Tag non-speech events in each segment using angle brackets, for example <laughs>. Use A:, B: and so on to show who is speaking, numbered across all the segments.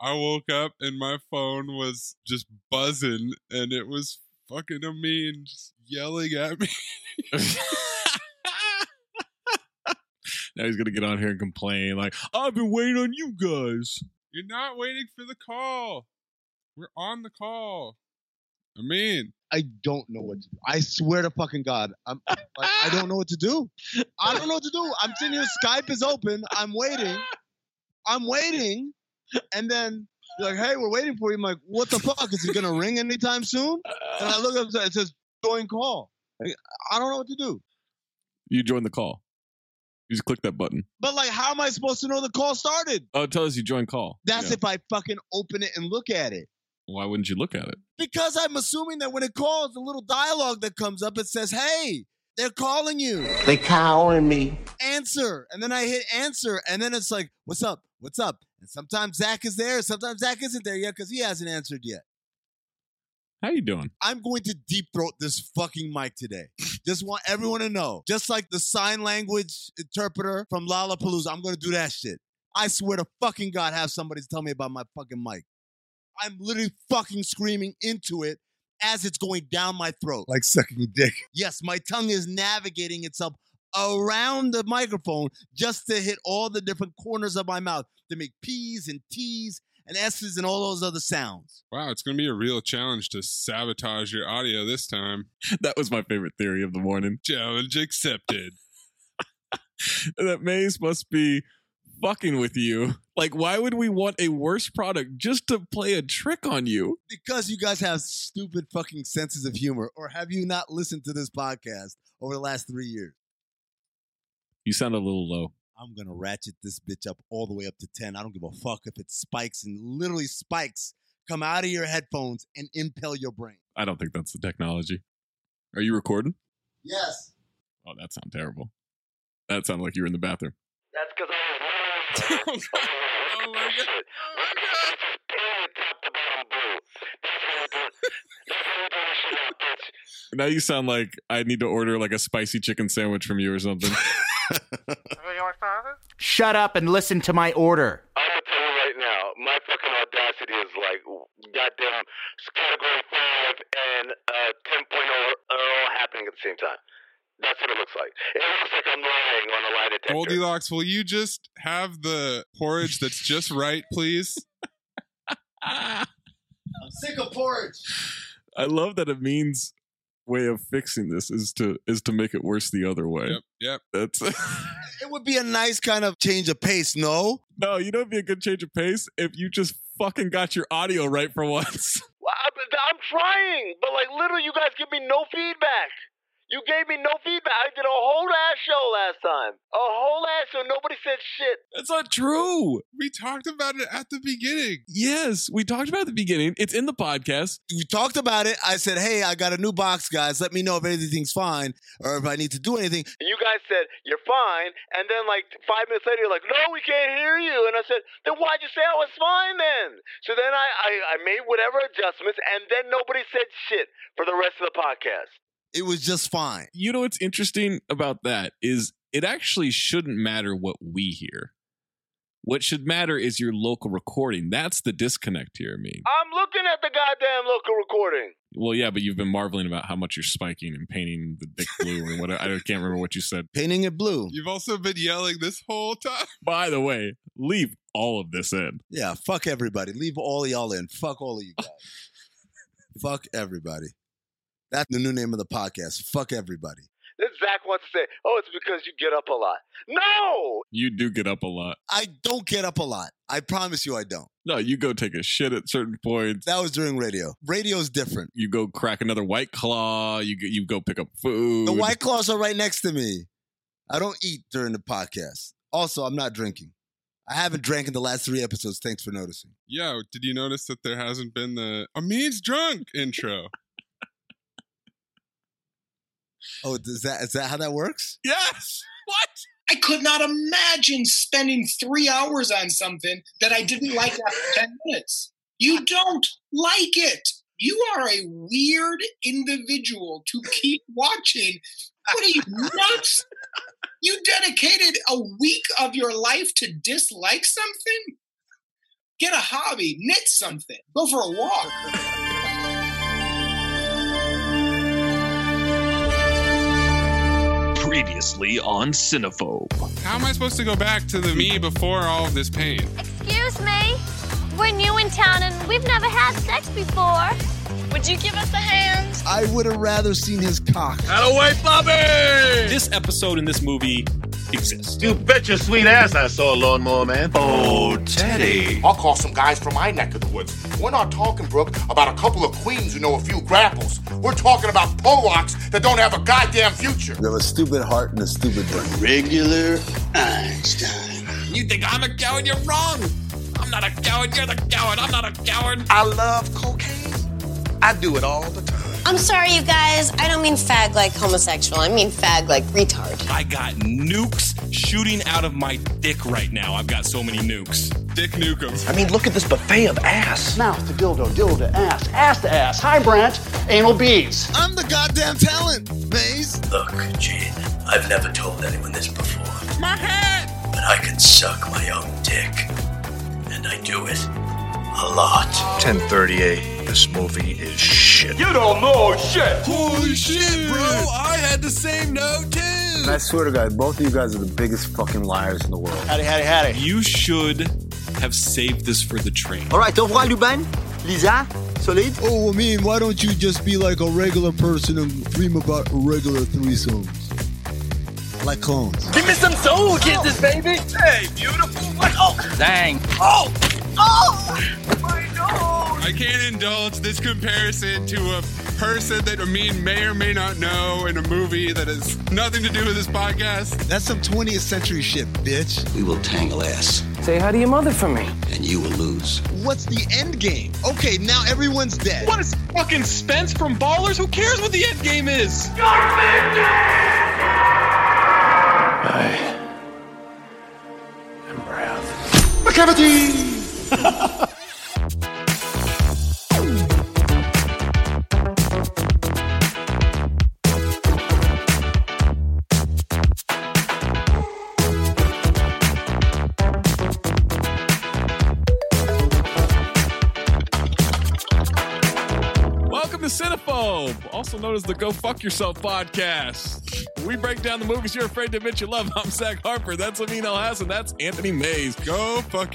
A: I woke up and my phone was just buzzing and it was fucking Amin just yelling at me.
B: <laughs> now he's gonna get on here and complain like, "I've been waiting on you guys."
A: You're not waiting for the call. We're on the call. Amin.
C: I don't know what to do. I swear to fucking God, I'm like, I don't know what to do. I don't know what to do. I'm sitting here. Skype is open. I'm waiting. I'm waiting, and then they're like, "Hey, we're waiting for you." I'm like, "What the fuck? Is it gonna ring anytime soon?" And I look up. It says "Join call." Like, I don't know what to do.
B: <gasps> You join the call. You just click that button.
C: But like, how am I supposed to know the call started?
B: Oh, it tells you join call.
C: That's
B: Yeah.
C: if I fucking open it and look at it.
B: Why wouldn't you look at it?
C: Because I'm assuming that when it calls, the little dialogue that comes up, it says, "Hey, they're calling you."
D: They calling me.
C: answer. And then I hit answer. And then it's like, what's up? What's up? And sometimes Zach is there. Sometimes Zach isn't there yet because he hasn't answered yet.
B: How you doing?
C: I'm going to deep throat this fucking mic today. Just want everyone to know. Just like the sign language interpreter from Lollapalooza, I'm going to do that shit. I swear to fucking God, have somebody tell me about my fucking mic. I'm literally fucking screaming into it as it's going down my throat.
A: Like sucking dick. <laughs>
C: Yes, my tongue is navigating itself around the microphone just to hit all the different corners of my mouth to make P's and T's and S's and all those other sounds.
A: Wow, it's going to be a real challenge to sabotage your audio this time.
B: <laughs> That was my favorite theory of the morning.
A: Challenge accepted.
B: <laughs> that Maze must be fucking with you. Like, why would we want a worse product just to play a trick on you?
C: Because you guys have stupid fucking senses of humor, or have you not listened to this podcast over the last three years?
B: You sound a little low.
C: I'm gonna ratchet this bitch up all the way up to 10. I don't give a fuck if it spikes and literally spikes come out of your headphones and impel your brain.
B: I don't think that's the technology. Are you recording?
C: Yes.
B: Oh, that sounds terrible. That sounded like you were in the bathroom.
E: That's because
A: <laughs> oh
E: I.
A: my God. Oh my God.
B: Now you sound like I need to order like a spicy chicken sandwich from you or something.
D: Shut up and listen to my order.
E: I'm gonna tell you right now, my fucking audacity is like goddamn category five and uh, 10.0 are all happening at the same time. That's what it looks like. It looks like I'm lying on a lie detector.
A: Goldilocks, will you just have the porridge that's just right, please?
B: Ah,
C: I'm sick of porridge.
B: <laughs> I love that it means way of fixing this is to is to make it worse the other way.
A: Yep, yep.
F: <laughs>
B: That's <laughs>
C: It would be a nice kind of change of pace, no?
B: No, you know it'd be a good change of pace if you just fucking got your audio right for once. <laughs>
E: Well, I- but I'm trying, but like literally, you guys give me no feedback. You gave me no feedback. I did a whole ass show last time. A whole ass show. Nobody said shit.
B: That's not true.
A: We talked about it at the beginning.
B: Yes, we talked about it at the beginning. It's in the podcast.
C: We talked about it. I said, hey, I got a new box, guys. Let me know if anything's fine or if I need to do anything.
E: And you guys said, you're fine. And then like five minutes later, you're like, no, we can't hear you. And I said, then why'd you say I was fine then? So then I, I, I made whatever adjustments, and then nobody said shit for the rest of the podcast.
C: It was just fine.
B: You know what's interesting about that is it actually shouldn't matter what we hear. What should matter is your local recording. That's the disconnect here, I mean.
E: I'm looking at the goddamn local recording.
B: Well, yeah, but you've been marveling about how much you're spiking and painting the dick blue or whatever. I can't remember what you said.
C: Painting it blue.
A: You've also been yelling this whole time.
B: By the way, leave all of this in.
C: Yeah, fuck everybody. Leave all y'all in. Fuck all of you
F: <laughs>
C: guys. fuck everybody. That's the new name of the podcast. Fuck everybody.
E: Then Zach wants to say, oh, it's because you get up a lot. No,
B: You do get up a lot.
C: I don't get up a lot. I promise you I don't.
B: No, you go take a shit at certain points.
C: That was during radio. Radio's different.
B: you go crack another white claw. You go- you go pick up food.
C: The White Claws are right next to me. I don't eat during the podcast. Also, I'm not drinking. I haven't drank in the last three episodes. Thanks for noticing.
A: Yo, did you notice that there hasn't been the Amin's drunk intro?
C: Oh, is that is that how that works?
B: Yes. What?
G: I could not imagine spending three hours on something that I didn't like after 10 minutes. You don't like it. You are a weird individual to keep watching. What are you nuts? You dedicated a week of your life to dislike something? Get a hobby, knit something, go for a walk.
H: Previously on Cinephobe.
A: How am I supposed to go back to the me before all of this pain?
I: Excuse me. We're new in town and we've never had sex before. Would you give us a hand?
J: I would have rather seen his cock.
H: This episode in this movie exists.
D: You bet your sweet ass I saw a lawnmower man.
H: Oh, Teddy.
K: I'll call some guys from my neck of the woods. We're not talking, Brooke, about a couple of queens who know a few grapples. We're talking about Polacks that don't have a goddamn future.
F: You have a stupid heart and a stupid brain.
D: Regular Einstein.
H: You think I'm a coward? You're wrong. I'm not a coward. You're the coward. I'm not a coward.
D: I love cocaine. I do it all the time.
I: I'm sorry, you guys. I don't mean fag like homosexual. I mean fag like retard.
H: I got nukes shooting out of my dick right now. I've got so many nukes.
A: Dick Nukem.
D: I mean, look at this buffet of ass.
L: Mouth to dildo, dildo to ass, ass to ass, high branch, anal beads.
J: I'm the goddamn talent, Maze.
D: Look, Gene, I've never told anyone this before. My head! But I can suck my own dick. And I do it a lot. 1038. This movie is shit. You don't know shit!
A: Holy shit, bro! I had the same note too.
F: I swear to God, both of you guys are the biggest fucking liars in the world.
L: Howdy, howdy, howdy.
B: You should have saved this for the train.
L: All right, au revoir, Lubin. Lisa, solid.
J: Oh, I mean, why don't you just be like a regular person and dream about regular threesomes? Like clones.
D: Give me some soul kisses, baby! Hey, beautiful! What? Oh! Dang. Oh! Oh! My nose!
A: I can't indulge this comparison to a person that Amin may or may not know in a movie that has nothing to do with this podcast.
J: That's some 20th century shit, bitch.
D: We will tangle ass,
L: Say hi to your mother for me.
D: and you will lose.
J: What's the end game? Okay, now everyone's dead.
H: What is fucking Spence from Ballers? Who cares what the end game is?
D: I am proud.
B: Welcome to Cinephobe, also known as the Go Fuck Yourself podcast. We break down the movies you're afraid to admit you love. <laughs> I'm Zach Harper. That's Amin El Hassan. That's Anthony Mays.
A: Go fuck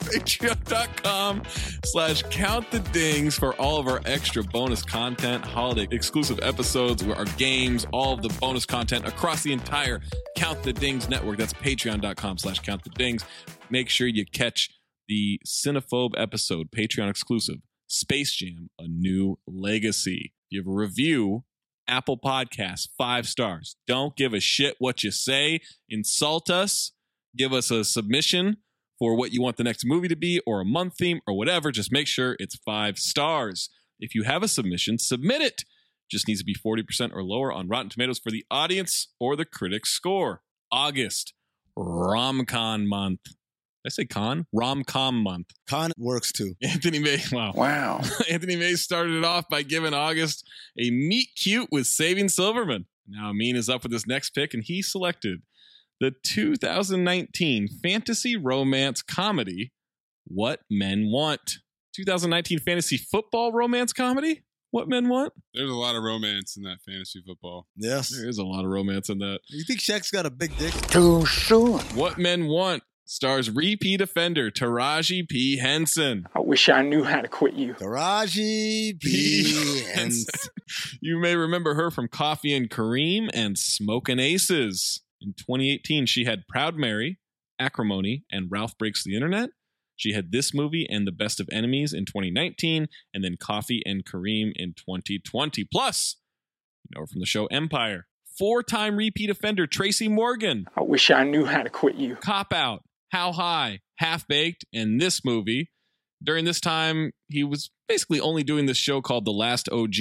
B: <laughs> patreon.com slash count the dings for all of our extra bonus content holiday exclusive episodes where our games all of the bonus content across the entire count the dings network that's patreon.com slash count the dings make sure you catch the cinephobe episode patreon exclusive space jam a new legacy give a review apple Podcasts, five stars don't give a shit what you say insult us give us a submission for what you want the next movie to be or a month theme or whatever. Just make sure it's five stars. If you have a submission, submit it. Just needs to be 40% or lower on Rotten Tomatoes for the audience or the critic score. August, rom con month. Did I say con? Rom com month. <laughs>
J: Con works too.
B: Anthony May, wow.
H: Wow.
B: <laughs> Anthony May started it off by giving August a meet cute with Saving Silverman. Now Amin is up with his next pick, and he selected the 2019 fantasy romance comedy What Men Want. 2019 fantasy football romance comedy What Men Want.
A: There's a lot of romance in that fantasy football.
J: Yes.
B: There is a lot of romance in that.
J: You think Shaq's got a big dick?
K: Too soon.
B: What Men Want stars repeat offender Taraji P. Henson.
L: I wish I knew how to quit you.
J: Taraji P.
H: <laughs>
J: Henson.
B: you may remember her from Coffee and Kareem and Smokin' Aces. In 2018, she had Proud Mary, Acrimony, and Ralph Breaks the Internet. She had this movie and The Best of Enemies in 2019, and then Coffee and Kareem in 2020. Plus, you know her from the show Empire. Four time repeat offender Tracy Morgan,
L: I wish I knew how to quit you.
B: Cop Out, How High, Half Baked, and this movie. During this time, he was basically only doing this show called The Last OG,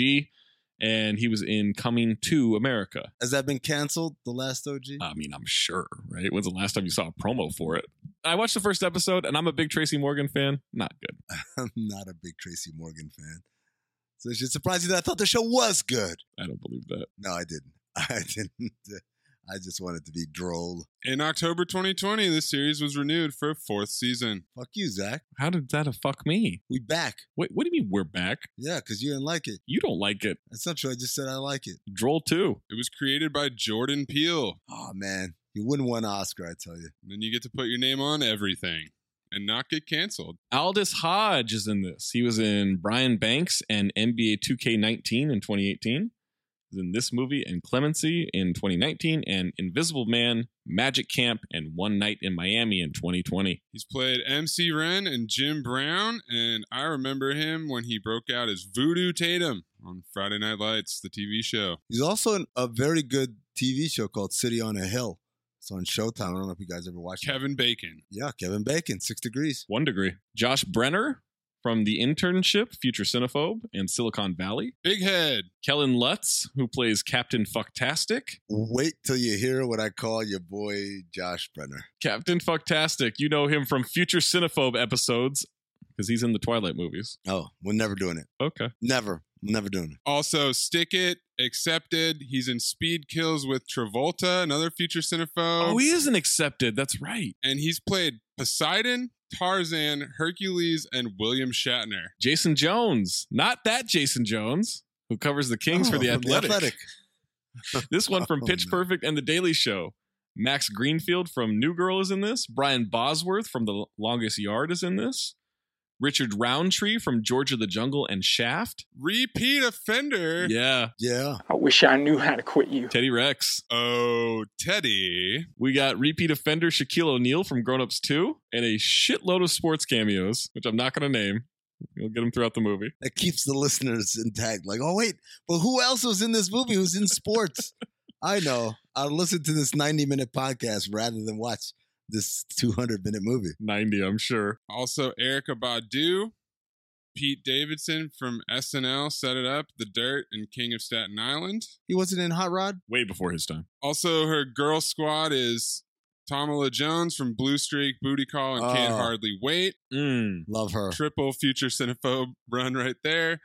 B: and he was in Coming to America.
J: Has that been canceled? The last OG?
B: I mean, I'm sure, right? When's the last time you saw a promo for it? I watched the first episode, and I'm a big Tracy Morgan fan. Not good.
J: <laughs> I'm not a big Tracy Morgan fan. So it should surprise you that I thought the show was good.
C: <laughs>
B: I don't believe that.
J: No, I didn't. I didn't.
C: I just want it to be droll.
B: In October 2020, this series was renewed for a fourth season.
C: Fuck you, Zach.
B: How did that a fuck me?
C: We back.
B: Wait, what do you mean we're back?
C: Yeah, because you didn't like it.
B: You don't like it.
C: That's not true. I just said I like it.
B: Droll 2. It was created by Jordan Peele.
C: Oh, man. You wouldn't want an Oscar, I tell you.
B: And then you get to put your name on everything and not get canceled. Aldous Hodge is in this. He was in Brian Banks and NBA 2K19 in 2018. He's in this movie and Clemency in 2019 and Invisible Man, Magic Camp, and One Night in Miami in 2020. He's played MC Ren and Jim Brown, and I remember him when he broke out as Voodoo Tatum on Friday Night Lights, the TV show.
C: He's also in a very good TV show called City on a Hill. It's on Showtime. I don't know if you guys ever watched it.
B: Kevin Bacon.
C: Yeah, Kevin Bacon, Six Degrees.
B: One degree. Josh Brenner from The Internship, Future Cinephobe, and Silicon Valley. Big Head. Kellen Lutz, who plays Captain Fucktastic.
C: Wait till you hear what I call your boy Josh Brenner.
B: Captain Fucktastic, you know him from Future Cinephobe episodes because he's in the Twilight movies.
C: Oh, we're never doing it.
B: Okay.
C: Never. Never doing it.
B: Also, Stick It, Accepted. He's in Speed Kills with Travolta, another future cinephobe. Oh, he isn't accepted. That's right. And he's played Poseidon, Tarzan, Hercules, and William Shatner. Jason Jones. Not that Jason Jones, who covers the Kings for
C: Oh, <laughs>
B: the
C: from Oh,
B: Athletic. this one from Pitch Perfect and The Daily Show. Max Greenfield from New Girl is in this. Brian Bosworth from The Longest Yard is in this. Richard Roundtree from Georgia the Jungle and Shaft. Repeat offender. Yeah.
C: Yeah.
G: I wish I knew how to quit you.
B: Teddy Rex. Oh, Teddy. We got repeat offender Shaquille O'Neal from Grown Ups 2 and a shitload of sports cameos, which I'm not going to name. You'll get them throughout the movie.
C: That keeps the listeners intact. Like, oh, wait, but who else was in this movie who's in sports? I know. I'll listen to this 90 minute podcast rather than watch this 200 minute movie.
B: 90, I'm sure. Also, Erica Badu, Pete Davidson from SNL, Set It Up, The Dirt, and King of Staten Island.
C: He wasn't in Hot Rod?
B: Way before his time. Also, her girl squad is Tomala Jones from Blue Streak, Booty Call, and Can't
C: Oh.
B: Hardly Wait.
C: Love her.
B: Triple future cinephobe <laughs> run right there.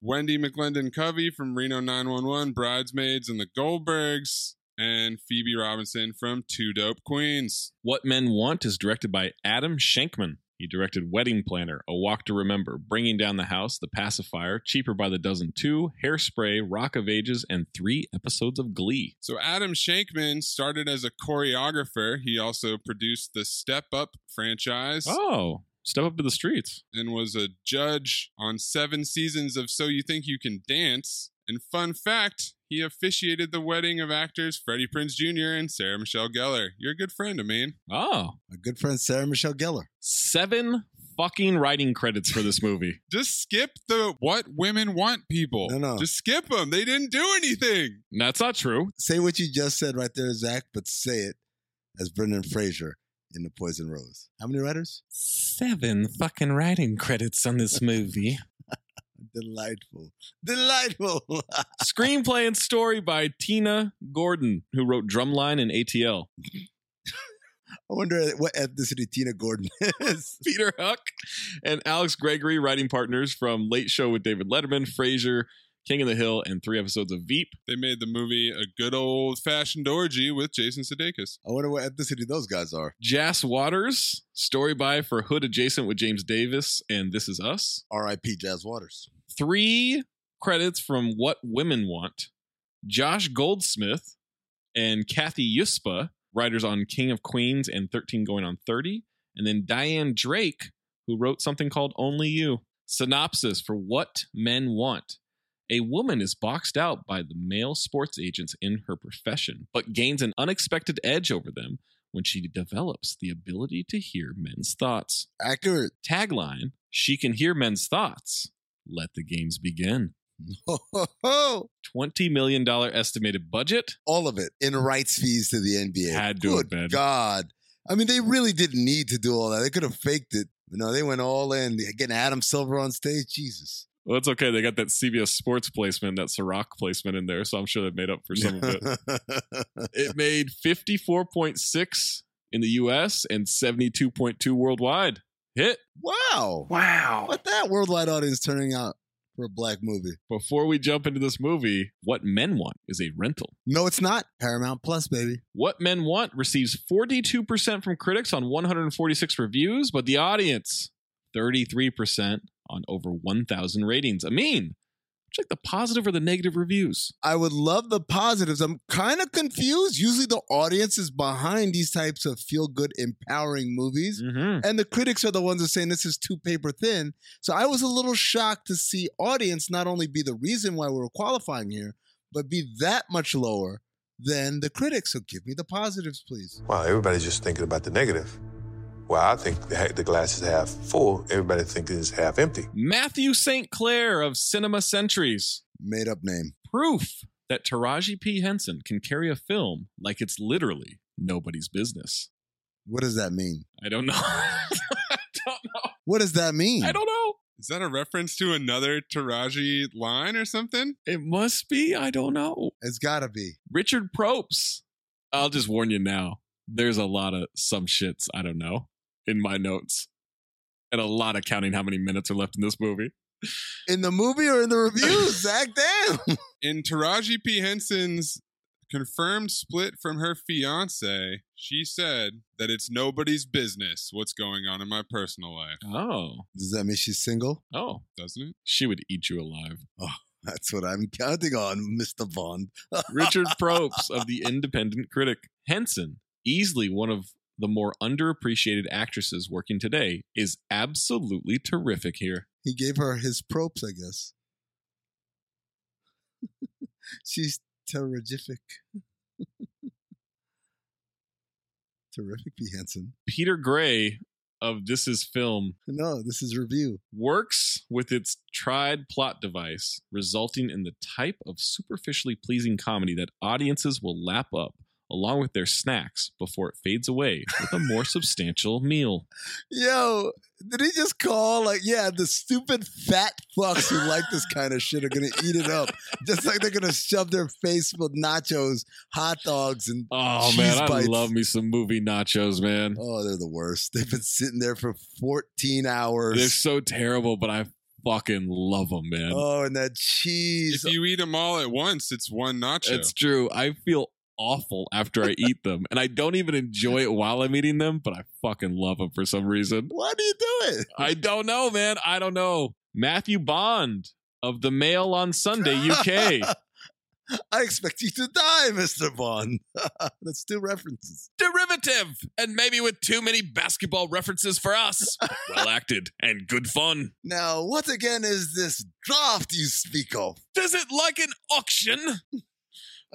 B: Wendy McClendon Covey from Reno 911, Bridesmaids and the Goldbergs, and Phoebe Robinson from Two Dope Queens. What Men Want is directed by Adam Shankman. He directed Wedding Planner, A Walk to Remember, Bringing Down the House, The Pacifier, Cheaper by the Dozen 2, Hairspray, Rock of Ages, and three episodes of Glee. So Adam Shankman started as a choreographer. He also produced the Step Up franchise. Oh, Step Up to the Streets. And was a judge on seven seasons of So You Think You Can Dance. And fun fact, he officiated the wedding of actors Freddie Prince Jr. and Sarah Michelle Gellar. You're a good friend of mine. Oh.
C: My good friend Sarah Michelle Gellar.
B: Seven fucking writing credits for this movie. Just skip the what women want people.
C: No, no.
B: Just skip them. They didn't do anything. That's not true.
C: Say what you just said right there, Zach, but say it as Brendan Fraser in The Poison Rose. How many writers?
B: Seven fucking writing credits on this movie.
C: Delightful. Delightful. <laughs>
B: Screenplay and story by Tina Gordon, who wrote Drumline and ATL.
C: I wonder what ethnicity Tina Gordon <laughs> is.
B: <laughs> Peter Huck and Alex Gregory, writing partners from Late Show with David Letterman, Frasier, King of the Hill, and three episodes of Veep. They made the movie A Good Old Fashioned Orgy with Jason Sudeikis.
C: I wonder what ethnicity those guys are.
B: Jas Waters, story by for Hood Adjacent with James Davis and This Is Us.
C: R.I.P. Jazz Waters.
B: Three credits from What Women Want. Josh Goldsmith and Kathy Yuspa, writers on King of Queens and 13 Going on 30. And then Diane Drake, who wrote something called Only You. Synopsis for What Men Want. A woman is boxed out by the male sports agents in her profession, but gains an unexpected edge over them when she develops the ability to hear men's thoughts.
C: Accurate. <laughs>
B: Tagline She can hear men's thoughts. Let the games begin.
C: Oh,
B: $20 million estimated budget.
C: all of it in rights fees to the NBA.
B: Had to have
C: Good
B: been.
C: God. I mean, they really didn't need to do all that. They could have faked it. You know, they went all in. Getting Adam Silver on stage, Jesus.
B: Well, it's okay. They got that CBS Sports placement, that Ciroc placement in there, so I'm sure they made up for some of
C: <laughs>
B: it. it made 54.6 in the US and 72.2 worldwide. Hit.
C: Wow.
G: Wow.
C: What that worldwide audience turning out for a black movie.
B: Before we jump into this movie, What Men Want is a rental.
C: No, it's not. Paramount Plus, baby.
B: What Men Want receives 42% from critics on 146 reviews, but the audience, 33% on over 1,000 ratings. I mean, check the positive or the negative reviews.
C: I would love the positives. I'm kind of confused. Usually the audience is behind these types of feel good, empowering movies. And the critics are the ones that are saying this is too paper thin. So I was a little shocked to see audience not only be the reason why we were qualifying here, but be that much lower than the critics. So give me the positives, please.
E: Wow, everybody's just thinking about the negative. Well, I think the ha- the glass is half full. Everybody thinks it's half empty.
B: Matthew St. Clair of Cinema Centuries.
C: Made up name.
B: Proof that Taraji P. Henson can carry a film like it's literally nobody's business.
C: What does that mean?
B: I don't know. <laughs>
C: What does that mean?
B: I don't know.
A: Is that a reference to another Taraji line or something?
B: It must be. I don't know.
C: It's gotta be.
B: Richard Propes. I'll just warn you now. There's a lot of some shits I don't know in my notes, and a lot of counting how many minutes are left in this movie.
C: In the movie or in
B: <laughs>
C: the reviews, Zach? Damn.
A: In Taraji P. Henson's confirmed split from her fiance, she said that it's nobody's business what's going on in my personal life.
B: Oh,
C: Does that mean she's single?
B: oh,
A: Doesn't it?
B: she would eat you alive.
C: That's what I'm counting on, Mr. Bond.
B: <laughs> Richard Probst of the Independent Critic. Henson, easily one of the more underappreciated actresses working today, is absolutely terrific here.
C: He gave her his props, I guess. <laughs> She's terrific. <laughs> terrific, P. Hansen.
B: Peter Gray of This Is Film
C: No, this is review.
B: works with its tried plot device, resulting in the type of superficially pleasing comedy that audiences will lap up along with their snacks before it fades away with a
C: <laughs>
B: more substantial meal.
C: Yo, did he just call like, yeah, the stupid fat fucks who like this kind of shit are gonna eat it up, just like they're gonna shove their face with nachos, hot dogs, and <laughs>
B: Oh
C: cheese
B: man, I
C: bites.
B: love me some movie nachos, man.
C: Oh, they're the worst. They've been sitting there for 14
B: They're
C: hours.
B: so terrible, but I fucking love them, man.
C: Oh, and that cheese.
A: If you eat them all at once, it's one nacho.
B: It's true. I feel awful after I eat them, and I don't even enjoy it while I'm eating them, but I fucking love them for some reason.
C: Why do you do it?
B: I don't know, man. I don't know. Matthew Bond of the Mail on Sunday UK.
C: I expect you to die, Mr. <laughs> Bond. Let's do references.
B: <laughs> Derivative, and maybe with too many basketball references for us. <laughs> Well acted and good fun.
C: Now, what again is this draft you speak of?
B: Does it like an auction?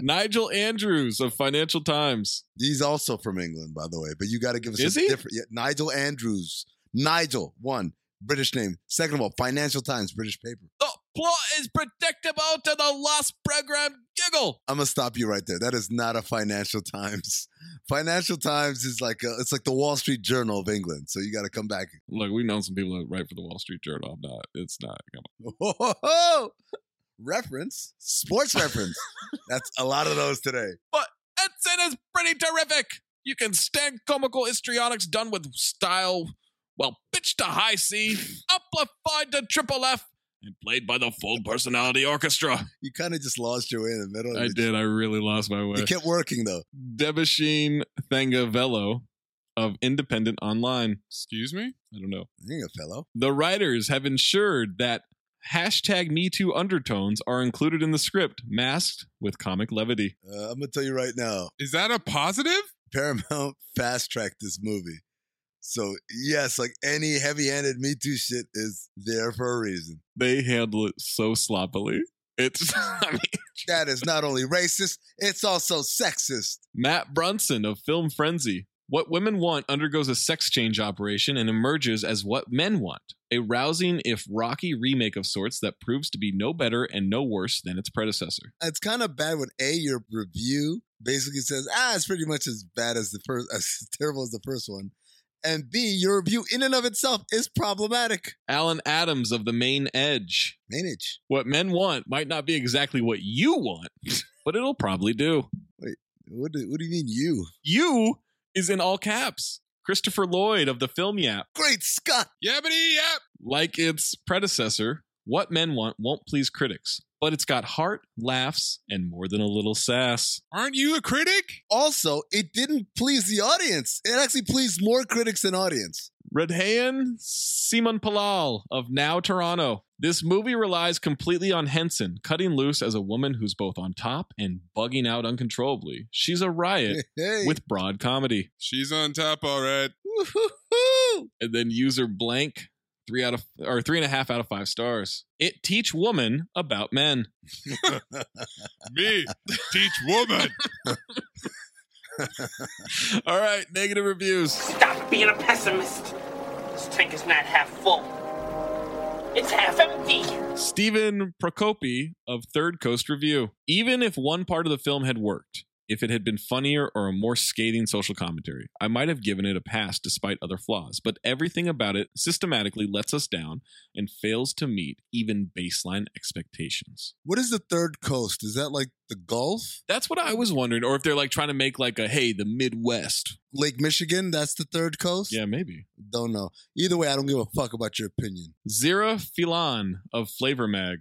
B: Nigel Andrews of Financial Times.
C: He's also from England, by the way, but you got to give us
B: Is
C: a
B: he?
C: different. Yeah, Nigel Andrews. Nigel, one, British name. Second of all, Financial Times, British paper.
B: The plot is predictable to the last program giggle.
C: I'm gonna stop you right there. That is not a Financial Times. <laughs> Financial Times is like a, it's like the Wall Street Journal of England. So you got to come back. <laughs>
B: Look, we've known some people that write for the Wall Street Journal. I'm not. It's not. Come on.
C: reference,
B: <laughs>
C: sports reference. That's a lot of those today.
B: Edson is pretty terrific. You can stand comical histrionics done with style, well, pitched to high <laughs> C, amplified to triple F, and played by the full personality orchestra.
C: You kind of just lost your way in the middle.
B: I
C: You-
B: did. I really lost my
C: You
B: way.
C: kept working though.
B: Debashin Thangavello of Independent Online.
A: Excuse me?
B: I don't know.
C: There you go, fellow.
B: The writers have ensured that hashtag MeToo undertones are included in the script, masked with comic levity.
C: Uh, I'm gonna tell you right now. <laughs>
A: Is that a positive?
C: Paramount fast tracked this movie. So yes, like any heavy handed Me Too shit is there for a reason.
B: They handle it so sloppily. It's, <laughs> I mean,
C: That is not only racist, it's also sexist.
B: Matt Brunson of Film Frenzy. What Women Want undergoes a sex change operation and emerges as What Men Want, a rousing, if rocky, remake of sorts that proves to be no better and no worse than its predecessor.
C: It's kind of bad when a your review basically says ah it's pretty much as bad as the first <laughs> as terrible as the first one, and b your review in and of itself is problematic.
B: Alan Adams of The Main Edge.
C: Manage.
B: What men want might not be exactly what you want, <laughs> but it'll probably do.
C: What do, what do you mean you?
B: You is in all caps. Christopher Lloyd of the Film Yap.
C: Great Scott! <laughs>
A: Yabbity yap.
B: Like its predecessor, What Men Want won't please critics, but it's got heart, laughs, and more than a little sass.
A: Aren't you a critic?
C: Also, it didn't please the audience. It actually pleased more critics than audience.
B: Redhayan Simon Palal of Now Toronto. This movie relies completely on Henson, cutting loose as a woman who's both on top and bugging out uncontrollably. She's a riot
C: Hey.
B: with broad comedy.
A: She's on top, all right.
B: And then user blank, three out of or three and a half out of five stars. It teach woman about men.
A: Me, teach woman.
B: All right, negative reviews.
G: Stop being a pessimist. This tank is not half full. It's half empty.
B: Stephen Procopi of Third Coast Review. Even if one part of the film had worked, if it had been funnier or a more scathing social commentary, I might have given it a pass despite other flaws, but everything about it systematically lets us down and fails to meet even baseline expectations.
C: What is the third coast? Is that like the Gulf?
B: That's what I was wondering, or if they're like trying to make like a hey, the Midwest.
C: Lake Michigan, that's the third coast?
B: Yeah, maybe.
C: Don't know. Either way, I don't give a fuck about your opinion.
B: Zira Filan of Flavor Mag.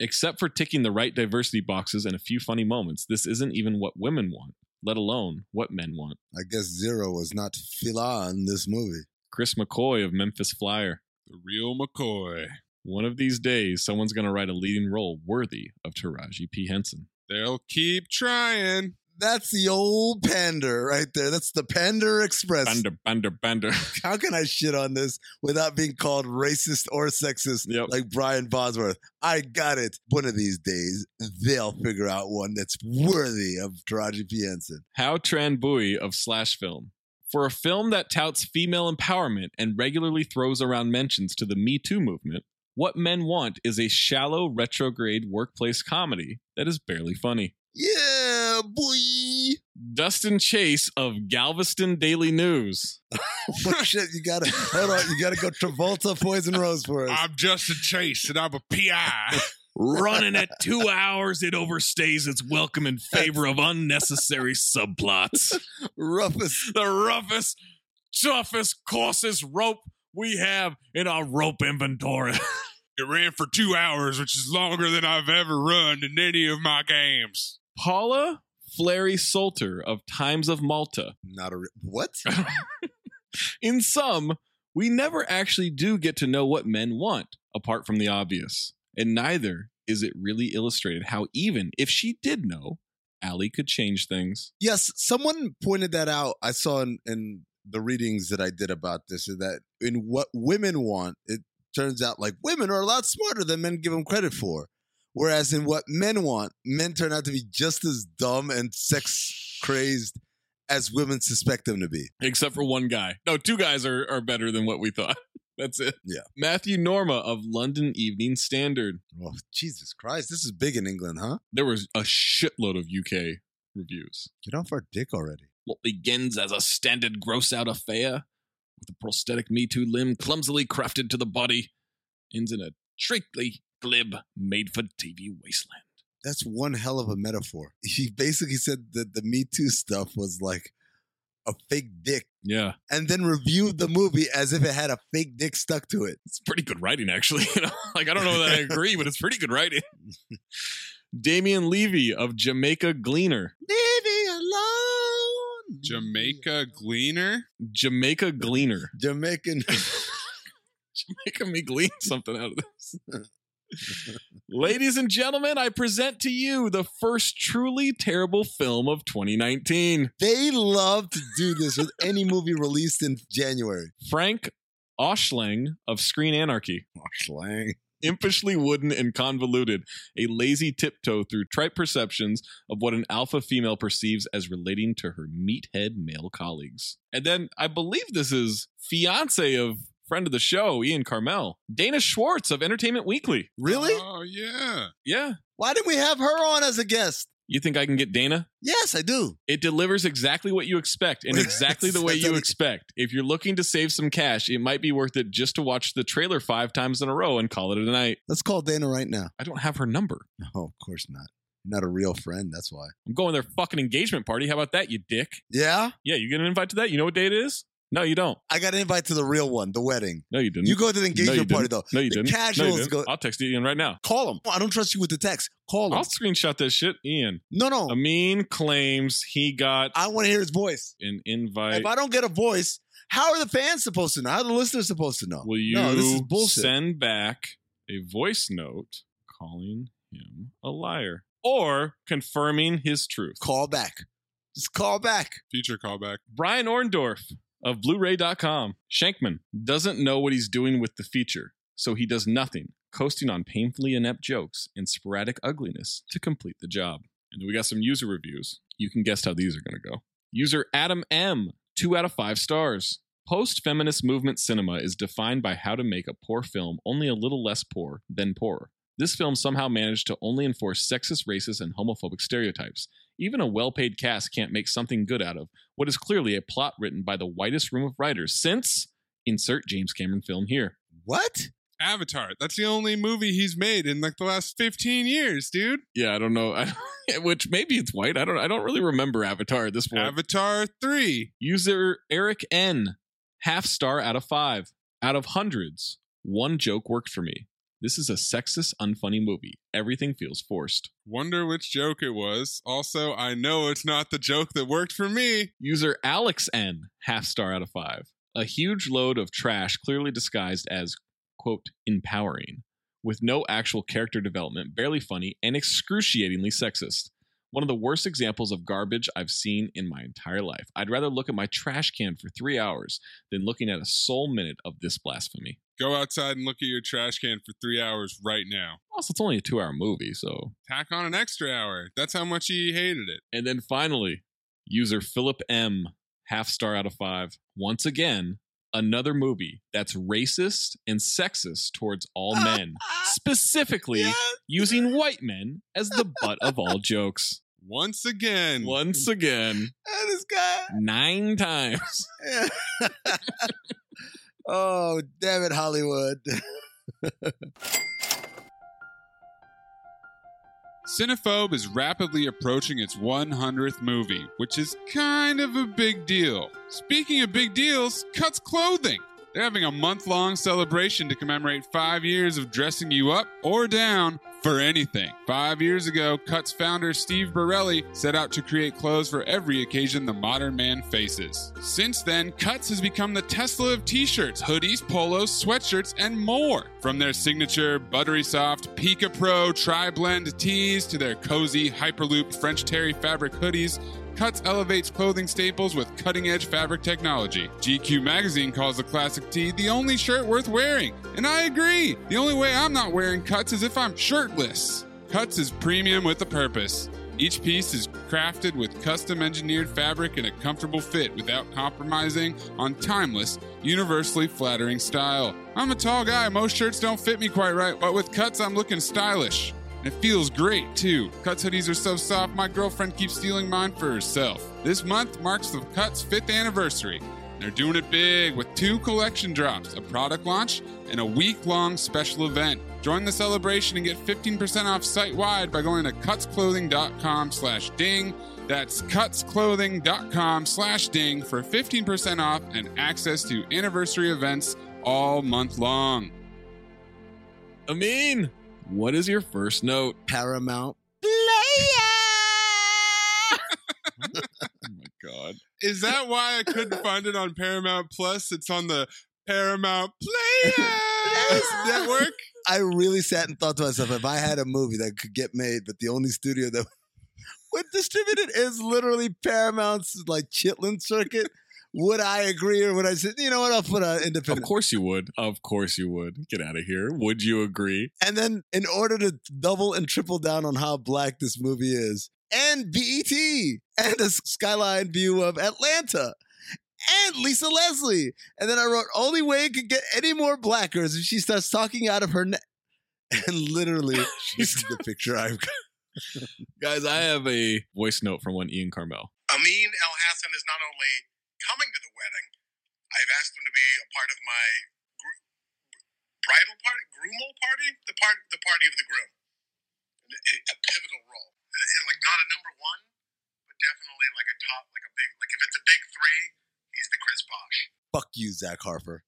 B: Except for ticking the right diversity boxes and a few funny moments, this isn't even what women want, let alone what men want.
C: I guess Zero was not Fila in this movie.
B: Chris McCoy of Memphis Flyer.
A: The real McCoy.
B: One of these days, someone's going to write a leading role worthy of Taraji P. Henson.
A: They'll keep trying.
C: That's the old pander right there. That's the Pander Express.
B: Bender, bender, bender. <laughs>
C: How can I shit on this without being called racist or sexist
B: Yep.
C: like Brian Bosworth? I got it. One of these days, they'll figure out one that's worthy of Taraji P. Henson.
B: How Tran Bui of Slash Film. For a film that touts female empowerment and regularly throws around mentions to the Me Too movement, What Men Want is a shallow retrograde workplace comedy that is barely funny.
C: Yeah, boy.
B: Dustin Chase of Galveston Daily News.
C: <laughs> Oh, shit, you gotta hold on. You gotta go Travolta, Poison Rose for us.
A: I'm Justin Chase, and I'm a PI.
M: Running at two hours, it overstays its welcome in favor of unnecessary subplots.
C: Roughest.
M: <laughs> The roughest, toughest, coarsest rope we have in our rope inventory. <laughs>
A: It ran for two hours, which is longer than I've ever run in any of my games.
B: Paula Flary Salter of Times of Malta.
C: Not a re- what?
B: In sum, we never actually do get to know what men want, apart from the obvious. And neither is it really illustrated how, even if she did know, Allie could change things.
C: Yes, someone pointed that out. I saw in, in the readings that I did about this is that in what women want, it turns out like women are a lot smarter than men give them credit for. Whereas in what men want, men turn out to be just as dumb and sex crazed as women suspect them to be.
B: Except for one guy. No, two guys are, are better than what we thought. <laughs> That's it.
C: Yeah.
B: Matthew Norma of London Evening Standard.
C: Oh, Jesus Christ, this is big in England, huh?
B: There was a shitload of UK reviews.
C: Get off our dick already.
B: what begins as a standard gross out affair with a prosthetic Me Too limb clumsily crafted to the body ends in a trickly, glib, made for TV wasteland.
C: That's one hell of a metaphor. <laughs> He basically said that the Me Too stuff was like a fake dick
B: Yeah,
C: and then reviewed the movie as if it had a fake dick stuck to it.
B: it's pretty good writing, actually. <laughs> You know? Like, I don't know that I agree, but it's pretty good <laughs> writing. Damian Levy of Jamaica Gleaner.
C: Leave me alone.
A: Jamaica Gleaner?
B: Jamaica Gleaner. <laughs>
C: Jamaican. <laughs>
B: Making me glean something out of this.
C: <laughs>
B: Ladies and gentlemen, I present to you the first truly terrible film of 2019.
C: they love to do this with any movie released in January.
B: Frank Oshlang of Screen Anarchy.
C: Slang.
B: Impishly wooden and convoluted, a lazy tiptoe through trite perceptions of what an alpha female perceives as relating to her meathead male colleagues. And then I believe this is fiance of friend of the show, Ian Carmel, Oh, Dana Schwartz of Entertainment Weekly.
C: Really?
B: Uh-huh.
A: Oh, yeah.
B: Yeah.
C: Why didn't we have her on as a guest?
B: You think I can get Dana?
C: Yes, I do.
B: It delivers exactly what you expect <laughs> and exactly the way you expect. If you're looking to save some cash, it might be worth it just to watch the trailer five times in a row and call it a night.
C: Let's call Dana right now. <laughs>
B: I don't have her number.
C: No, of course not. Not a real friend, that's why.
B: I'm going to their fucking engagement party. How about that, you dick?
C: Yeah?
B: Yeah, you get an invite to that. You know what day it is? No, you don't.
C: I got an invite to the real one, the wedding.
B: No, you didn't.
C: You go to the engagement
B: No, you
C: party,
B: didn't.
C: though.
B: No, you
C: The
B: didn't.
C: casuals
B: no, you didn't.
C: go-
B: I'll text Ian right now.
C: Call him. I don't trust you with the text. Call him.
B: I'll screenshot that shit, Ian.
C: No, no.
B: Um, Amin claims he got.
C: I want to hear his voice.
B: An invite.
C: If I don't get a voice, how are the fans supposed to know? How are the listeners supposed to know?
B: Will you
C: no, this is bullshit.
B: send back a voice note calling him a liar or confirming his truth?
C: Call back. Just call back.
A: Future callback.
B: Brian Orndorff of Blu-ray.com. Shankman doesn't know what he's doing with the feature, so he does nothing, coasting on painfully inept jokes and sporadic ugliness to complete the job. And then we got some user reviews. You can guess how these are going to go. User Adam M, two out of five stars. Post feminist movement cinema is defined by how to make a poor film only a little less poor than poor. This film somehow managed to only enforce sexist, racist, and homophobic stereotypes. Even a well paid cast can't make something good out of what is clearly a plot written by the whitest room of writers since insert James Cameron film here.
C: What?
A: Avatar. That's the only movie he's made in like the last 15 years, dude.
B: Yeah, I don't know. <laughs> I- which maybe it's white. I don't I don't really remember Avatar at this point.
A: Avatar 3.
B: User Eric N. Half star out of five. Out of hundreds, one joke worked for me. This is a sexist, unfunny movie. Everything feels forced.
A: Wonder which joke it was. Also, I know it's not the joke that worked for me.
B: User Alex N. Half star out of five. A huge load of trash clearly disguised as, quote, empowering, with no actual character development, barely funny, and excruciatingly sexist. One of the worst examples of garbage I've seen in my entire life. I'd rather look at my trash can for three hours than looking at a sole minute of this blasphemy.
A: Go outside and look at your trash can for three hours right now.
B: Also, it's only a two hour movie, so
A: Tack on an extra hour. That's how much he hated it.
B: And then finally, user Philip M, half star out of five. Once again, another movie that's racist and sexist towards all men,
C: Ah,
B: specifically using white men as the butt of all jokes.
A: Once again.
B: Once again,
C: Ah, this guy.
B: nine times. <laughs>
C: oh, damn it, Hollywood. <laughs>
A: Cinephobe is rapidly approaching its 100th movie, which is kind of a big deal. Speaking of big deals, Cuts Clothing. They're having a month long celebration to commemorate five years of dressing you up or down for anything. Five years ago, Cuts founder Steve Borelli set out to create clothes for every occasion the modern man faces. Since then, Cuts has become the Tesla of t shirts, hoodies, polos, sweatshirts, and more. From their signature buttery soft Pika Pro Tri Blend tees to their cozy Hyperloop French Terry fabric hoodies, Cuts elevates clothing staples with cutting edge fabric technology. GQ Magazine calls the classic tee the only shirt worth wearing. And I agree. The only way I'm not wearing cuts is if I'm shirtless. Cuts is premium with a purpose. Each piece is crafted with custom engineered fabric in a comfortable fit without compromising on timeless, universally flattering style. I'm a tall guy, most shirts don't fit me quite right, but with cuts, I'm looking stylish. And it feels great too. Cuts hoodies are so soft, my girlfriend keeps stealing mine for herself. This month marks the Cuts fifth anniversary. They're doing it big with two collection drops, a product launch, and a week long special event. Join the celebration and get 15% off site wide by going to cutsclothing.com slash ding. That's cutsclothing.com slash ding for 15% off and access to anniversary events all month long.
B: Amin, what is your first note?
C: Paramount.
B: God.
A: Is that why I
B: <laughs>
A: couldn't find it on Paramount Plus? It's on the Paramount Players network.
C: I really sat and thought to myself, if I had a movie that could get made, but the only studio that <laughs> would distribute it is literally Paramount's like Chitlin circuit, would I agree or would I say, you know what, I'll put an
B: Of
C: independent?
B: course you would. Of course you would. Get out of here. Would you agree?
C: And then in order to double and triple down on how black this movie is, and BET, and a skyline view of Atlanta. And Lisa Leslie. And then I wrote, only way it could get any more blacker is if she starts talking out of her neck. <laughs> And literally, she's the picture I've got.
B: Guys, I have a voice note from one Ian Carmel.
N: Amin El Hassan is not only coming to the wedding, I've asked him to be a part of my gr- bridal party, groomal party, the part, the party of the groom. A, a pivotal role, Uh, like not a number one, but definitely like a top, like a big, like if it's a big three, he's the Chris Bosh.
C: Fuck you, Zach Harper.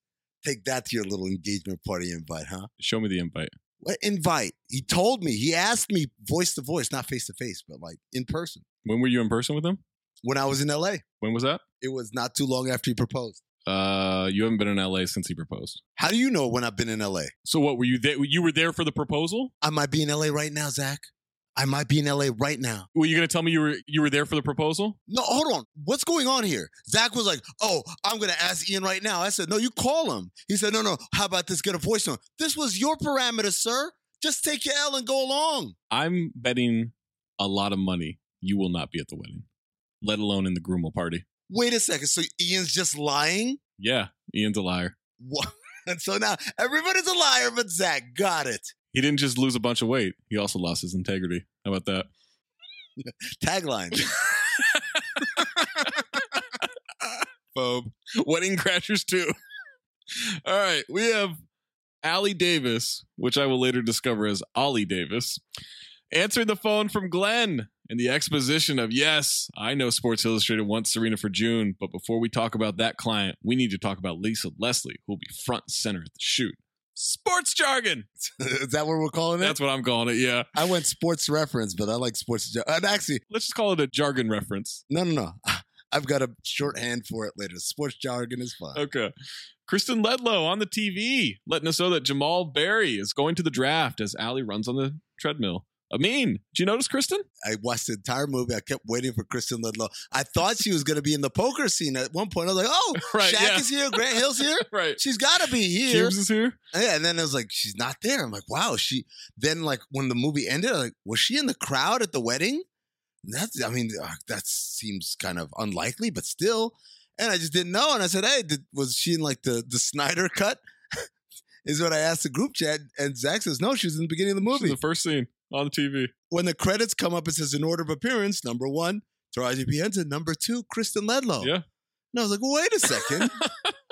C: Take that to your little engagement party invite, huh?
B: Show me the invite.
C: What invite? He told me. He asked me voice to voice, not face to face, but like in person.
B: When were you in person with him?
C: When I was in LA,
B: When was that?
C: it was not too long after he proposed.
B: Uh, you haven't been in LA since he proposed.
C: How do you know when I've been in LA?
B: So what were you there? You were there for the proposal?
C: I might be in LA right now, Zach. I might be in LA right now.
B: Were you going to tell me you were you were there for the proposal?
C: No, hold on. What's going on here? Zach was like, "Oh, I'm gonna ask Ian right now." I said, "No, you call him." He said, "No, no. How about this? Get a voice on." This was your parameter, sir. Just take your L and go along.
B: I'm betting a lot of money you will not be at the wedding, let alone in the groomal party.
C: Wait a second. So Ian's just lying?
B: Yeah, Ian's a liar.
C: What? And <laughs> so now everybody's a liar, but Zach got it.
B: He didn't just lose a bunch of weight; he also lost his integrity. How about that?
C: Tagline. <laughs>
B: Phobe. <laughs> Wedding Crashers too. <laughs> All right, we have Allie Davis, which I will later discover as Ollie Davis, answering the phone from Glenn in the exposition of Yes, I know Sports Illustrated wants Serena for June, but before we talk about that client, we need to talk about Lisa Leslie, who'll be front and center at the shoot. Sports jargon.
C: Is that what we're calling it?
B: That's what I'm calling it. Yeah.
C: I went sports reference, but I like sports. jar- And actually,
B: Let's just call it a jargon reference.
C: no, no, <laughs> no. I've got a shorthand for it later. Sports jargon is fine.
B: Okay. Kristen Ledlow on the TV, letting us know that Jamal Berry is going to the draft as Allie runs on the treadmill. Amin, did you notice Kristen?
C: I watched the entire movie. I kept waiting for Kristen Ludlow. I thought she was going to be in the poker scene at one point. I was like, oh,
B: <laughs> Right,
C: Shaq
B: yeah.
C: is here. Grant Hill's here.
B: Right.
C: She's got to be here.
B: Cubes is here.
C: Oh, Yeah, and then it was like, she's not there. I'm like, wow. She Then, like, when the movie ended, I'm like, was she in the crowd at the wedding? That's, I mean, uh, that seems kind of unlikely, but still. And I just didn't know. And I said, hey, did, was she in like the, the Snyder cut? <laughs> is what I asked the group chat. And Zach says, no, she was in the beginning of the
B: She's in
C: movie
B: the first scene on the TV.
C: when the credits come up, it says in order of appearance, number one, Taraji P. Henson, number two, Kristen Ledlow.
B: Yeah.
C: And I was like, well, wait a second.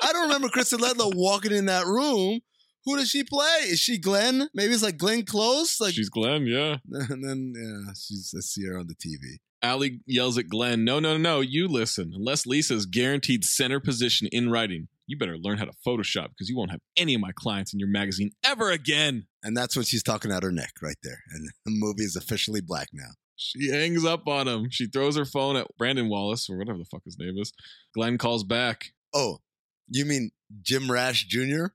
C: I don't remember Kristen Ledlow walking in that room. Who does she play? Is she Glenn? Maybe it's like Glenn Close? Like
B: She's Glenn, yeah.
C: <laughs> and then yeah, she's I see her on the TV.
B: Allie yells at Glenn, no, no, no, you listen. Unless Lisa's guaranteed center position in writing, you better learn how to Photoshop because you won't have any of my clients in your magazine ever again.
C: And that's when she's talking out her neck right there. And <laughs> the movie is officially black now.
B: She hangs up on him. She throws her phone at Brandon Wallace or whatever the fuck his name is. Glenn calls back.
C: Oh, you mean Jim Rash Jr.?
B: <laughs>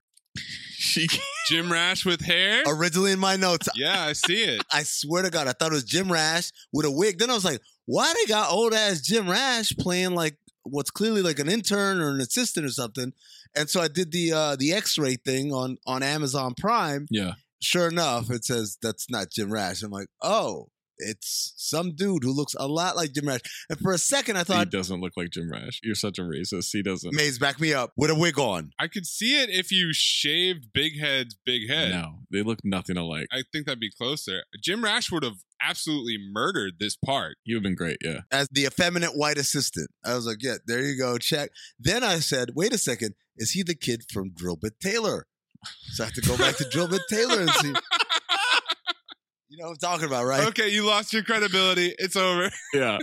B: She
A: Jim Rash with hair?
C: Originally in my notes,
A: Yeah, I see it.
C: I swear to God, I thought it was Jim Rash with a wig. Then I was like, why they got old ass Jim Rash playing like what's clearly like an intern or an assistant or something? And so I did the uh, the X ray thing on on Amazon Prime.
B: <laughs> Yeah.
C: Sure enough, it says that's not Jim Rash. I'm like, oh, it's some dude who looks a lot like Jim Rash. And for a second, I
B: He
C: thought,
B: doesn't look like Jim Rash. You're such a racist. He doesn't.
C: Maze, back me up with a wig on.
A: I could see it if you shaved Big Head's big head.
B: No, they look nothing alike.
A: I think that'd be closer. Jim Rash would have absolutely murdered this part.
B: You've been great, yeah.
C: As the effeminate white assistant, I was like, yeah, there you go, check. Then I said, wait a second, is he the kid from Drillbit Taylor? So I have to go back to Drillbit Taylor and see. You know what I'm talking about, right?
A: Okay, you lost your credibility. It's
B: <laughs>
A: over. <laughs>
B: Yeah,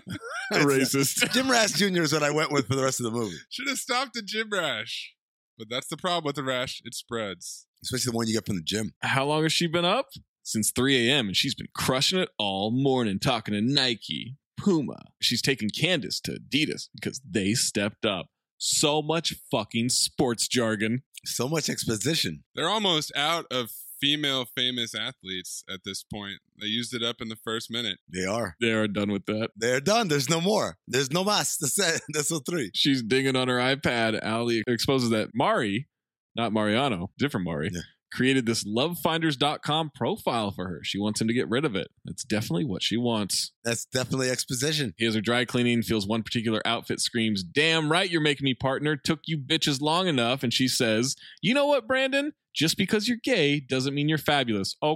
B: racist.
C: Jim Rash Jr. is what I went with for the rest of the movie,
A: Should have stopped at Jim Rash. But that's the problem with the rash. It spreads.
C: especially the one you get from the gym.
B: How long has she been up? Since 3 a.m. and she's been crushing it all morning, talking to Nike, Puma. She's taking Candace to Adidas because they stepped up. So much fucking sports jargon.
C: So much exposition.
A: They're almost out of female famous athletes at this point. They used it up in the first minute.
C: They are.
B: They are done with that.
C: They're done. There's no more. There's no mas. <laughs> That's it. That's all three.
B: She's dinging on her iPad. Ali exposes that Mari, not Mariano, different Mari,
C: Yeah.
B: created this lovefinders.com profile for her. She wants him to get rid of it. That's definitely what she wants.
C: That's definitely exposition.
B: He has her dry cleaning, feels one particular outfit, screams, Damn right, you're making me partner. Took you bitches long enough. And she says, You know what, Brandon? Just because you're gay doesn't mean you're fabulous. Oh,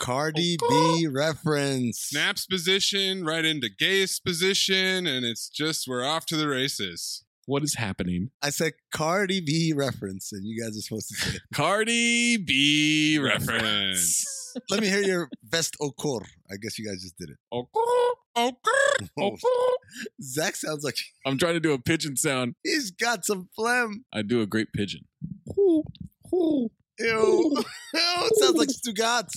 C: Cardi B reference.
A: Snaps position, right into gay's position, and it's just we're off to the races.
B: what is happening?
C: I said Cardi B reference, and you guys are supposed to say it.
B: Cardi B reference.
A: Reference.
C: Let me hear your best okor. I guess you guys just did it.
B: Oh,
C: <laughs> Zach sounds like <laughs>
A: I'm trying to do a pigeon sound.
C: he's got some phlegm.
A: I do a great pigeon.
C: Ew. <laughs> Ew. it sounds like Stugatz.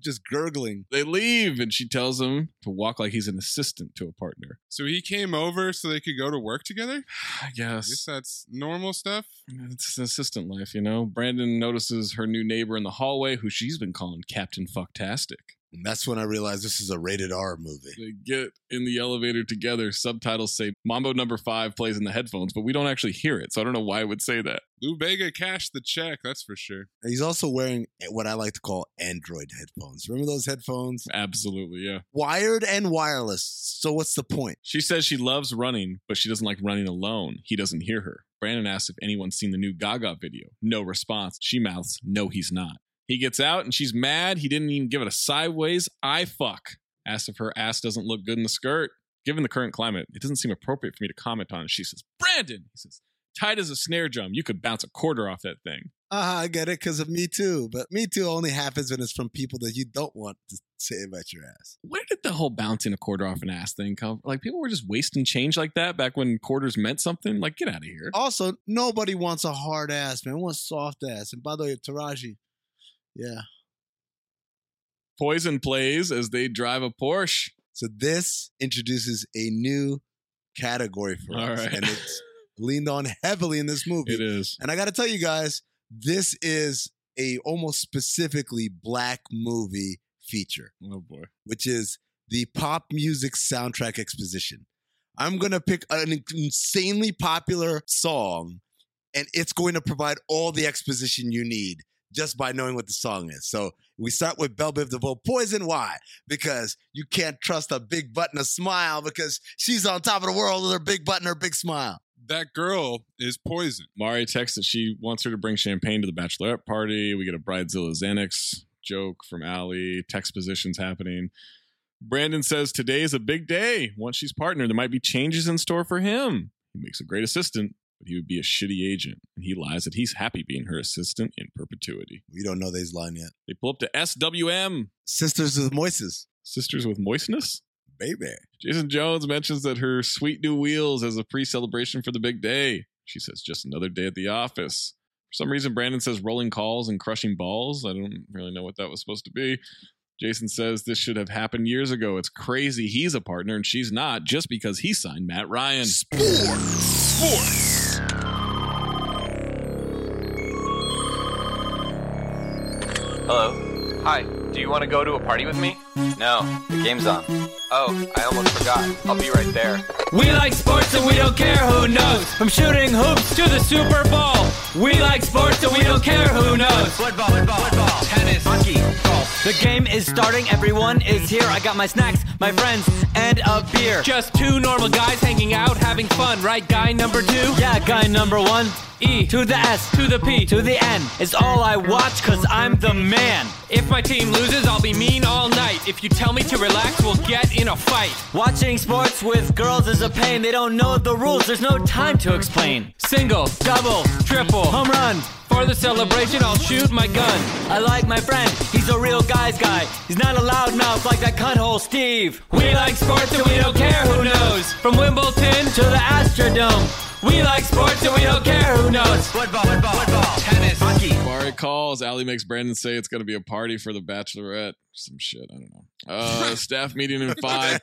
C: Just gurgling.
A: They leave, and she tells him to walk like he's an assistant to a partner.
B: So he came over so they could go to work together?
A: I
B: I guess
A: guess
B: that's normal stuff.
A: it's an assistant life, you know. Brandon notices her new neighbor in the hallway, who she's been calling Captain Fucktastic.
C: And that's when I realized this is a rated R movie.
A: They get in the elevator together. Subtitles say Mambo number five plays in the headphones, but we don't actually hear it. So I don't know why it would say that.
B: Lou Bega cashed the check, that's for sure.
C: And He's also wearing what I like to call Android headphones. Remember those headphones?
A: Absolutely, yeah.
C: Wired and wireless. So what's the point?
A: She says she loves running, but she doesn't like running alone. He doesn't hear her. Brandon asks if anyone's seen the new Gaga video. No response. She mouths, No, he's not. He gets out and she's mad. He didn't even give it a sideways I fuck. Asks if her ass doesn't look good in the skirt. Given the current climate, it doesn't seem appropriate for me to comment on it. She says, Brandon, he says, tight as a snare drum. You could bounce a quarter off that thing.
C: Ah, I get it because of Me Too. But Me Too only happens when it's from people that you don't want to say about your ass.
A: Where did the whole bouncing a quarter off an ass thing come? Like people were just wasting change like that back when quarters meant something. Like, get out of here.
C: Also, nobody wants a hard ass, man. Everyone wants soft ass. And by the way, Taraji, yeah.
A: Poison plays as they drive a Porsche.
C: So this introduces a new category for
A: All
C: us,
A: right.
C: and it's leaned on heavily in this movie.
A: <laughs> It is.
C: And I got to tell you guys, this is a almost specifically black movie feature,
A: Oh boy.
C: which is the pop music soundtrack exposition. I'm going to pick an insanely popular song and it's going to provide all the exposition you need just by knowing what the song is. So we start with Belle Biv DeVoe, Poison. Why? Because you can't trust a big butt and a smile because she's on top of the world with her big butt and her big smile.
B: That girl is poison.
A: Mari texts that she wants her to bring champagne to the bachelorette party. We get a Bridezilla Xanax joke from Allie. Text positions happening. Brandon says today is a big day. Once she's partnered, there might be changes in store for him. He makes a great assistant, but he would be a shitty agent. And he lies that he's happy being her assistant in perpetuity.
C: We don't know these line yet.
A: They pull up to SWM,
C: Sisters of the Moises,
A: Sisters with Moistness.
C: baby.
A: Jason Jones mentions that her sweet new wheels as a pre celebration for the big day. She says, just another day at the office. For some reason, Brandon says rolling calls and crushing balls. I don't really know what that was supposed to be. Jason says this should have happened years ago. It's crazy he's a partner and she's not just because he signed Matt Ryan.
J: Hello. Hi. Do you want to go to a party with me? No. The game's on. Oh, I almost forgot. I'll be right there.
D: We like sports and we don't care who knows. From shooting hoops to the Super Bowl. We like sports and we don't care who knows. Football, football, football, tennis, hockey, golf. The game is starting, everyone is here. I got my snacks, my friends, and a beer. Just two normal guys hanging out, having fun, right? Guy number two? Yeah, guy number one. E to the S to the P to the N is all I watch cause I'm the man.
J: If my team loses, I'll be mean all night. If you tell me to relax, we'll get in a fight.
D: Watching sports with girls is a pain. They don't know the rules, there's no time to explain. Single, double, triple, home run.
J: For the celebration, I'll shoot my gun.
D: I like my friend, he's a real guy's guy. He's not a loudmouth like that cutthole Steve.
J: We like sports and we don't care who knows. From Wimbledon
D: To the Astrodome. We like sports and we don't care who knows. Football, football, football, tennis, hockey.
A: Mari calls. Allie makes Brandon say it's going to be a party for the bachelorette. Some shit. I don't know.
J: <laughs>
A: Uh, staff meeting in five.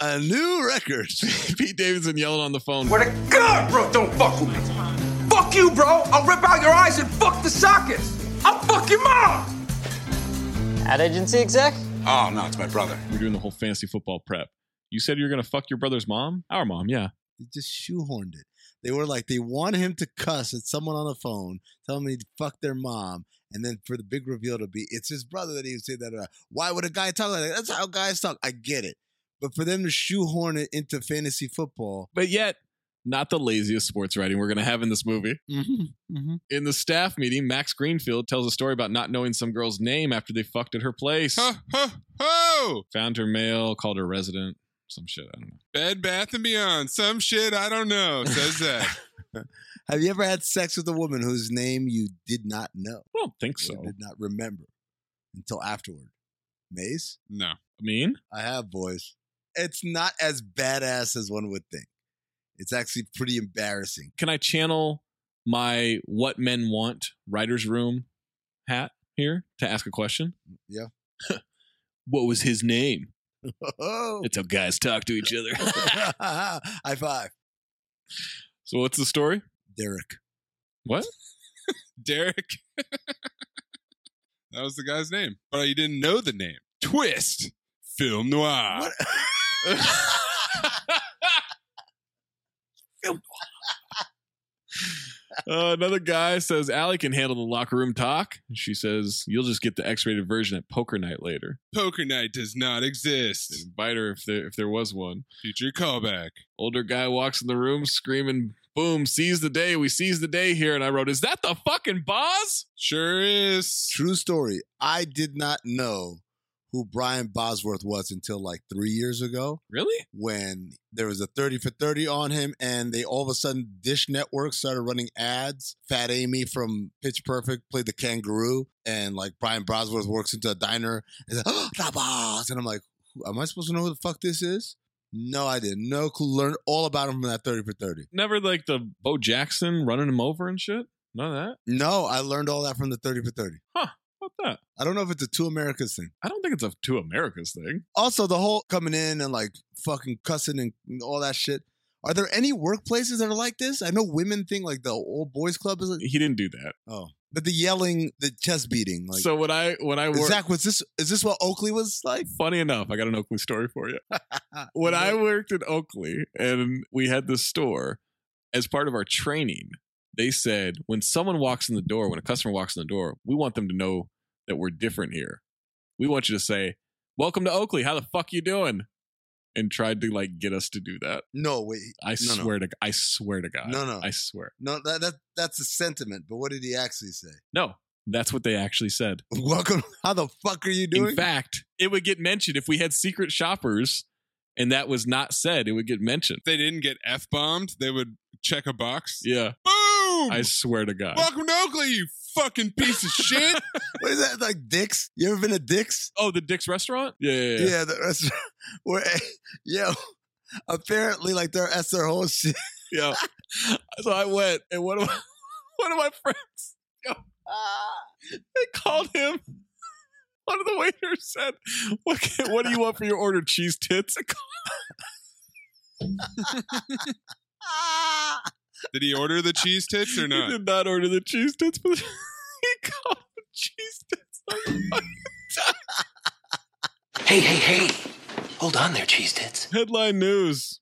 C: A new record. <laughs>
A: <laughs> Pete Davidson yelling on the phone.
G: What a god, bro, don't fuck with me. Fuck you, bro. I'll rip out your eyes and fuck the sockets. I'll fuck your mom.
J: Ad agency exec?
A: Oh, no, it's my brother. We're doing the whole fantasy football prep. You said you were going to fuck your brother's mom? Our mom, yeah.
C: They just shoehorned it. They were like, they want him to cuss at someone on the phone, tell him he'd fuck their mom, and then for the big reveal to be, it's his brother that he would say that about. Why would a guy talk like that? That's how guys talk. I get it. But for them to shoehorn it into fantasy football,
A: But yet, not the laziest sports writing we're going to have in this movie. In the staff meeting, Max Greenfield tells a story about not knowing some girl's name after they fucked at her place.
B: Ho, ho, ho!
A: Found her mail, called her resident, some shit. I don't know.
B: Bed, Bath, and Beyond. Some shit I don't know, says
A: <laughs>
B: that.
C: have you ever had sex with a woman whose name you did not know?
A: I don't think
C: or
A: so.
C: did not remember until afterward? Mace?
A: No.
B: I mean,
C: I have, boys. It's not as badass as one would think. It's actually pretty embarrassing. <laughs>
B: can I channel my "What Men Want" writers' room hat here to ask a question?
A: <laughs>
C: Yeah.
B: What was his name?
C: Oh.
B: It's how guys talk to each other.
C: <laughs> High five.
B: so, what's the story?
C: Derek.
B: What?
A: Derek. <laughs> that was the guy's name, but you didn't know the name. Twist. Film noir.
B: Uh, another guy says Allie can handle the locker room talk. She says you'll just get the X-rated version at poker night later.
A: <laughs> Poker night does not exist.
B: Invite her if there if there was one.
A: Future callback.
B: Older guy walks in the room screaming, "Boom! Seize the day! We seize the day here!" And I wrote, "Is that the fucking boss?"
A: Sure is.
C: True story. I did not know who Brian Bosworth was until like three years ago
B: Really?
C: when there was a 30 for 30 on him and they all of a sudden Dish Network started running ads. Fat Amy from Pitch Perfect played the kangaroo and like Brian Bosworth works into a diner and says, oh, the boss. And I'm like, "Who- am I supposed to know who the fuck this is? No, I didn't. No clue. Learned all about him from that 30 for 30.
B: Never like the Bo Jackson running him over and shit. None of that.
C: No, I learned all that from the 30 for 30.
B: What that?
C: I don't know if it's a two Americas thing.
B: I don't think it's a two Americas thing.
C: Also, the whole coming in and like fucking cussing and all that shit. Are there any workplaces that are like this? I know women think like the old boys club is like,
B: He didn't do that.
C: oh, but the yelling, the chest beating, like
B: so when I when I worked,
C: Zach, was this is this what Oakley was like?
B: funny enough, I got an Oakley story for
C: <laughs>
B: you. when I worked at Oakley and we had this store, as part of our training, they said when someone walks in the door, when a customer walks in the door, we want them to know that we're different here. We want you to say, "Welcome to Oakley. How the fuck you doing?" And tried to like get us to do that.
C: No, wait,
B: I
C: no,
B: swear to I swear to God.
C: No, no.
B: Uh, I swear.
C: no, no that, that that's a sentiment. But what did he actually say? <laughs>
B: No, that's what they actually said.
C: Welcome. How the fuck are you doing?
B: In fact, it would get mentioned if we had secret shoppers and that was not said, it would get mentioned.
A: If they didn't get F bombed, they would check a box.
B: Yeah,
A: Boom!
B: <laughs> I swear to God.
A: Welcome to Oakley, you fucking piece of shit.
C: what is that like? Dicks? You ever been to Dicks?
B: Oh, the Dick's restaurant? Yeah, yeah, yeah.
C: Yeah, the restaurant. <laughs> Where, yo, apparently, like they're that's their whole shit. <laughs>
B: Yeah. So I went, and one of my, <laughs> one of my friends, <laughs> yo, they called him. One of the waiters said, "What, can- what do you want for your order? Cheese tits?" <laughs>
A: Did he order the cheese tits or
B: He
A: not?
B: did not order the cheese tits, but <laughs> he called the cheese tits.
D: Hey, hey, hey. Hold on there, cheese tits.
B: Headline news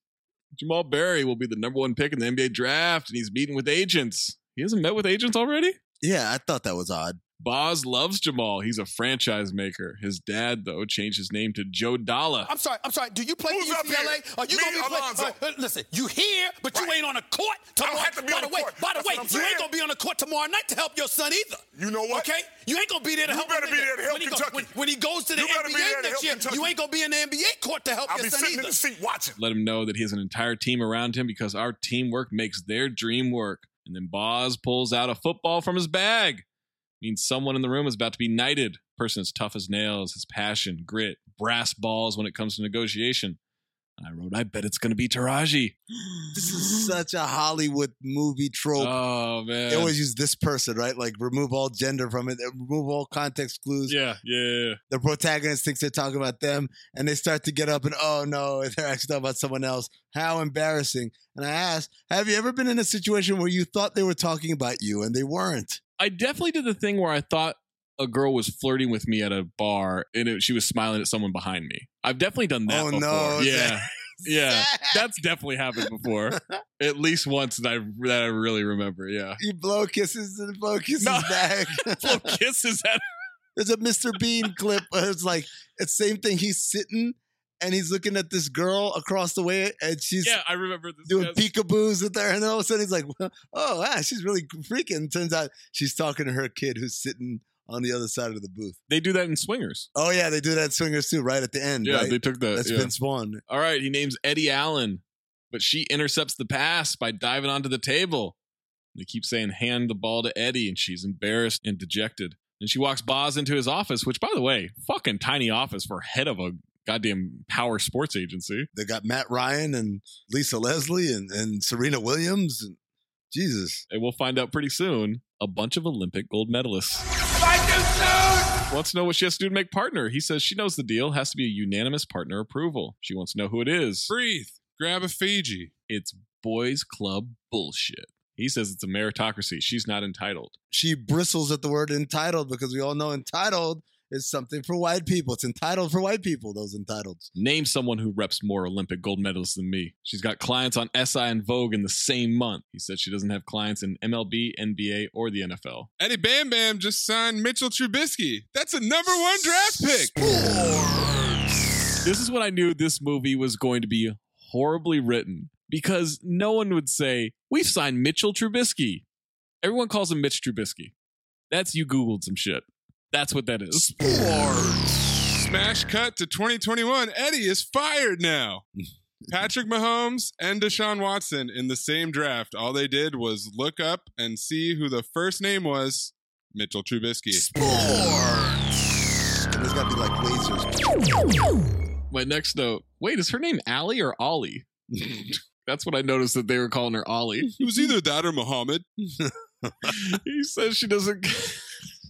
B: Jamal Berry will be the number one pick in the NBA draft, and he's meeting with agents. He hasn't met with agents already?
C: Yeah, I thought that was odd.
B: Boz loves Jamal. He's a franchise maker. His dad, though, changed his name to Joe Dalla.
O: I'm sorry, I'm sorry. Do you play
N: Who's
O: at
N: up here?
O: UCLA? Are you
N: Me,
O: gonna be playing?
N: Alonzo.
O: uh, listen, you here, but you
N: Right.
O: ain't on the court tomorrow.
N: have to be
O: by
N: on
O: the
N: the
O: way,
N: court.
O: by the
N: That's
O: way,
N: what I'm
O: you ain't
N: saying.
O: gonna be on the court tomorrow night to help your son either.
N: You know what?
O: Okay, you ain't gonna be there to
N: You
O: help.
N: better
O: him
N: be
O: either.
N: there to help
O: when he go-
N: Kentucky.
O: when, when he goes to the
N: You better be there to
O: NBA next
N: help
O: year,
N: Kentucky.
O: you ain't gonna be in the NBA court to help
N: I'll
O: your
N: be
O: son
N: sitting in
O: either.
N: the seat watching.
B: Let him know that he has an entire team around him because our teamwork makes their dream work. And then Boz pulls out a football from his bag. Means someone in the room is about to be knighted. Person as tough as nails, his passion, grit, brass balls when it comes to negotiation. And I wrote, I bet it's going to be Taraji.
C: This is such a Hollywood movie trope.
B: Mm-hmm. Oh man!
C: they always use this person, right? Like remove all gender from it, remove all context clues.
B: yeah, yeah, yeah, yeah.
C: The protagonist thinks they're talking about them, and they start to get up and oh no, <laughs> they're actually talking about someone else. How embarrassing! And I asked, have you ever been in a situation where you thought they were talking about you and they weren't?
B: I definitely did the thing where I thought a girl was flirting with me at a bar and it, she was smiling at someone behind me. I've definitely done that
C: Oh, no,
B: before.
C: <laughs>
B: yeah.
C: Zach. <laughs>
B: Yeah. That's definitely happened before. at least once that I that I really remember.
C: <laughs>
B: Yeah.
C: You blow kisses and blow kisses
B: No.
C: back.
B: <laughs> Blow kisses at
C: <laughs> There's a Mr. Bean clip. Where it's like it's same thing. He's sitting and he's looking at this girl across the way, and she's
B: Yeah, I remember this.
C: doing
B: yes.
C: peekaboos with her, and then all of a sudden he's like, "Oh, wow, she's really freaking." Turns out she's talking to her kid who's sitting on the other side of the booth.
B: They do that in swingers.
C: Oh yeah, they do that at swingers too, right at the end.
B: Yeah,
C: right?
B: they took that.
C: That's
B: yeah.
C: Vince Vaughn.
B: All right, he names Eddie Allen, but she intercepts the pass by diving onto the table. They keep saying, hand the ball to Eddie, and she's embarrassed and dejected. And she walks Boz into his office, which, by the way, fucking tiny office for head of a goddamn power sports agency.
C: They got Matt Ryan and Lisa Leslie and, and Serena Williams. And, Jesus.
B: And we'll find out pretty soon a bunch of Olympic gold medalists. Wants to know what she has to do to make partner. He says she knows the deal has to be a unanimous partner approval. She wants to know who it is.
A: Breathe. Grab a Fiji.
B: It's boys club bullshit. He says it's a meritocracy. She's not entitled.
C: She bristles at the word entitled because we all know entitled is something for white people. It's entitled for white people, those entitled.
B: Name someone who reps more Olympic gold medalists than me. She's got clients on SI and Vogue in the same month. He said she doesn't have clients in MLB, NBA, or the NFL.
A: Eddie Bam Bam just signed Mitchell Trubisky. That's a number one draft pick.
B: This is when I knew this movie was going to be horribly written because no one would say, We've signed Mitchell Trubisky. Everyone calls him Mitch Trubisky. That's you Googled some shit. That's what that is.
A: Smash cut to 2021. Eddie is fired
B: <laughs>
A: now. Patrick Mahomes and Deshaun Watson in the same draft. All they did was look up and see who the first name was Mitchell Trubisky.
C: And there's got to be like lasers.
B: My next note wait, is her name Allie or Ollie? <laughs> That's what I noticed that they were calling her Ollie.
A: It was either that or Muhammad.
B: <laughs> he says she doesn't <laughs>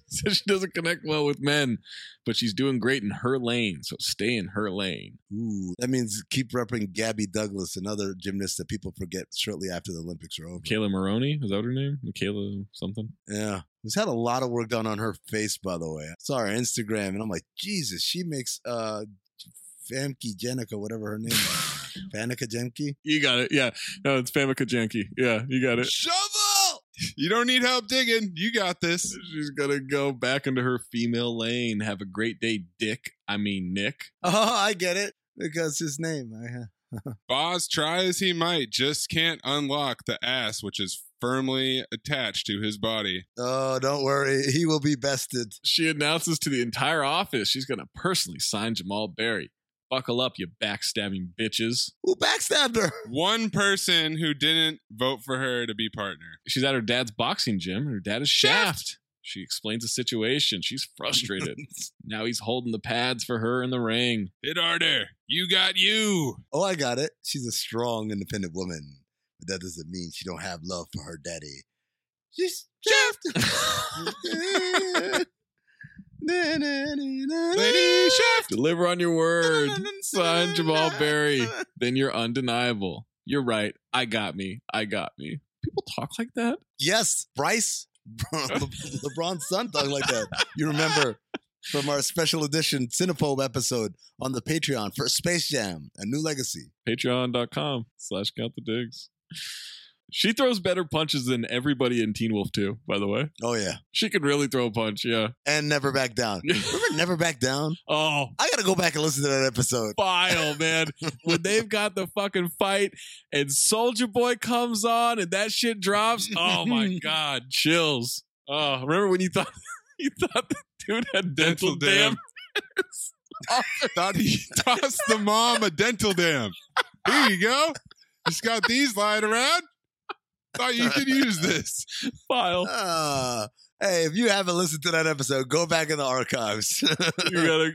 B: says she doesn't connect well with men, but she's doing great in her lane. So stay in her lane.
C: Ooh, that means keep repping Gabby Douglas, another gymnast that people forget shortly after the Olympics are over.
B: Kayla Maroney, is that what her name? Michaela something.
C: Yeah. Who's had a lot of work done on her face, by the way. I saw her Instagram and I'm like, Jesus, she makes uh Famke Jenica, whatever her name is. Fanica Jemke?
B: You got it. Yeah. No, it's Famika Janky. Yeah, you got it.
A: Shovel! You don't need help digging. You got this.
B: She's gonna go back into her female lane. Have a great day, Dick. I mean Nick.
C: Oh, I get it. Because his name. I, uh,
A: Boz, try as he might, just can't unlock the ass which is firmly attached to his body.
C: oh, don't worry. He will be bested.
B: She announces to the entire office she's gonna personally sign Jamal Berry. Buckle up, you backstabbing bitches.
C: Who backstabbed her?
A: One person who didn't vote for her to be partner.
B: She's at her dad's boxing gym, and her dad is Shaft. She explains the situation. She's <laughs> frustrated. now he's holding the pads for her in the ring.
A: Hit harder. You got you.
C: Oh, I got it. She's a strong, independent woman, but that doesn't mean she don't have love for her daddy. She's Shaft. <laughs>
A: Lady Shaft.
B: Deliver on your word.
A: <laughs>
B: Sign Jamal <laughs> Berry. Then you're undeniable. You're right. I got me. I got me. People talk like that?
C: Yes, Bryce, Le- <laughs> LeBron's son, talking like that. You remember from our special edition Cinepobe episode on the Patreon for Space Jam: A New Legacy.
B: Patreon.com slash count the digs. She throws better punches than everybody in Teen Wolf 2, by the way.
C: Oh yeah,
B: She could really throw a punch, yeah.
C: and never back down. Remember, never back down.
B: oh,
C: I gotta go back and listen to that episode.
B: file, man. when they've got the fucking fight and Soldier Boy comes on and that shit drops, oh
A: <laughs>
B: my god, chills. Oh, remember when you thought <laughs> you thought the dude had dental,
A: Dental
B: dam?
A: dam. <laughs> Thought he tossed the mom a dental dam. Here you go. Just got these lying around. Thought you could use this.
B: File.
C: Ah, hey, if you haven't listened to that episode, go back in the archives. <laughs>
B: You gotta.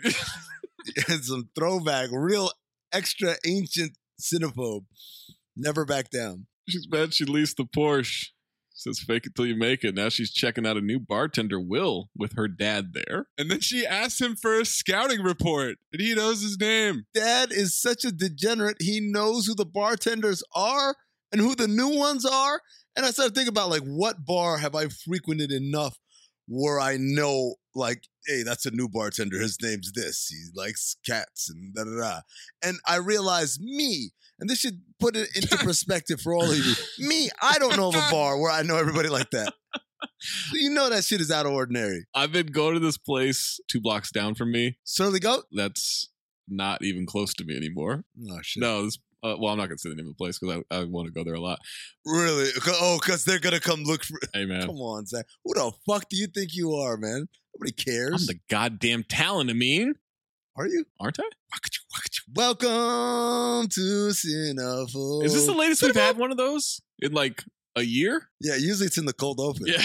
C: and some throwback, real extra ancient cinephobe. Never back down.
B: She's mad she leased the Porsche. Says fake it till you make it. Now she's checking out a new bartender, Will, with her dad there.
A: And then she asked him for a scouting report, and he knows his name.
C: Dad is such a degenerate. He knows who the bartenders are and who the new ones are. And I started thinking about like what bar have I frequented enough where I know like, hey, that's a new bartender. His name's this. He likes cats and da da da. And I realized me, and this should put it into perspective for all of you. Me, I don't know of a bar where I know everybody like that. So you know that shit is out of ordinary.
B: I've been going to this place two blocks down from me.
C: Surly Goat?
B: That's not even close to me anymore.
C: Oh shit.
B: No, this, uh, well, I'm not gonna say the name of the place because I, I want to go there a lot.
C: Really? Oh, because they're gonna come look for.
B: Hey man, <laughs>
C: Come on, Zach. Who the fuck do you think you are, man? Nobody
B: I'm
C: cares.
B: the goddamn talent. I mean,
C: are you?
B: aren't I?
C: Welcome to Cinephobe.
B: Is this the latest we've had one of those in like a year?
C: Yeah, usually it's in the cold open.
B: Yeah.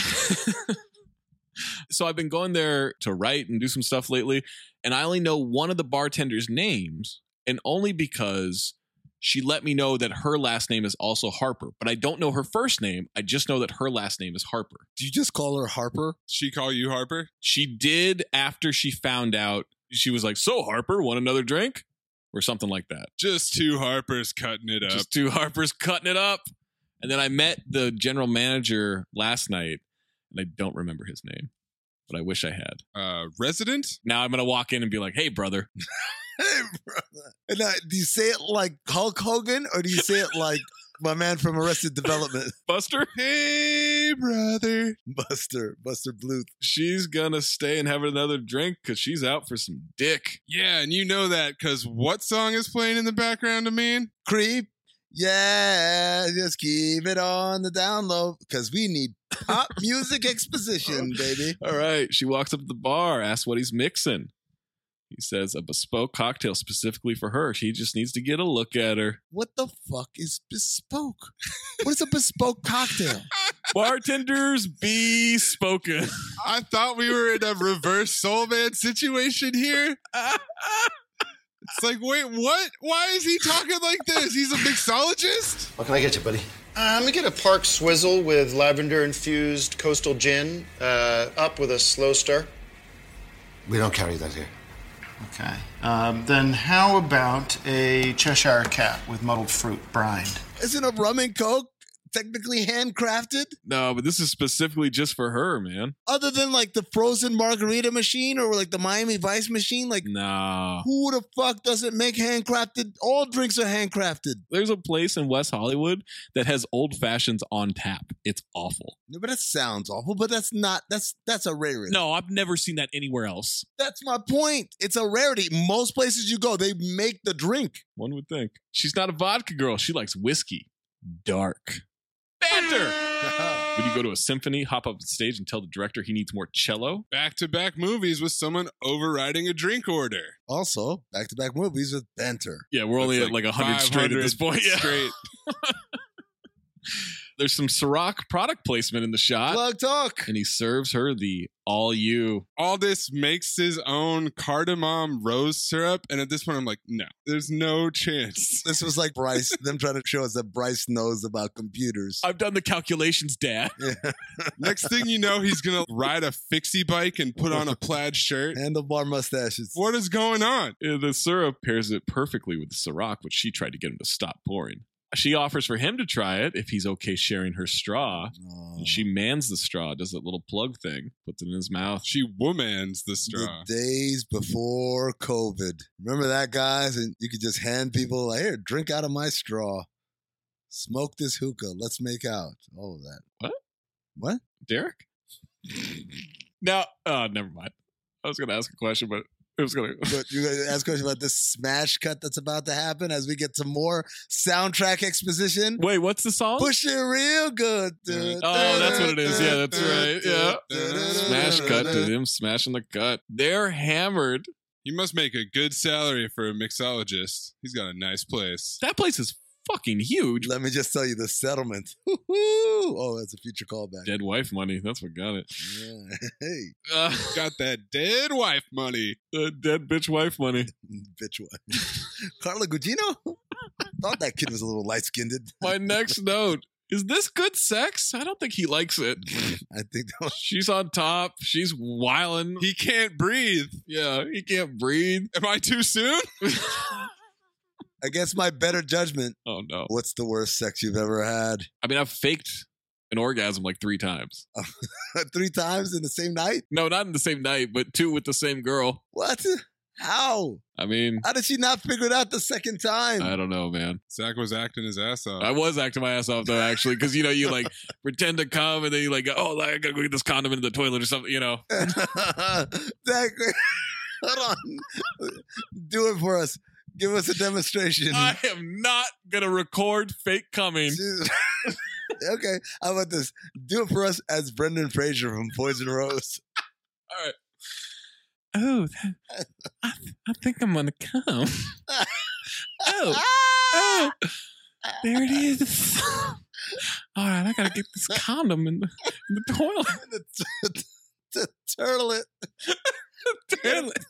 B: <laughs> so I've been going there to write and do some stuff lately, and I only know one of the bartenders' names, and only because she let me know that her last name is also Harper, but I don't know her first name. I just know that her last name is Harper.
C: Do you just call her Harper? <laughs>
A: She call you Harper?
B: She did after she found out. She was like, "So Harper, want another drink?" or something like that.
A: Just two Harpers cutting it up.
B: Just two <laughs> Harpers cutting it up. And then I met the general manager last night, and I don't remember his name, but I wish I had.
A: uh, resident?
B: Now I'm gonna walk in and be like, "Hey, brother." <laughs>
C: Hey, brother. And uh, do you say it like Hulk Hogan or do you say it
B: <laughs>
C: like my man from Arrested Development?
B: Buster,
A: Hey, brother.
C: Buster, Buster Bluth.
B: she's gonna stay and have another drink because she's out for some dick.
A: Yeah, and you know that because what song is playing in the background of me?
C: Creep. Yeah, just keep it on the down low because we need
B: <laughs>
C: pop music exposition, baby.
B: All right. She walks up to the bar, asks what he's mixing. He says a bespoke cocktail specifically for her. She just needs to get a look at
A: <laughs>
B: her.
C: What the fuck is bespoke? What is a bespoke cocktail?
B: Bartenders be spoken.
A: I thought we were in a reverse soul man situation here. <laughs> It's like, wait, what? Why is he talking like this? He's a mixologist?
D: What can I get you, buddy?
P: Uh, I'm gonna get a Park Swizzle with lavender infused coastal gin, uh, up with a slow stir.
D: We don't carry that here.
P: Okay. Um, then how about a Cheshire Cat with muddled fruit brined?
C: Isn't a rum and coke technically handcrafted?
B: No, but this is specifically just for her, man.
C: Other than like the frozen margarita machine or like the Miami Vice machine, like
B: Nah.
C: who the fuck doesn't make handcrafted? All drinks are handcrafted.
B: There's a place in West Hollywood that has old fashions on tap. It's awful.
C: No, but that sounds awful. But that's not. That's that's a rarity.
B: No, I've never seen that anywhere else.
C: that's my point. It's a rarity. Most places you go, they make the drink.
B: One would think. She's not a vodka girl. She likes whiskey. Dark. Banter. Would you go to a symphony, hop up on stage, and tell the director he needs more cello?
A: Back to back movies with someone overriding a drink order.
C: Also, back to back movies with banter.
B: Yeah, we're only
A: That's
B: at like 100 straight at this
A: 500
B: point. <laughs> Yeah.
A: Straight.
B: There's some Ciroc product placement in the shot,
C: Plug talk.
B: and he serves her the all you.
A: All this makes his own cardamom rose syrup. And at this point, I'm like, no, there's no chance.
C: This was like Bryce, them trying to show us that Bryce knows
B: <laughs>
C: about computers.
B: I've done the calculations, Dad.
A: Next thing you know, he's going to ride a fixie bike and put on a plaid shirt.
C: Handlebar mustaches.
A: What is going on?
B: Yeah, Uh, the syrup pairs it perfectly with the Ciroc, which she tried to get him to stop pouring. She offers for him to try it if he's okay sharing her straw.
C: Oh,
B: And she mans the straw, does that little plug thing, puts it in his mouth.
A: She womans the straw.
C: The days before COVID. Remember that, guys? And you could just hand people, like, here, drink out of my straw. Smoke this hookah. Let's make out. All of that.
B: What?
C: What?
B: Derek?
A: <laughs>
B: now, uh, never mind. I was going to ask a question, but it was going to.
C: But you guys ask questions about this smash cut that's about to happen as we get some more soundtrack exposition.
B: <laughs> Wait, what's the song?
C: Push it real good.
A: Oh,
B: Oh, that's what it is. Yeah, that's right. Yeah. Smash cut to him smashing the cut. They're hammered.
A: You must make a good salary for a mixologist. He's got a nice place.
B: That place is fucking huge.
C: Let me just tell you the settlement. <laughs> Woo-hoo. Oh, that's a future callback.
B: Dead wife money. That's what got it.
C: Yeah. <laughs> Hey,
B: <laughs> Uh,
A: Got that dead wife money.
B: the dead bitch wife money.
C: <laughs> bitch, what? Carla Gugino? <laughs> Thought that kid was a little light skinned.
A: <laughs>
B: My next note is this good sex? I don't think he likes
A: <laughs>
B: it.
C: I think that was
B: She's on top. She's wiling.
A: He can't breathe.
B: Yeah, he can't breathe.
A: Am I too soon?
C: against my better judgment.
B: Oh no.
C: What's the worst sex you've ever had? <laughs>
B: I mean, I've faked an orgasm like three times.
C: Three times in the same night?
B: No, not in the same night, but two with the same girl.
C: What? How?
B: I mean,
C: How did she not figure it out the second time?
B: I don't know, man.
A: Zach was acting his ass off.
B: I was acting my ass off though, actually, because you know you
A: <laughs>
B: like pretend to come and then you like, go, oh, I gotta go get this condom into the toilet or something, you know.
C: <laughs> that, hold on. Do it for us. Give us a demonstration. <laughs>
B: I am not gonna record fake coming.
C: Jesus. okay, how about this? Do it for us as Brendan Fraser from Poison Rose. <laughs>
B: Oh, that, I, th- I think I'm gonna
A: <laughs>
B: come. oh, oh, there it is. <laughs> All right, I gotta get this condom in the, in the toilet.
C: The t- the Turtle it.
B: <laughs> Damn it.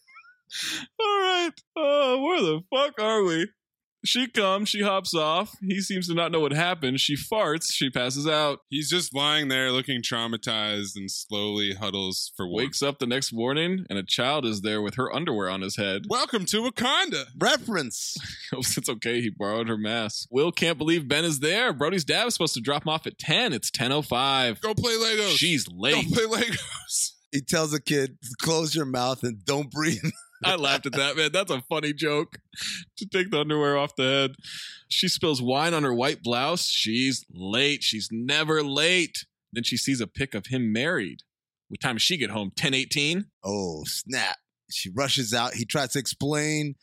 B: All right. Oh, where the fuck are we? She comes, she hops off. He seems to not know what happened. She farts, she passes out.
A: He's just lying there looking traumatized and slowly huddles for warmth.
B: Wakes up the next morning, and a child is there with her underwear on his head. <laughs>
A: Welcome to Wakanda.
C: Reference.
B: Hopes it's okay. He borrowed her mask. Will can't believe Ben is there. Brody's dad was supposed to drop him off at 10. It's 10.05.
A: Go play Legos.
B: She's late.
A: Go play Legos. <laughs>
C: He tells the kid, close your mouth and don't breathe. <laughs>
B: I laughed at that, man. That's a funny joke to take the underwear off the head. She spills wine on her white blouse. She's late. She's never late. Then she sees a pic of him married. What time does she get home? 1018?
C: Oh, snap. She rushes out. He tries to explain.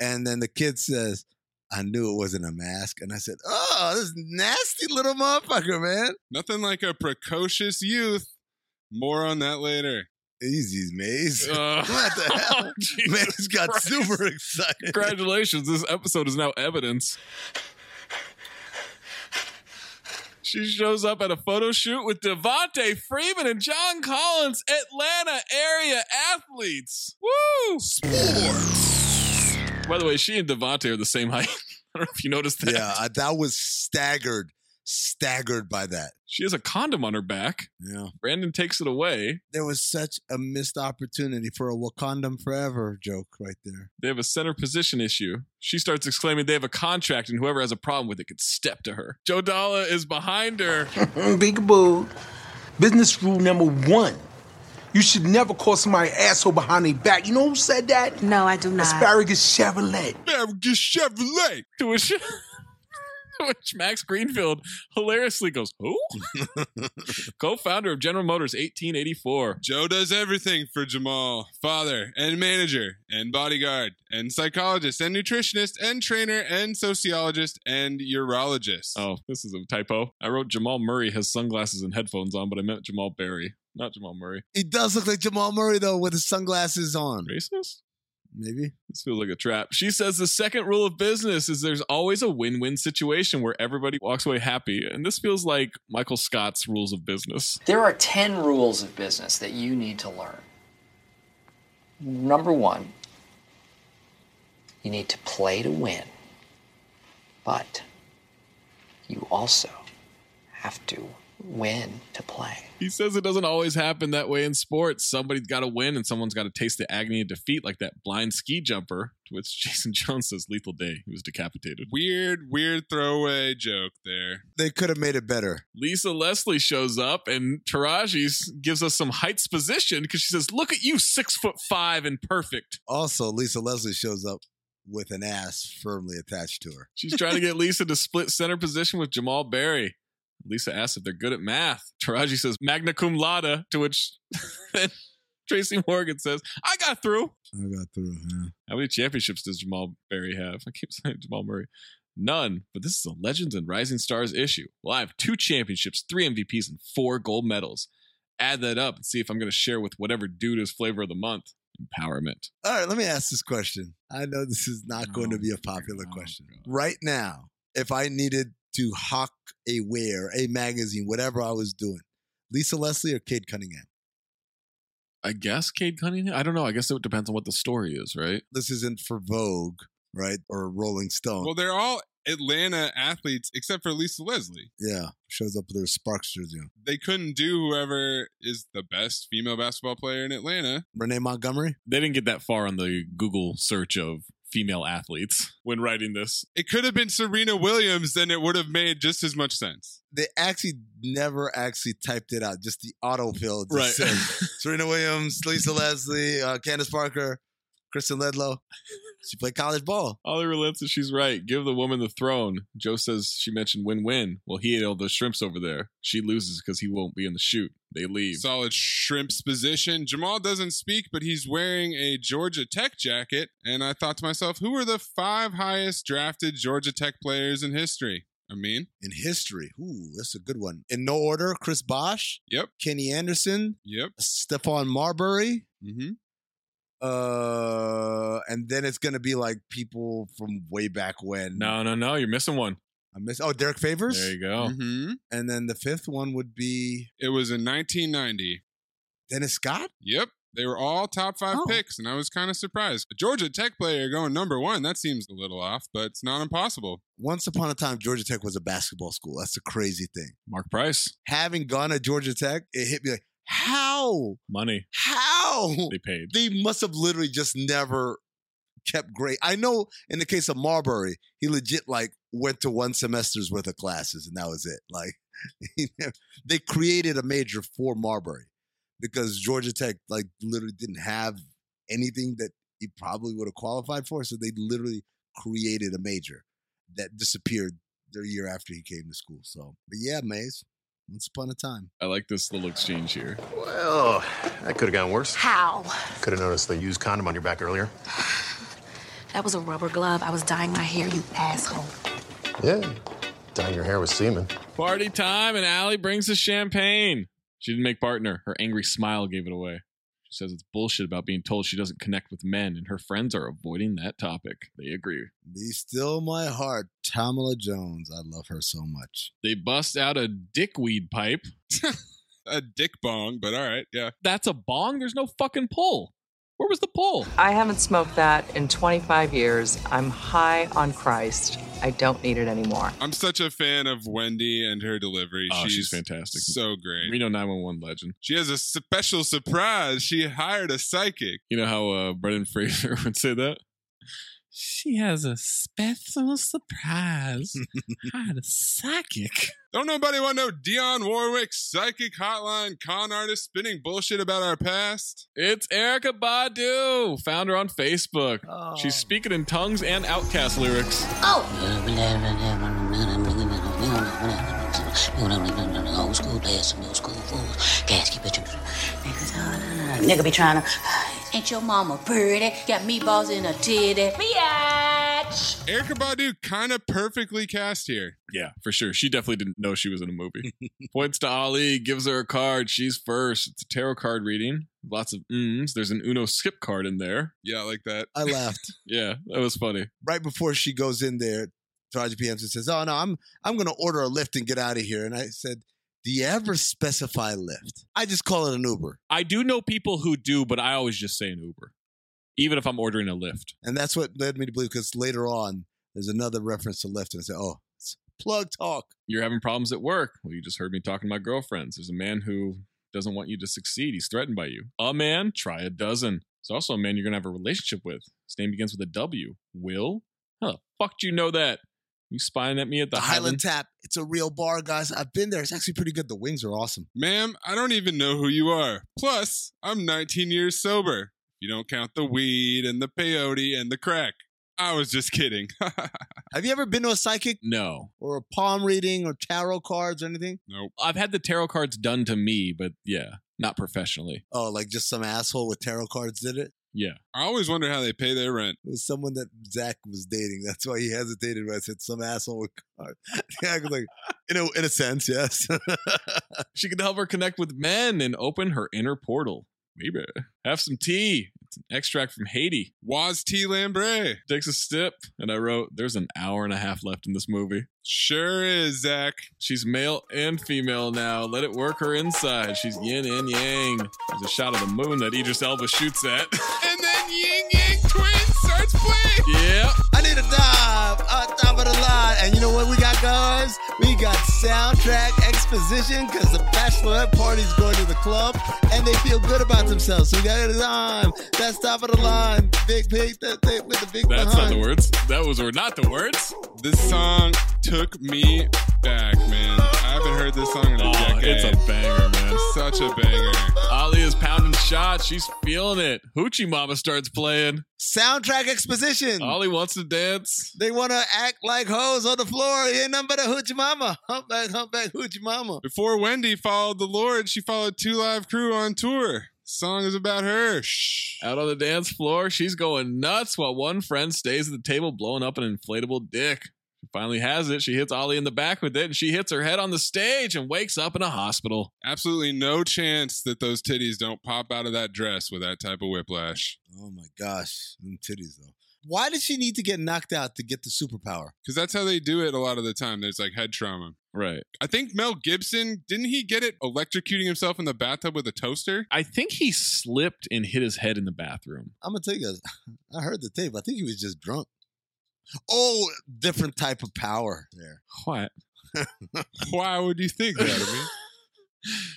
C: And then the kid says, I knew it wasn't a mask. And I said, Oh, this nasty little motherfucker, man.
A: Nothing like a precocious youth. More on that later.
C: Easy, Maze.
B: Uh, <laughs>
C: <laughs> what the hell?
B: Jesus
C: Maze got
B: Christ.
C: super excited.
B: Congratulations. This episode is now evidence. She shows up at a photo shoot with Devontae Freeman and John Collins, Atlanta area athletes. Woo! Sports. By the way, she and Devontae are the same height. <laughs> I don't know if you noticed that.
C: Yeah, I, that was staggered, staggered by that.
B: She has a condom on her back.
C: Yeah.
B: Brandon takes it away.
C: There was such a missed opportunity for a Wakandam forever joke right there.
B: They have a center position issue. She starts exclaiming they have a contract, and whoever has a problem with it could step to her. Joe Dalla is behind her. <laughs>
Q: Big Boo. Business rule number one. You should never call somebody asshole behind their back. You know who said that?
R: No, I do not.
Q: Asparagus Chevrolet.
A: Asparagus Chevrolet.
B: To which, <laughs> to which Max Greenfield hilariously goes, Who? Co founder of General Motors 1884.
A: Joe does everything for Jamal father and manager and bodyguard and psychologist and nutritionist and trainer and sociologist and urologist.
B: Oh, this is a typo. I wrote Jamal Murray has sunglasses and headphones on, but I meant Jamal Berry, not Jamal Murray.
C: He does look like Jamal Murray though, with his sunglasses on.
B: Racist?
C: Maybe.
B: This feels like a trap. She says the second rule of business is there's always a win win situation where everybody walks away happy. And this feels like Michael Scott's rules of business.
S: There are 10 rules of business that you need to learn. Number one, you need to play to win, but you also have to win to play.
B: He says it doesn't always happen that way in sports. Somebody's got to win and someone's got to taste the agony of defeat, like that blind ski jumper, to which <laughs> Jason Jones says lethal day. He was decapitated.
A: Weird, weird throwaway joke there.
C: They could have made it better.
B: Lisa Leslie shows up and Taraji gives us some heights position because she says, Look at you, six foot five and perfect.
C: Also, Lisa Leslie shows up with an ass firmly attached to her.
B: She's trying to get Lisa to split center position with Jamal Berry. Lisa asks if they're good at math. Taraji says magna cum laude, to which <laughs> then Tracy Morgan says, I got through.
C: I got through. Yeah.
B: How many championships does Jamal Berry have? I keep saying Jamal Murray. None, but this is a Legends and Rising Stars issue. Well, I have two championships, three MVPs, and four gold medals. Add that up and see if I'm going to share with whatever dude is flavor of the month. Empowerment.
C: All right, let me ask this question. I know this is
B: Oh
C: not going to be a popular question. Right now, if I needed to hawk a wear, a magazine, whatever I was doing. Lisa Leslie or Kate Cunningham?
B: I guess Cade Cunningham? I don't know. I guess it depends on what the story is, right?
C: This isn't for Vogue, right? Or Rolling Stone.
A: Well, they're all Atlanta athletes except for Lisa Leslie.
C: yeah, shows up with her Sparks jersey. on.
A: They couldn't do whoever is the best female basketball player in Atlanta.
C: Renee Montgomery?
B: They didn't get that far on the Google search of female athletes when writing this.
A: It could have been Serena Williams, then it would have made just as much sense.
C: They actually never actually typed it out, just the autofill. just
B: Right. <laughs>
C: said, Serena Williams, Lisa Leslie, uh, Candace Parker, Kristen Ledlow. She played college ball.
B: Ollie relents and she's right. Give the woman the throne. Joe says she mentioned win win. Well, he ate all those shrimps over there. She loses because he won't be in the shoot. They leave.
A: Solid shrimp's position. Jamal doesn't speak, but he's wearing a Georgia Tech jacket. And I thought to myself, who are the five highest drafted Georgia Tech players in history? I mean,
C: In history. Ooh, that's a good one. In no order, Chris Bosch,
A: yep,
C: Kenny Anderson,
A: yep.
C: Stephon Marbury,
A: Mm-hmm.
C: uh, and then it's gonna be like people from way back when.
B: No, no, no. Oh, You're missing one.
C: I miss. Oh, Derek Favors. Oh.
B: There you go.
A: Mm-hmm.
C: And then the fifth one would be
A: It was in 1990.
C: Dennis Scott.
A: Yep. They were all top five picks, and I was kind of surprised. A Georgia Tech player going number one, that seems a little off, but it's not impossible.
C: Once upon a time, Georgia Tech was a basketball school. That's the crazy thing.
B: Mark Price,
C: Having gone to Georgia Tech, it hit me like, how?
B: money
C: How?
B: they paid.
C: They must have literally just never kept great. I know in the case of Marbury, he legit like went to one semester's worth of classes and that was it. Like <laughs> he never- they created a major for Marbury because Georgia Tech like literally didn't have anything that he probably would have qualified for, so they literally created a major that disappeared their year after he came to school. So, but yeah, Maze, once upon a time.
B: I like this little exchange here.
P: Well, that could have gone worse.
R: How?
P: Could have noticed the used condom on your back earlier.
R: That was a rubber glove. I was dyeing my hair, you asshole.
P: Yeah. Dyeing your hair with semen.
B: Party time, and Allie brings the champagne. She didn't make partner. Her angry smile gave it away. She says it's bullshit about being told she doesn't connect with men, and her friends are avoiding that topic. They agree.
C: Be still my heart, Tamala Jones. I love her so much.
B: They bust out a dickweed pipe.
A: <laughs> a dick bong, but all right, yeah.
B: That's a bong? There's no fucking pull. Where was the pull?
E: I haven't smoked that in 25 years. I'm high on Christ. I don't need it anymore.
A: I'm such a fan of Wendy and her delivery.
B: Oh, she's fantastic.
A: So great.
B: Reno 911 legend.
A: She has a special surprise. She hired a psychic.
B: You know how uh, Brendan <laughs> Fraser would say that?
H: She has a special
B: <laughs>
H: surprise. How to psychic.
A: Don't nobody want no Dion Warwick, psychic hotline, con artist spinning bullshit about our past.
B: It's Erica Badu. Found her on Facebook. She's speaking in tongues and outcast lyrics.
R: Oh!
T: Old school dads, new school fools. Gasky bitch. Nigga be trying to.
R: Ain't your mama pretty? Got meatballs in her titty. Biatch!
A: Erica Badu kind of perfectly cast here.
B: Yeah, for sure. She definitely didn't know she was in a
A: <laughs>
B: movie. Points to Ali, gives her a card. She's first. It's a tarot card reading. Lots of mms. There's an Uno skip card in there.
A: Yeah, I like that.
C: I laughed.
B: Yeah, that was funny.
C: right before she goes in there, Taraji P. Henson says, "Oh no, I'm I'm going to order a lift and get out of here." And I said, "Do you ever specify lift? I just call it an Uber."
B: I do know people who do, but I always just say an Uber, even if I'm ordering a Lyft.
C: And that's what led me to believe because later on there's another reference to lift, and I said, "Oh, it's plug talk."
B: You're having problems at work. Well, you just heard me talking to my girlfriends. There's a man who doesn't want you to succeed. He's threatened by you. A man, try a dozen. It's also a man you're going to have a relationship with. His name begins with a W. Will? How the fuck do you know that? You spying at me at the,
C: The
B: Highland
C: Highland Tap. It's a real bar, guys. I've been there. It's actually pretty good. The wings are awesome.
A: Ma'am, I don't even know who you are. Plus, I'm 19 years sober. You don't count the weed and the peyote and the crack. I was just kidding. <laughs>
C: Have you ever been to a psychic
B: No.
C: or a palm reading or tarot cards or anything?
A: nope.
B: I've had the tarot cards done to me, but yeah, not professionally.
C: Oh, like just some asshole with tarot cards did it.
B: Yeah.
A: I always wonder how they pay their rent.
C: It was someone that Zach was dating. That's why he hesitated when I said some asshole <laughs> with card. Yeah, I was like, in a, in a sense, yes. <laughs>
B: She can help her connect with men and open her inner portal. Maybe. Have some tea. It's an extract from Haiti.
A: Was T. Lambre.
B: Takes a sip, and I wrote, There's an hour and a half left in this movie.
A: Sure is, Zach.
B: She's male and female now. Let it work her inside. She's yin and yang. There's a shot of the moon that Idris Elba shoots at. <laughs>
A: And then Ying Yang Twins starts playing.
B: yep.
C: I need a dive on top of the line. And you know what we got, guys? We got soundtrack exposition because the bachelorette party's going to the club and they feel good about themselves. So we got a dime. That's top of the line. Big pig that they with the big
B: That's not
C: behind.
B: the words. That was or not the words.
A: This song took me back, man. I haven't heard this song in a
B: Oh,
A: decade.
B: it's a banger, man.
A: Such a banger.
B: Ollie is pounding shots. She's feeling it. Hoochie Mama starts playing.
C: Soundtrack exposition.
B: Ollie wants to dance.
C: They want to act like hoes on the floor. Ain't nothing but a hoochie mama. Humpback, humpback, hoochie mama.
A: Before Wendy followed the Lord, she followed Two Live Crew on tour. Song is about her. Shh.
B: Out on the dance floor, she's going nuts while one friend stays at the table blowing up an inflatable dick. She finally has it. She hits Ollie in the back with it, and she hits her head on the stage and wakes up in a hospital.
A: Absolutely no chance that those titties don't pop out of that dress with that type of whiplash.
C: Oh my gosh. Them titties, though. Why did she need to get knocked out to get the superpower?
A: Because that's how they do it a lot of the time. There's like head trauma.
B: Right.
A: I think Mel Gibson didn't he get it electrocuting himself in the bathtub with a toaster? <laughs>
B: I think he slipped and hit his head in the bathroom.
C: I'm gonna tell you guys. <laughs> I heard the tape. I think he was just drunk. Oh, different type of power there.
B: What? Why would you think that
A: <laughs>
B: of me?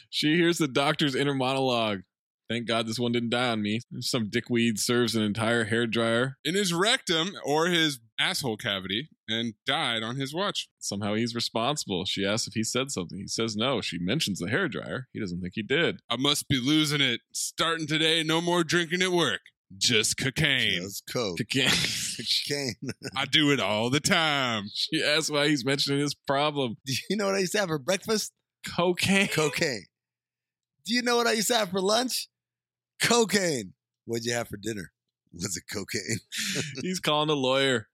B: she hears the doctor's inner monologue. Thank God this one didn't die on me. Some dickweed serves an entire hairdryer.
A: In his rectum or his asshole cavity and died on his watch.
B: Somehow he's responsible. She asks if he said something. He says no. She mentions the hairdryer. He doesn't think he did.
A: I must be losing it. Starting today, no more drinking at work. Just cocaine.
C: That's coke.
B: Again, <laughs>
C: Cocaine. <laughs>
A: I do it all the time.
B: she asks why he's mentioning his problem.
C: Do you know what I used to have for breakfast?
B: Cocaine. <laughs>
C: Cocaine. Do you know what I used to have for lunch? Cocaine. What'd you have for dinner? Was it cocaine? <laughs>
B: He's calling a lawyer.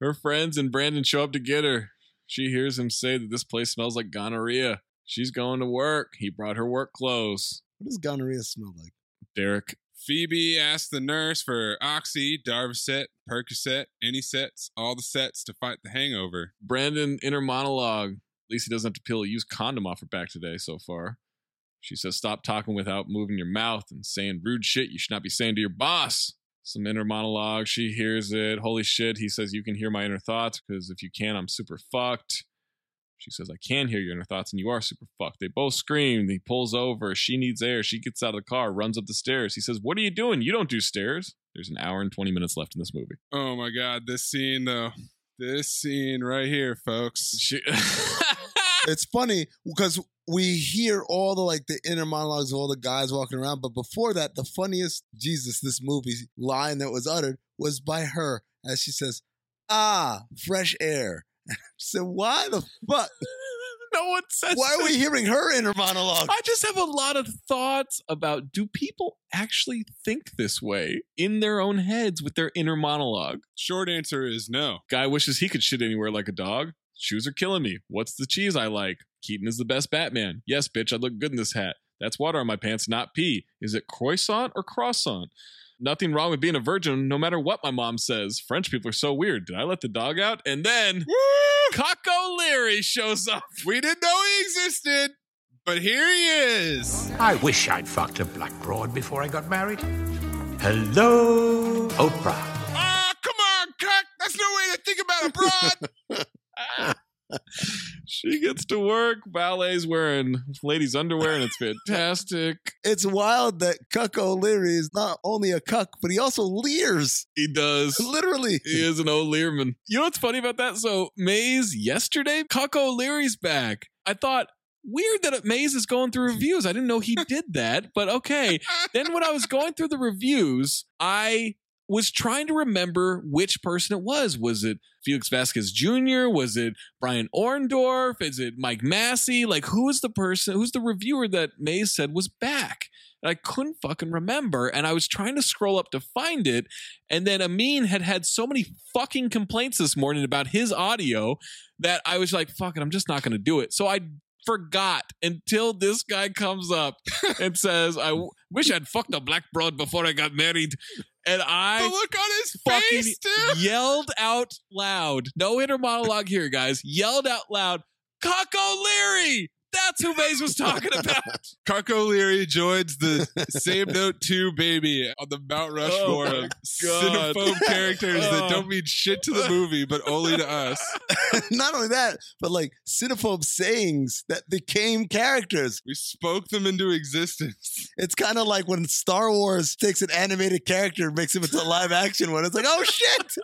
B: Her friends and Brandon show up to get her. She hears him say that this place smells like gonorrhea. She's going to work. He brought her work clothes.
C: What does gonorrhea smell like?
B: Derek.
A: Phoebe asks the nurse for Oxy, Darvocet, Percocet, any sets, all the sets to fight the hangover.
B: Brandon, inner monologue. At least he doesn't have to peel a used condom off her back today so far. She says, Stop talking without moving your mouth and saying rude shit you should not be saying to your boss. Some inner monologue. She hears it. Holy shit. He says, You can hear my inner thoughts because if you can, I'm super fucked. She says, I can hear your inner thoughts and you are super fucked. They both scream. He pulls over. She needs air. She gets out of the car, runs up the stairs. He says, What are you doing? You don't do stairs. There's an hour and 20 minutes left in this movie.
A: Oh my god, this scene though. This scene right here, folks.
B: She. <laughs>
C: it's funny because we hear all the like the inner monologues of all the guys walking around, but before that, the funniest Jesus this movie line that was uttered was by her as she says, "Ah, fresh air." <laughs> so why the
B: <laughs>
C: fuck?
B: no one says
C: Why are we
B: that.
C: hearing her inner monologue?
B: I just have a lot of thoughts about do people actually think this way in their own heads with their inner monologue?
A: Short answer is no.
B: Guy wishes he could shit anywhere like a dog. Shoes are killing me. What's the cheese I like? Keaton is the best Batman. Yes, bitch, I look good in this hat. That's water on my pants, not pee. Is it croissant or croissant? Nothing wrong with being a virgin, no matter what my mom says. French people are so weird. Did I let the dog out? And then Cock O'Leary shows up.
A: We didn't know he existed, but here he is.
G: I wish I'd fucked a black broad before I got married. Hello, Oprah.
A: Ah, come on, cuck. That's no way to think about a broad.
B: she gets to work. Valet's wearing ladies' underwear, and
A: <laughs>
B: it's fantastic.
C: <laughs> It's wild that Cuck O'Leary is not only a cuck, but he also leers.
B: He does.
C: Literally.
B: <laughs> He is an O'Learman. You know what's funny about that? So Maze yesterday, Cuck O'Leary's back. I thought weird that Maze is going through reviews. I didn't know he did that, but okay. Then when I was going through the reviews, I was trying to remember which person it was. Was it Felix Vasquez Jr.? Was it Brian Orndorff? Is it Mike Massey? Like, who is the person, who's the reviewer that Maze said was back? And I couldn't fucking remember. And I was trying to scroll up to find it. And then Amin had had so many fucking complaints this morning about his audio that I was like, fuck it, I'm just not going to do it. So I forgot until this guy comes up and says, I w- wish I'd fucked a black broad before I got married. And I
A: the look on his
B: fucking
A: face, <laughs> dude.
B: yelled out loud. No inner monologue here, guys. Yelled out loud, Cock O'Leary. That's who Maze was talking about.
A: Cuck O'Leary joins the Save Note 2 baby on the Mount Rushmore
B: Oh my
A: of
B: God. <laughs>
A: cinephobe characters
B: Oh.
A: that don't mean shit to the movie, but only to us.
C: <laughs> not only that, but like cinephobe sayings that became characters.
A: We spoke them into existence. <laughs>
C: It's kind of like when Star Wars takes an animated character and makes him into a live action one. It's like, oh
A: <laughs>
C: shit,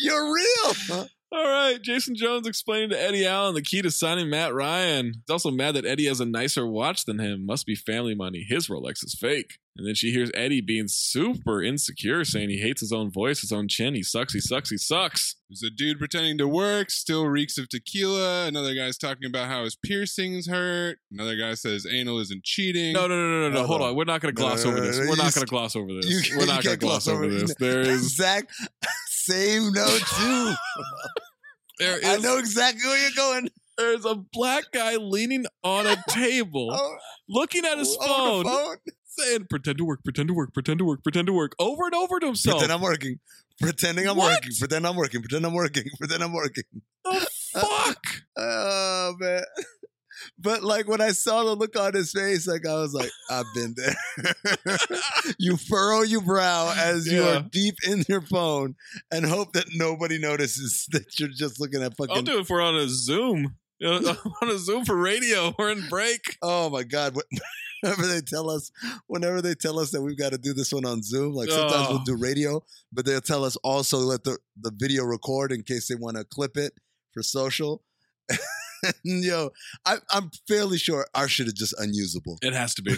C: you're real.
B: All right, Jason Jones explained to Eddie Allen the key to signing Matt Ryan. He's also mad that Eddie has a nicer watch than him. Must be family money. His Rolex is fake. And then she hears Eddie being super insecure, saying he hates his own voice, his own chin. He sucks, he sucks, he sucks.
A: There's a dude pretending to work, still reeks of tequila. Another guy's talking about how his piercings hurt. Another guy says anal isn't cheating.
B: No, no, no, no, no, no.
C: Hold
B: Hold
C: on.
B: on. We're not going to
C: No,
B: gloss
C: no,
B: over
C: no,
B: this.
C: no,
B: We're
C: you
B: not
C: just-
B: going to gloss over
C: you
B: this.
C: can't-
B: We're
C: you
B: not going to
C: can't gloss
B: gloss over
C: over it.
B: this. There
C: <laughs>
B: is.
C: Exact same note
A: <laughs>
C: too.
B: There
C: I
B: is
C: know exactly where you're going.
B: there's a black guy leaning on
C: <laughs>
B: a table,
C: Oh,
B: looking at his
C: on
B: phone,
C: the phone.
B: saying, pretend to work, pretend to work, pretend to work, pretend to work, over and over to himself.
C: Pretend I'm working. Pretending I'm
B: What?
C: <laughs> working. Pretend I'm working. Pretend I'm working. Pretend I'm working.
B: the
C: Fuck. oh man. <laughs> But like when I saw the look on his face, like I was like, I've been there. <laughs> you furrow your brow as you
B: Yeah.
C: are deep in your phone and hope that nobody notices <laughs> that you're just looking at fucking.
B: I'll do it if we're on a Zoom. <laughs> You know, on a Zoom for radio. <laughs> We're in break.
C: Oh my god! <laughs> Whenever they tell us, whenever they tell us that we've got to do this one on Zoom, like sometimes
B: Oh.
C: we'll do radio, but they'll tell us also let the the video record in case they want to clip it for social. <laughs> Yo, I, I'm fairly sure our shit is just unusable.
B: It has to be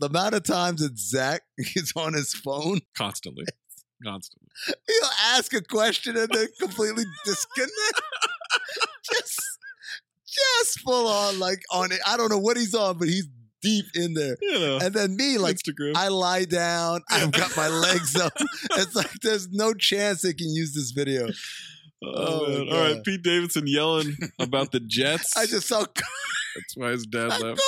C: The amount of times that Zach <laughs> is on his phone,
B: constantly, constantly.
C: he'll ask a question and then completely disconnect. <laughs> just, just full on like on it. I don't know what he's on, but he's deep in there.
B: You know,
C: And then me, like
B: Instagram.
C: I lie down, I've got my legs up. <laughs> It's like there's no chance they can use this video.
B: Oh,
C: my
B: man.
C: God.
B: All right, Pete Davidson <laughs> yelling about the Jets.
C: I just saw
B: That's why his dad left.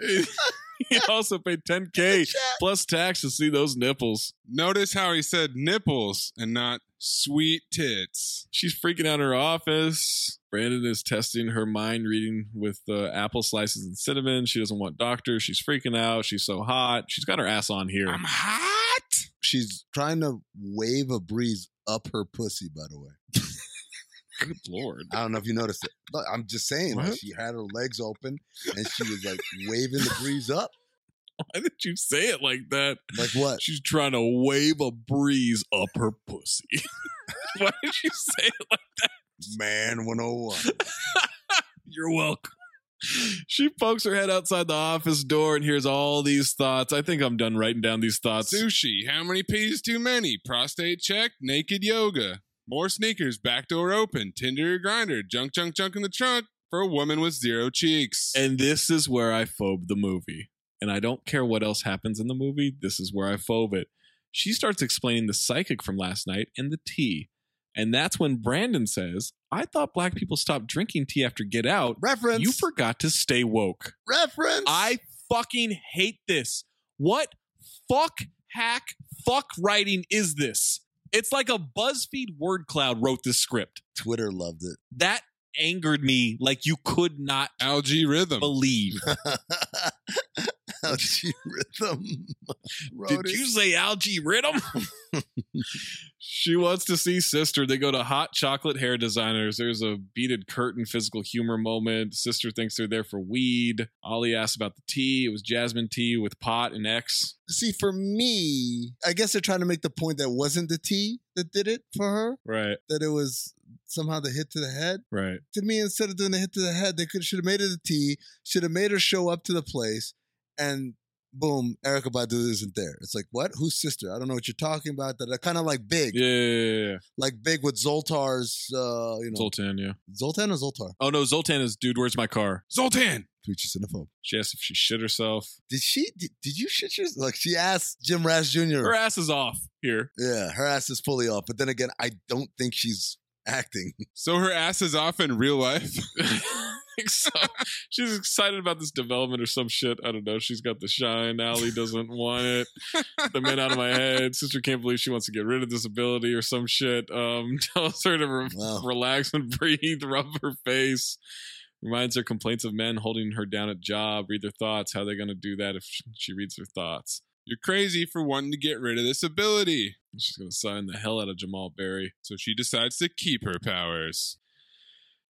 C: Larry.
B: <laughs> he also paid 10k plus tax to see those nipples.
A: Notice how he said nipples and not sweet tits.
B: She's freaking out in her office. Brandon is testing her mind reading with uh, apple slices and cinnamon. She doesn't want doctors. She's freaking out. She's so hot. She's got her ass on here. I'm hot.
C: She's trying to wave a breeze up her pussy, by the way.
B: Good lord.
C: I don't know if you noticed it, but I'm just saying, like,
B: What?
C: she had her legs open and she was like waving the breeze up.
B: <laughs> Why did you say it like that?
C: Like
B: <laughs>
C: what?
B: She's trying to wave a breeze up her pussy. <laughs> Why did you say it like
C: Man 101.
B: You're welcome. She pokes her head outside the office door and hears all these thoughts. I think I'm done writing down these thoughts.
A: Sushi, how many P's too many? Prostate check, naked yoga, more sneakers, back door open, Tinder grinder, junk, junk, junk in the trunk for a woman with zero cheeks.
B: And this is where I phobe the movie. And I don't care what else happens in the movie. This is where I phobe it. She starts explaining the psychic from last night and the tea. And that's when Brandon says, I thought black people stopped drinking tea after Get Out.
C: Reference.
B: You forgot to stay woke.
C: Reference.
B: I fucking hate this. What fuck hack fuck writing is this? It's like a BuzzFeed word cloud wrote this script.
C: Twitter loved it. <laughs>
B: That angered me like you could not
A: algae rhythm
B: believe.
C: Algae rhythm.
B: Did
C: Wrote it.
B: you say algae rhythm? she wants to see sister. They go to hot chocolate hair designers. There's a beaded curtain physical humor moment. Sister thinks they're there for weed. Ollie asks about the tea. It was jasmine tea with pot and X.
C: See, for me, I guess they're trying to make the point that wasn't the tea that did it for her,
B: Right,
C: that it was somehow the hit to the head.
B: right.
C: To me, instead of doing the hit to the head, they could should have made it a tea, should have made her show up to the place, and boom, Erica Badu isn't there. It's like, what? Who's sister? I don't know what you're talking about. That kind of like big,
B: Yeah, yeah, yeah, yeah.
C: like big with Zoltar's, uh, you know,
B: Zoltan, yeah.
C: Zoltan or Zoltar?
B: Oh no, Zoltan is dude. Where's my car?
A: Zoltan.
C: Preacher Cinephobe.
B: She asks if she shit herself.
C: Did she? Did, did you shit yours? Like she asked Jim Rash Jr.
B: Her ass is off here.
C: Yeah, her ass is fully off. But then again, I don't think she's acting. <laughs>
A: So her ass is off in real life.
B: <laughs> so she's excited about this development or some shit. I don't know. She's got the shine. Allie doesn't want it. The man out of my head. Sister can't believe she wants to get rid of this ability or some shit. Um, <laughs> tells her to re-
C: Wow.
B: <laughs> relax and breathe. Rub her face. Reminds her complaints of men holding her down at job. Read their thoughts. How they going to do that if she reads her thoughts?
A: You're crazy for wanting to get rid of this ability.
B: She's going to sign the hell out of Jamal Berry.
A: So she decides to keep her powers.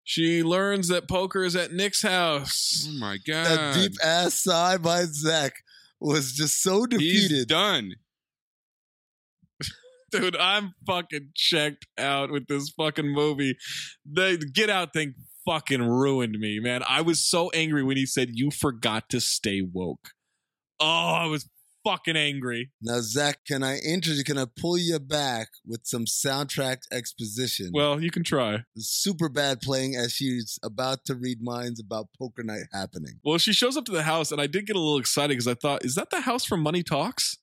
B: She learns that poker is at Nick's house.
A: Oh my god.
C: That deep ass sigh by Zach was just so
A: He's
C: defeated.
A: done.
B: <laughs> dude i'm fucking checked out with this fucking movie the get out thing fucking ruined me man i was so angry when he said you forgot to stay woke oh i was fucking angry
C: Now, Zach, can I interest you? Can I pull you back with some soundtrack exposition?
B: well you can try
C: super bad playing as she's about to read minds about poker night happening.
B: well she shows up to the house and i did get a little excited because i thought is that the house from money talks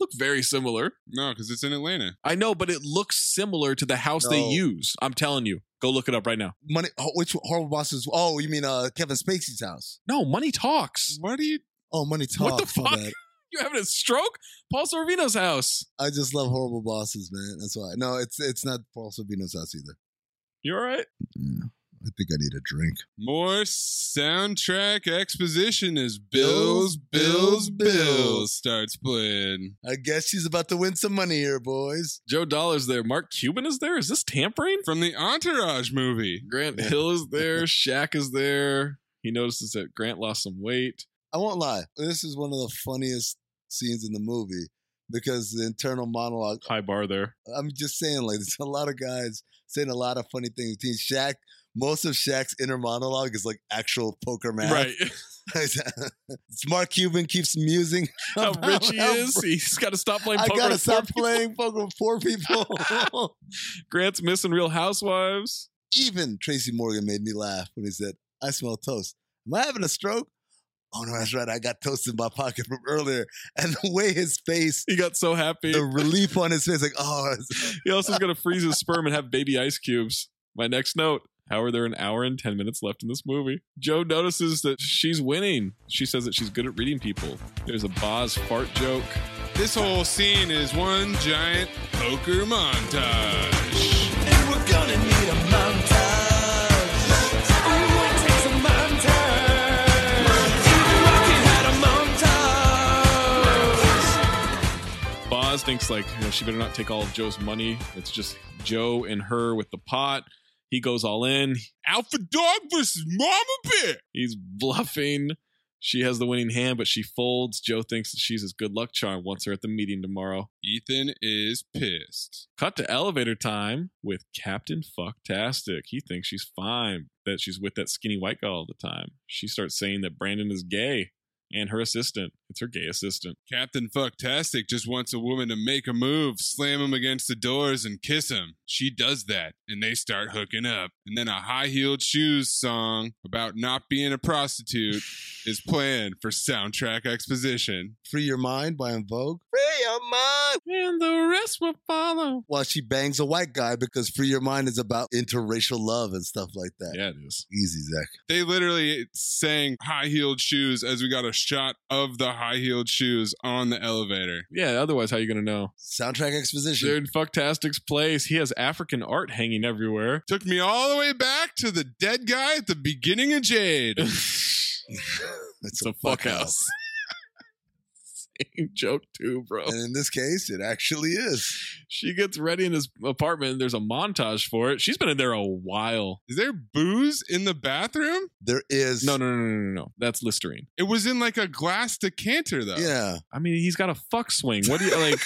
B: look very similar
A: No, because it's in Atlanta.
B: i know but it looks similar to the house they
C: No.
B: use i'm telling you go look it up right now
C: Money, oh, which horrible bosses? Oh, you mean uh, Kevin Spacey's house?
B: no money talks
A: What do you
C: Oh, money
B: What the
C: talks. my
B: fuck?
C: bad.
B: you having a stroke paul sorvino's house
C: I just love horrible bosses, man. That's why. No, it's it's not Paul Sorvino's house either.
A: You all right?
C: Mm, I think I need a drink.
U: More soundtrack exposition as Bills, Bills, Bills starts playing.
C: I guess she's about to win some money here, boys.
A: Joe Dollar's there. Mark Cuban is there. Is this tampering?
U: From the Entourage movie. <laughs>
A: Grant Hill is there. Shaq is there. He notices that Grant lost some weight.
C: I won't lie. This is one of the funniest scenes in the movie because the internal monologue.
A: High bar there.
C: I'm just saying, like, there's <laughs> a lot of guys saying a lot of funny things. Team Shaq, most of Shaq's inner monologue is like actual poker math. <laughs>
A: Right.
U: <laughs>
C: Mark Cuban keeps musing
A: How
C: about
A: rich he
C: how
A: is.
C: br-
A: He's got to stop playing
C: I
A: poker.
C: gotta
A: with four
C: stop
A: people.
C: playing poker with four
A: <laughs>
C: people.
A: Grant's missing Real Housewives.
C: Even Tracy Morgan made me laugh when he said, "I smell toast. Am I having a stroke?" Oh no, that's right. I got toast in my pocket from earlier, and the way his face,
A: He got so happy. <laughs>
C: the relief on his face, like oh, it's-
A: He also is going to freeze his sperm and have baby ice cubes. My next note. How are there an hour and 10 minutes left in this movie? Joe notices that she's winning. She says that she's good at reading people. There's a Boz fart joke.
U: This whole scene is one giant poker montage.
E: And we're gonna need a montage. Everyone takes a montage. Rocky had a montage.
A: Boz thinks like you know, she better not take all of Joe's money. It's just Joe and her with the pot. He goes all in.
U: Alpha Dog versus Mama Bear.
A: He's bluffing. She has the winning hand, but she folds. Joe thinks that she's his good luck charm. Wants her at the meeting tomorrow.
U: Ethan is pissed.
A: Cut to elevator time with Captain Fucktastic. He thinks she's fine, that she's with that skinny white guy all the time. She starts saying that Brandon is gay and her assistant. It's her gay assistant.
U: Captain Fucktastic just wants a woman to make a move, slam him against the doors, and kiss him. She does that, and they start hooking up. And then a high heeled shoes song about not being a
A: <laughs>
U: prostitute is planned for soundtrack exposition.
C: "Free Your Mind" by En Vogue. Free your mind.
A: And the rest will follow.
C: While she bangs a white guy because "Free Your Mind" is about interracial love and stuff like that.
A: Yeah, it is.
C: Easy, Zach.
U: They literally sang high heeled shoes as we got a shot of the high heeled shoes on the elevator.
A: Yeah, otherwise, how you going to know?
C: Soundtrack exposition.
A: They're in Fucktastic's place. He has African art hanging everywhere.
U: Took me all the way back to the dead guy at the beginning of <laughs> Jade.
C: That's
A: It's a fuck house. <laughs> Same joke too, bro.
C: And in this case, it actually is.
A: She gets ready in his apartment. There's a montage for it. She's been in there a while.
U: Is there booze in the bathroom?
C: There is
A: No, no, no, no, no, no. That's Listerine.
U: It was in like a glass decanter, though.
C: Yeah,
A: I mean, he's got a fuck swing. What do
B: <laughs>
A: you like?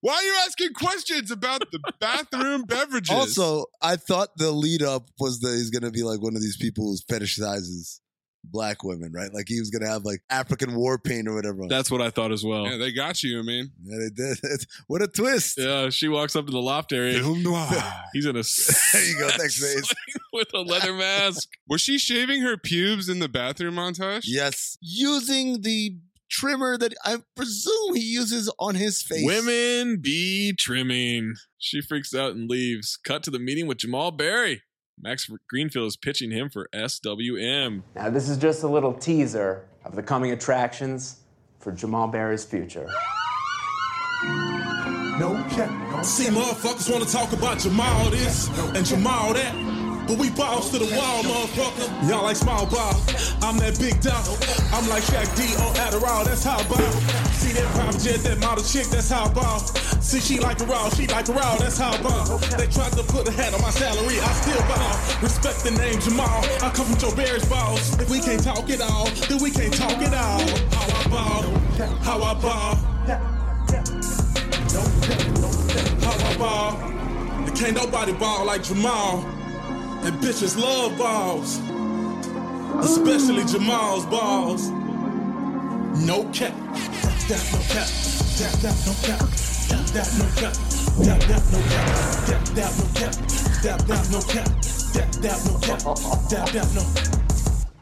U: Why are you asking questions about the
C: <laughs>
U: bathroom beverages?
C: Also, I thought the lead up was that he's gonna be like one of these people who fetishizes black women, right? Like he was gonna have like African war paint or whatever.
A: That's what I thought as well.
U: yeah, they got you. I mean,
C: yeah, they did. It's- <laughs> what a twist!
A: Yeah, she walks up to the loft area.
U: film noir.
A: He's in a
C: There you
A: <laughs>
C: go. Thanks, Mace.
A: with a
C: <laughs>
A: leather mask.
U: Was she shaving her pubes in the bathroom montage?
C: <laughs> Yes, using the trimmer that I presume he uses on his face.
A: Women be trimming. She freaks out and leaves. Cut to the meeting with Jamal Berry. Max Greenfield is pitching him for SWM.
B: Now, this is just a little teaser of the coming attractions for Jamal Berry's future.
V: No cap, no
E: See, motherfuckers wanna talk about Jamal this and Jamal that. But we balls to the wall, motherfucker. Y'all like small ball. I'm that big dog. I'm like Shaq D on Adderall, that's how I ball. See that private jet, that model chick, that's how I ball. See, she like a raw, she like a raw, that's how I ball. They tried to put a hat on my salary, I still ball. Respect the name Jamal, I come from Joe Barry's balls. If we can't talk it all, then we can't talk it all. How I ball, how I ball. Pop my ball. There can't nobody ball like Jamal. And bitches love balls. Especially Jamal's balls. No cap. That no cap. That that no cap. That that no cap. That that no cap. That that no cap. That that no cap. That that no cap. That that no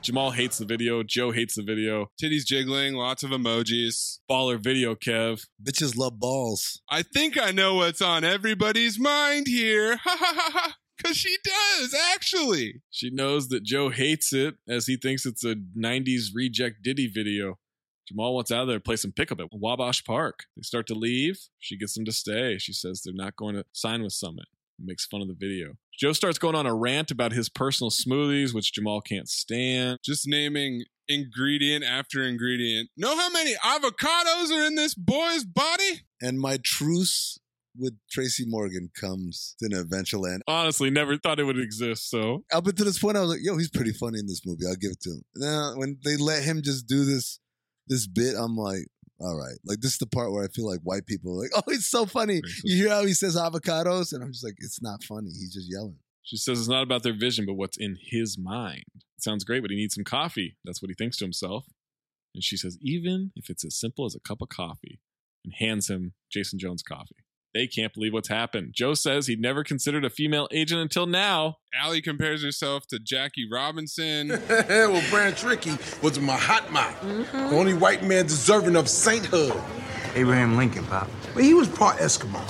A: Jamal hates the video. Joe hates the video.
U: Titties jiggling, lots of emojis.
A: Baller video, Kev.
C: Bitches love balls.
U: I think I know what's on everybody's mind here. Ha ha ha ha. Because she does, actually.
A: She knows that Joe hates it as he thinks it's a 90s reject Diddy video. Jamal wants out of there to play some pickup at Wabash Park. They start to leave. She gets them to stay. She says they're not going to sign with Summit.
B: makes fun of the video. Joe starts going on a rant about his personal smoothies, which Jamal can't stand.
A: Just naming ingredient after ingredient. Know how many avocados are in this boy's body?
C: And my truce with Tracy Morgan comes to an eventual end.
B: Honestly, never thought it would exist. So
C: Up until this point, I was like, "Yo, he's pretty funny in this movie. I'll give it to him." Now, when they let him just do this this bit, I'm like, "All right." Like this is the part where I feel like white people are like, <laughs> "Oh, it's so funny." You hear how he says avocados, and I'm just like, "It's not funny. He's just yelling." <laughs>
B: she says it's not about their vision, but what's in his mind. It sounds great, but he needs some coffee. That's what he thinks to himself. And she says, even if it's as simple as a cup of coffee, and hands him Jason Jones coffee. They can't believe what's happened. Joe says he'd never considered a female agent until now.
A: Allie compares herself to Jackie Robinson.
Q: <laughs> well, Brand Tricky was my hot mouth.
K: Mm-hmm.
Q: The only white man deserving of sainthood.
G: Abraham Lincoln, Pop.
Q: Well, he was part Eskimo.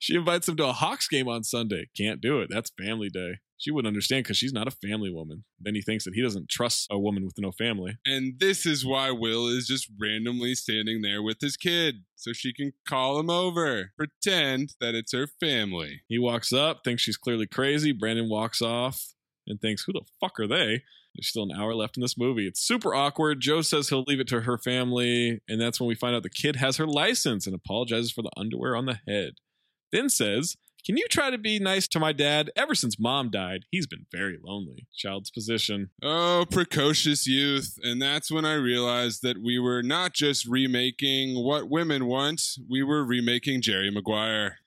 B: She invites him to a Hawks game on Sunday. Can't do it. That's family day. She wouldn't understand because she's not a family woman. Then he thinks that he doesn't trust a woman with no family.
A: And this is why Will is just randomly standing there with his kid so she can call him over, pretend that it's her family.
B: He walks up, thinks she's clearly crazy. Brandon walks off and thinks, who the fuck are they? There's still an hour left in this movie. It's super awkward. Joe says he'll leave it to her family. And that's when we find out the kid has her license and apologizes for the underwear on the head. Then says, Can you try to be nice to my dad? Ever since mom died, he's been very lonely. Child's position.
A: Oh, precocious youth. And that's when I realized that we were not just remaking What Women Want, we were remaking Jerry Maguire.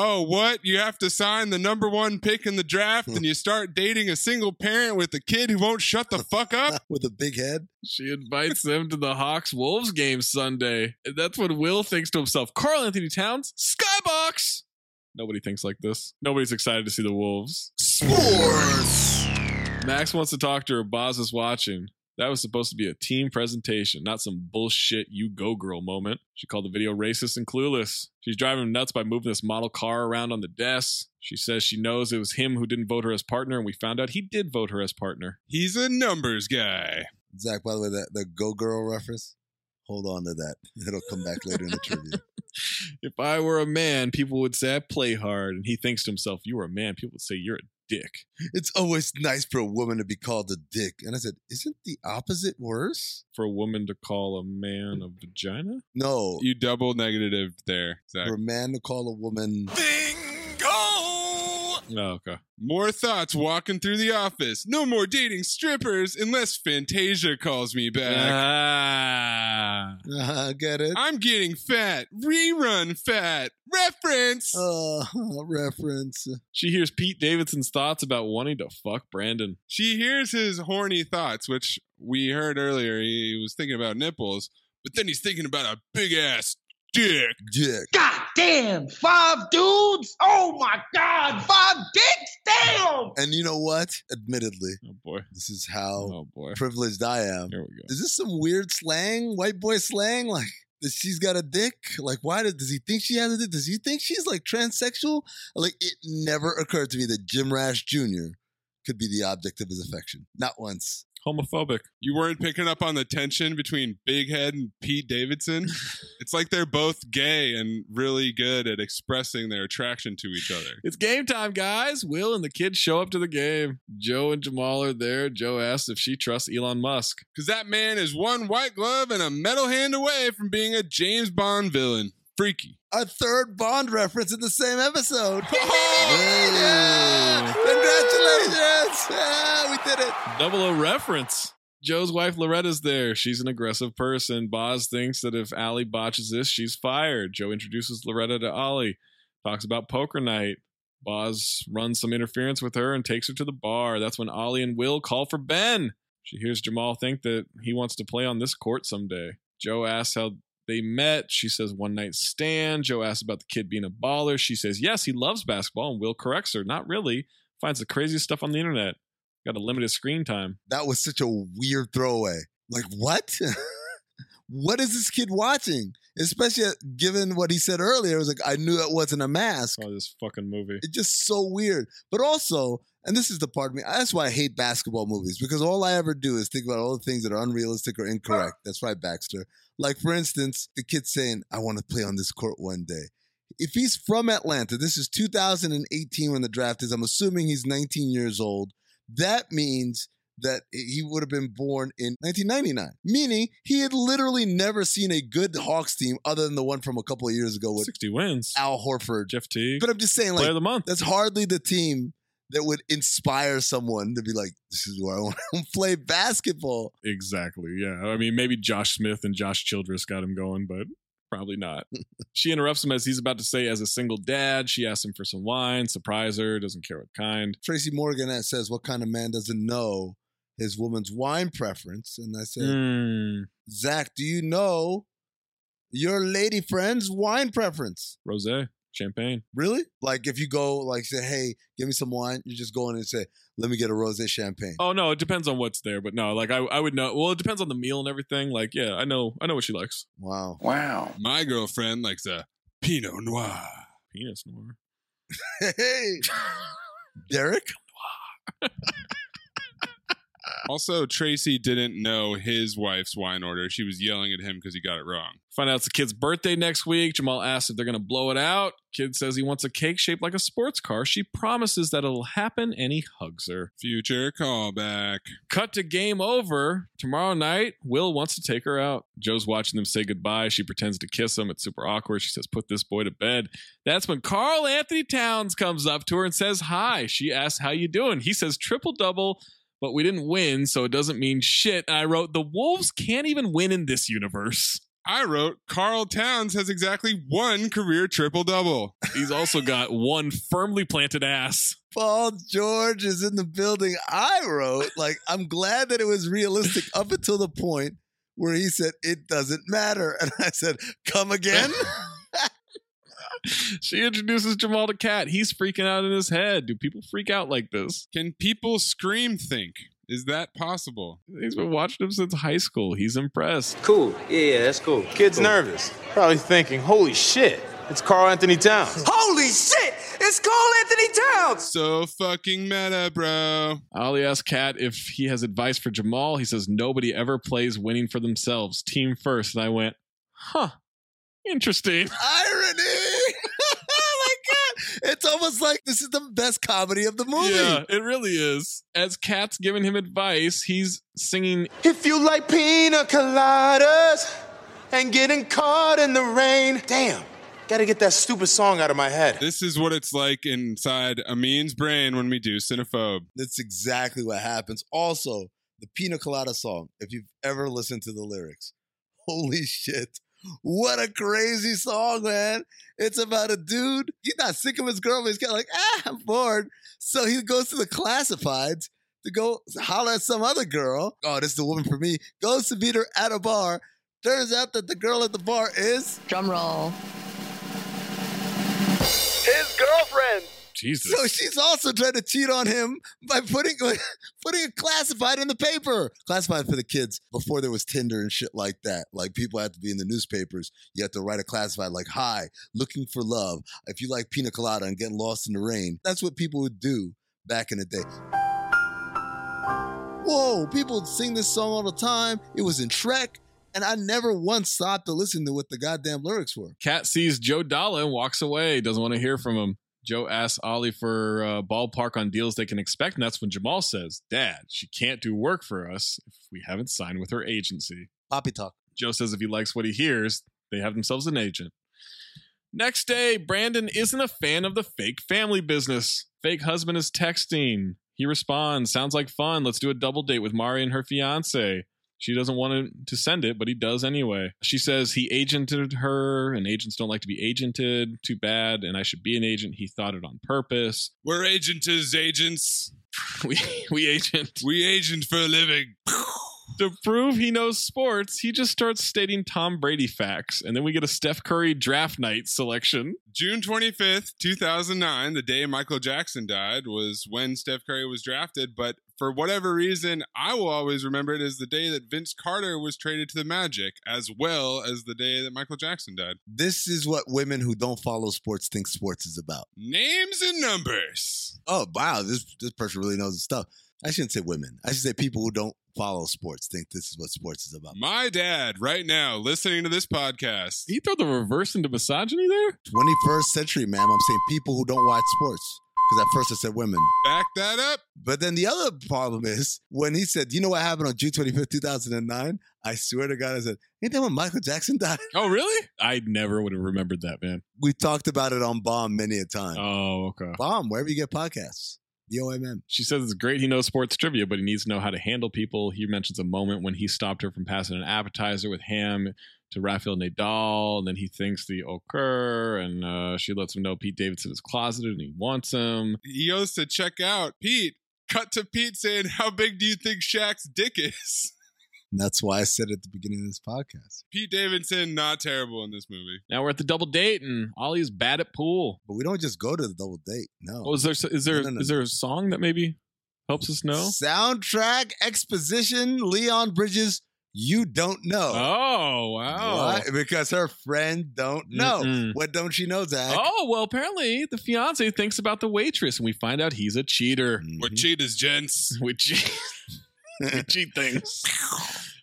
A: Oh, what? You have to sign the number one pick in the draft and you start dating a single parent with a kid who won't shut the fuck up?
C: With a big head?
B: She invites him to the Hawks Wolves game Sunday. And that's when Will thinks to himself, Carl Anthony Towns, Skybox! Nobody thinks like this. Nobody's excited to see the Wolves. Sports! Max wants to talk to her. Boz is watching. That was supposed to be a team presentation, not some bullshit you go girl moment. She called the video racist and clueless. She's driving him nuts by moving this model car around on the desk. She says she knows it was him who didn't vote her as partner, and we found out he did vote her as partner.
A: He's a numbers guy.
C: Zach, by the way, that the Go Girl reference. Hold on to that. <laughs> It'll come back later in the trivia.
B: if I were a man, people would say I play hard. And he thinks to himself, You are a man. People would say you're a dick.
C: It's always nice for a woman to be called a dick. And I said, Isn't the opposite worse?
B: For a woman to call a man a vagina?
C: No.
A: You double negative there, Zach.
C: For a man to call a woman.
B: Oh, okay.
A: More thoughts walking through the office. No more dating strippers unless Fantasia calls me back.
B: Ah.
C: <laughs> I get it.
A: I'm getting fat. Rerun fat. Reference.
C: Uh, <laughs> reference. uh,
B: She hears Pete Davidson's thoughts about wanting to fuck Brandon.
A: she hears his horny thoughts, which we heard earlier. He was thinking about nipples, but then he's thinking about a big ass dick.
C: Dick.
K: God Ah, damn, five dudes? Oh my god, five dicks? Damn!
C: And you know what? Admittedly,
B: Oh, boy.
C: this is how
B: Oh, boy.
C: privileged I am.
B: Here we go.
C: Is this some weird slang, white boy slang? Like, that she's got a dick? Like, why does, does he think she has a dick? Does he think she's like transsexual? Like, it never occurred to me that Jim Rash Jr. could be the object of his affection. Not once.
B: Homophobic.
A: You weren't picking up on the tension between Big Head and Pete Davidson. it's like they're both gay and really good at expressing their attraction to each other.
B: It's game time, guys. Will and the kids show up to the game. Joe and Jamal are there. Joe asks if she trusts Elon Musk.
A: Because that man is one white glove and a metal hand away from being a James Bond villain. Freaky.
C: a third Bond reference in the same episode. Hey, yeah. Congratulations! Yeah, we did it.
B: Double O reference. Joe's wife Loretta's there. She's an aggressive person. Boz thinks that if Allie botches this, she's fired. Joe introduces Loretta to Ollie, talks about poker night. Boz runs some interference with her and takes her to the bar. That's when Ollie and Will call for Ben. She hears Jamal think that he wants to play on this court someday. Joe asks how they met. She says one night stand. Joe asks about the kid being a baller. She says yes, he loves basketball, and Will corrects her. Not really. Finds the craziest stuff on the internet. Got a limited screen time.
C: That was such a weird throwaway. Like what? <laughs> what is this kid watching? Especially uh, given what he said earlier, it was like I knew it wasn't a mask.
B: Oh, this fucking movie.
C: It's just so weird. But also, and this is the part of me, that's why I hate basketball movies because all I ever do is think about all the things that are unrealistic or incorrect. That's right, Baxter. Like, for instance, the kid saying, I want to play on this court one day. If he's from Atlanta, this is 2018 when the draft is. I'm assuming he's 19 years old. That means that he would have been born in 1999, meaning he had literally never seen a good Hawks team other than the one from a couple of years ago with
A: 60 wins.
C: Al Horford,
A: Jeff Teague.
C: But I'm just saying, like,
A: Player of the month.
C: That's hardly the team that would inspire someone to be like, "This is where I want to <laughs> play basketball."
A: Exactly. Yeah. I mean, maybe Josh Smith and Josh Childress got him going, but
C: <laughs>
A: probably not. she interrupts him as he's about to say, as a single dad, she asks him for some wine, surprise her, doesn't care what kind.
C: Tracy Morgan that says, "What kind of man doesn't know his woman's wine preference?" And I said,
A: Mm.
C: "Zach, do you know your lady friend's wine preference?"
A: Rose, champagne.
C: Really? Like if you go like say, "Hey, give me some wine," you just go in and say, "Let me get a rosé champagne."
A: Oh no, it depends on what's there, but no, like I, I would know. Well, it depends on the meal and everything. Like, yeah, I know, I know what she likes.
C: Wow. <laughs>
A: Wow.
B: My girlfriend likes a Pinot Noir.
A: Penis noir.
C: Hey, Derek.
B: Also, Tracy didn't know his wife's wine order. She was yelling at him because he got it wrong.
A: Find out it's the kid's birthday next week. Jamal asks if they're going to blow it out. Kid says he wants a cake shaped like a sports car. She promises that it'll happen and he hugs her.
B: Future callback.
A: Cut to game over. Tomorrow night, Will wants to take her out. Joe's watching them say goodbye. She pretends to kiss him. It's super awkward. She says, Put this boy to bed. That's when Carl Anthony Towns comes up to her and says hi. She asks, How you doing? He says, Triple double. But we didn't win, so it doesn't mean shit. And I wrote, The Wolves can't even win in this universe.
B: I wrote Carl Towns has exactly one career triple double.
A: He's also got one firmly planted ass.
C: Paul George is in the building. I wrote, like, I'm glad that it was realistic up until the point where he said, it doesn't matter. And I said, come again?
A: She introduces Jamal to Cat. He's freaking out in his head. Do people freak out like this?
B: Can people scream think? Is that possible?
A: He's been watching him since high school. He's impressed.
E: Cool. Yeah, yeah, that's cool. Kid's nervous. Probably thinking, holy shit, it's Carl Anthony Towns.
W: <laughs> Holy shit! It's Carl Anthony Towns!
B: So fucking meta, bro.
A: Ollie asks Cat if he has advice for Jamal. He says nobody ever plays winning for themselves, team first. And I went, huh, interesting.
C: Irony! <laughs> Oh my God. It's almost like this is the best comedy of the movie.
A: Yeah, it really is. As Cat's giving him advice, he's singing
E: If you like pina coladas and getting caught in the rain, damn, gotta get that stupid song out of my head.
B: This is what it's like inside Amin's brain when we do Cinephobe.
C: That's exactly what happens. Also, the Pina Colada song, if you've ever listened to the lyrics, holy shit. What a crazy song, man. It's about a dude. He's not sick of his girl, but he's kind of like, ah, I'm bored. So he goes to the classifieds to go holler at some other girl. Oh, this is the woman for me. Goes to meet her at a bar. Turns out that the girl at the bar is
J: Drum roll.
C: his girlfriend.
A: Jesus.
C: <laughs> So she's also trying to cheat on him by putting <laughs> putting a classified in the paper. Classified for the kids before there was Tinder and shit like that. Like people had to be in the newspapers. You had to write a classified like "Hi, looking for love." If you like pina colada and getting lost in the rain, that's what people would do back in the day. Whoa, people would sing this song all the time. It was in Shrek, and I never once stopped to listen to what the goddamn lyrics were.
A: Cat sees Joe Dalla and walks away. Doesn't want to hear from him. Joe asks Ollie for uh, ballpark on deals they can expect, and that's when Jamal says, "Dad, she can't do work for us if we haven't signed with her agency."
C: Poppy talk.
A: Joe says if he likes what he hears, they have themselves an agent. Next day, Brandon isn't a fan of the fake family business. Fake husband is texting. He responds, "Sounds like fun. Let's do a double date with Mari and her fiance." She doesn't want him to send it, but he does anyway. She says he agented her, and agents don't like to be agented. Too bad, and I should be an agent. He thought it on purpose.
B: We're agents, agents.
A: <laughs> we we agent.
B: We agent for a living.
A: To prove he knows sports, he just starts stating Tom Brady facts, and then we get a Steph Curry draft night selection.
B: June 25th, 2009, the day Michael Jackson died, was when Steph Curry was drafted. But for whatever reason, I will always remember it as the day that Vince Carter was traded to the Magic, as well as the day that Michael Jackson died.
C: This is what women who don't follow sports think sports is about.
B: Names and numbers.
C: Oh wow, this this person really knows his stuff. I shouldn't say women. I should say people who don't follow sports think this is what sports is about.
A: My dad, right now, listening to this podcast.
B: He throw the reverse into misogyny there?
C: 21st century, ma'am. I'm saying people who don't watch sports. Because at first I said women.
A: Back that up.
C: But then the other problem is when he said, you know what happened on June 25th, 2009? I swear to God, I said, ain't that when Michael Jackson <laughs> died?
B: Oh, really? I never would have remembered that, man.
C: We talked about it on Bomb many a time.
B: Oh, okay.
C: Bomb, wherever you get podcasts. B-O-M-M.
B: She says it's great he knows sports trivia, but he needs to know how to handle people. He mentions a moment when he stopped her from passing an appetizer with ham to Rafael Nadal, and then he thinks the occur, and uh, she lets him know Pete Davidson is closeted and he wants him.
A: He goes to check out Pete. Cut to Pete saying, How big do you think Shaq's dick is? <laughs>
C: And that's why I said at the beginning of this podcast.
A: Pete Davidson, not terrible in this movie.
B: Now we're at the double date, and Ollie's bad at pool.
C: But we don't just go to the double date. No.
B: Oh, is there is there is
C: No, no, no.
B: there a song that maybe helps us know?
C: Soundtrack exposition, Leon Bridges, you don't know.
B: Oh wow!
C: Why? Because her friend don't know.
B: Mm-mm.
C: What don't she know, Zach?
B: Oh well, apparently the fiance thinks about the waitress, and we find out he's a cheater.
C: Mm-hmm.
A: We're cheaters,
B: <laughs>
A: gents.
B: We cheat. we cheat things.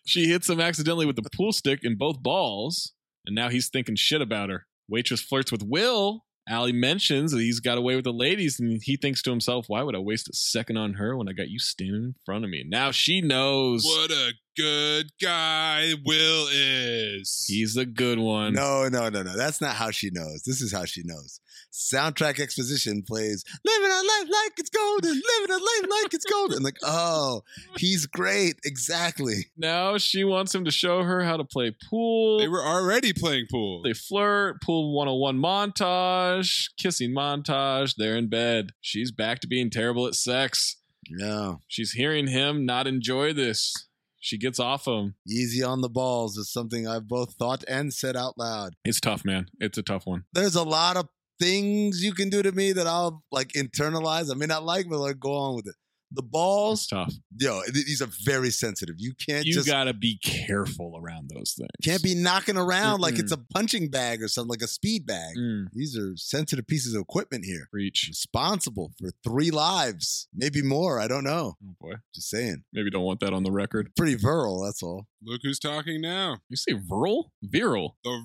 B: She hits him accidentally with the pool stick in both balls, and now he's thinking shit about her. Waitress flirts with Will. Allie mentions that he's got away with the ladies, and he thinks to himself, "Why would I waste a second on her when I got you standing in front of me?" Now she knows
A: What a good guy Will is.
B: he's a good one.
C: No, no, no, no. That's not how she knows. This is how she knows. Soundtrack exposition plays "Living a life like it's golden, living a life like it's golden." Like, oh, he's great. Exactly.
B: Now she wants him to show her how to play pool.
A: They were already playing pool.
B: They flirt, pool 101 montage, kissing montage, they're in bed. She's back to being terrible at sex.
C: No,
B: She's hearing him not enjoy this. She gets off him.
C: easy on the balls is something I've both thought and said out loud.
B: It's tough, man. It's a tough one.
C: there's a lot of things you can do to me that I'll like internalize. I may not like, but like go on with it. The
B: It's
C: balls,
B: tough.
C: yo, th- these are very sensitive. You can't
B: You
C: just
B: gotta be careful around those things.
C: can't be knocking around like it's
B: Mm-mm.
C: a punching bag or something, like a speed bag.
B: Mm,
C: These are sensitive pieces of equipment here.
B: reach.
C: Responsible for three lives, maybe more. I don't know.
B: Oh boy.
C: Just saying.
B: Maybe don't want that on the record.
C: Pretty virile, that's all.
A: Look who's talking now.
B: You say viral? Viral.
A: The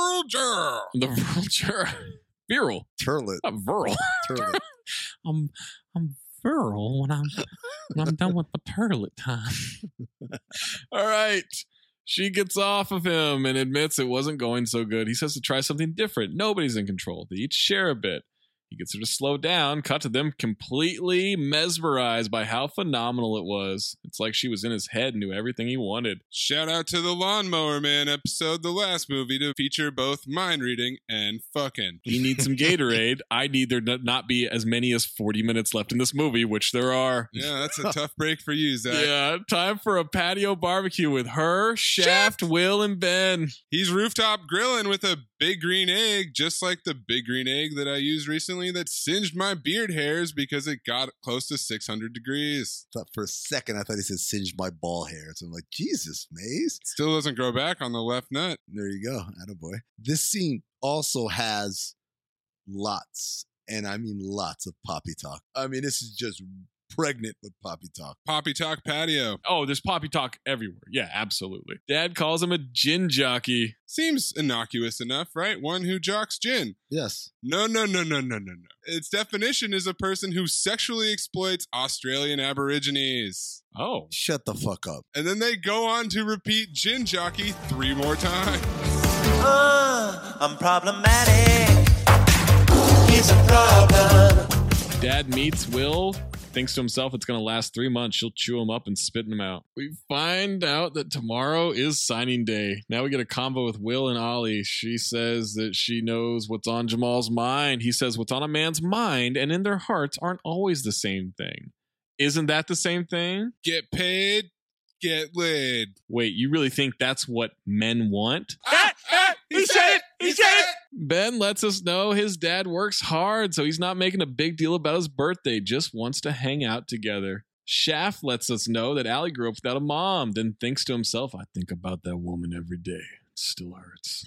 A: Verger.
B: The <laughs> viral. Viral.
C: Turlet.
B: Not viral.
C: Turlet.
B: I'm I'm virile when I'm when I'm done with my turlet time. <laughs> All right. She gets off of him and admits it wasn't going so good. He says to try something different. Nobody's in control. They each share a bit. He gets her to slow down, cut to them completely mesmerized by how phenomenal it was. It's like she was in his head and knew everything he wanted.
A: Shout out to the Lawnmower Man episode, the last movie to feature both mind reading and fucking.
B: He needs some <laughs> Gatorade. I need there to not be as many as 40 minutes left in this movie, which there are.
A: Yeah,
B: <laughs>
A: that's a tough break for you, Zach.
B: Yeah, time for a patio barbecue with her, Shaft, Will, and Ben.
A: He's rooftop grilling with a big green egg, just like the big green egg that I used recently that singed my beard hairs because it got close to 600 degrees.
C: Thought for a second, I thought he said singe my ball hair. So I'm like, Jesus, Maze.
A: Still doesn't grow back on the left nut.
C: There you go. Attaboy. This scene also has lots, and I mean lots of poppy talk. I mean, this is just pregnant with poppy talk.
A: Poppy Talk Patio.
B: Oh, there's poppy talk everywhere. Yeah, absolutely. Dad calls him a gin jockey.
A: Seems innocuous enough, right? One who jocks gin.
C: Yes.
A: No, no, no, no, no, no, no. Its definition is a person who sexually exploits Australian Aborigines.
B: Oh.
C: Shut the fuck up.
A: And then they go on to repeat gin jockey three more times.
L: Oh, I'm problematic. It's a problem.
B: Dad meets Will, <laughs> thinks to himself it's going to last three months. She'll chew him up and spit him out. We find out that tomorrow is signing day. Now we get a combo with Will and Ollie. She says that she knows what's on Jamal's mind. He says what's on a man's mind and in their hearts aren't always the same thing. Isn't that the same thing?
A: Get paid, get laid.
B: Wait, you really think that's what men want?
A: Ah, ah, he, said it! He said it!
B: Ben lets us know his dad works hard, so he's not making a big deal about his birthday, just wants to hang out together. Shaft lets us know that Allie grew up without a mom, then thinks to himself, I think about that woman every day. It still hurts.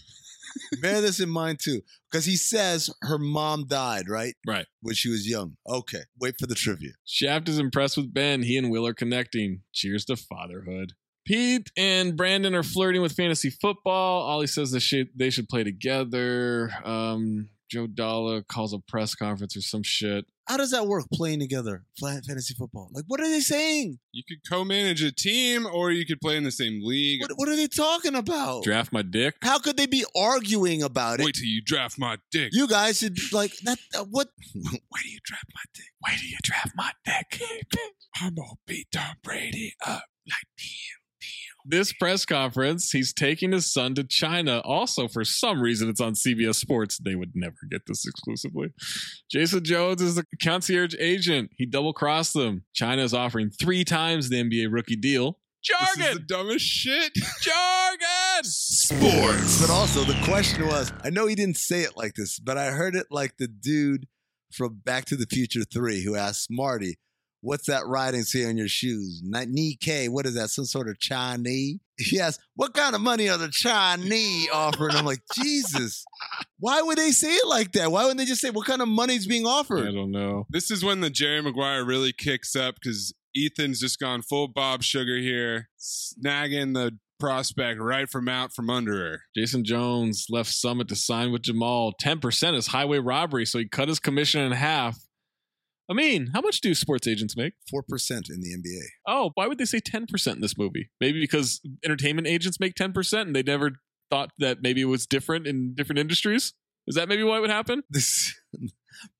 C: Bear this in mind too, because he says her mom died, right?
B: Right.
C: When she was young. Okay. Wait for the trivia.
B: Shaft is impressed with Ben. He and Will are connecting. Cheers to fatherhood. Pete and Brandon are flirting with fantasy football. Ollie says they should, they should play together. Um, Joe Dalla calls a press conference or some shit.
C: How does that work playing together? Flat fantasy football. Like what are they saying?
A: You could co-manage a team, or you could play in the same league.
C: What, what are they talking about?
B: Draft my dick.
C: How could they be arguing about it?
A: Wait till you draft my dick.
C: You guys should like that. that- what?
B: Why do you draft my dick? Why do you draft my dick? <laughs> I'm gonna beat Tom Brady up like This press conference, he's taking his son to China. Also, for some reason, it's on CBS Sports. They would never get this exclusively. Jason Jones is the concierge agent. He double crossed them. China is offering three times the NBA rookie deal. Jargon!
A: This is the dumbest shit.
B: Jargon!
C: Sports. But also the question was, I know he didn't say it like this, but I heard it like the dude from Back to the Future Three who asked Marty, "What's that writing say on your shoes?" Ni- Nikkei. What is that? Some sort of Chinese? He asked, "What kind of money are the Chinese offering?" I'm like, Jesus, why would they say it like that? Why wouldn't they just say, "What kind of money is being
B: I
C: offered?"
B: don't know.
A: This is when the Jerry Maguire really kicks up because Ethan's just gone full Bob Sugar here, snagging the prospect right from out from under her.
B: Jason Jones left Summit to sign with Jamal. 10% is highway robbery, so he cut his commission in half. I mean, how much do sports agents make?
C: Four percent in the NBA.
B: Oh, why would they say 10% in this movie? Maybe because entertainment agents make 10% and they never thought that maybe it was different in different industries? Is that maybe why it would happen?
C: this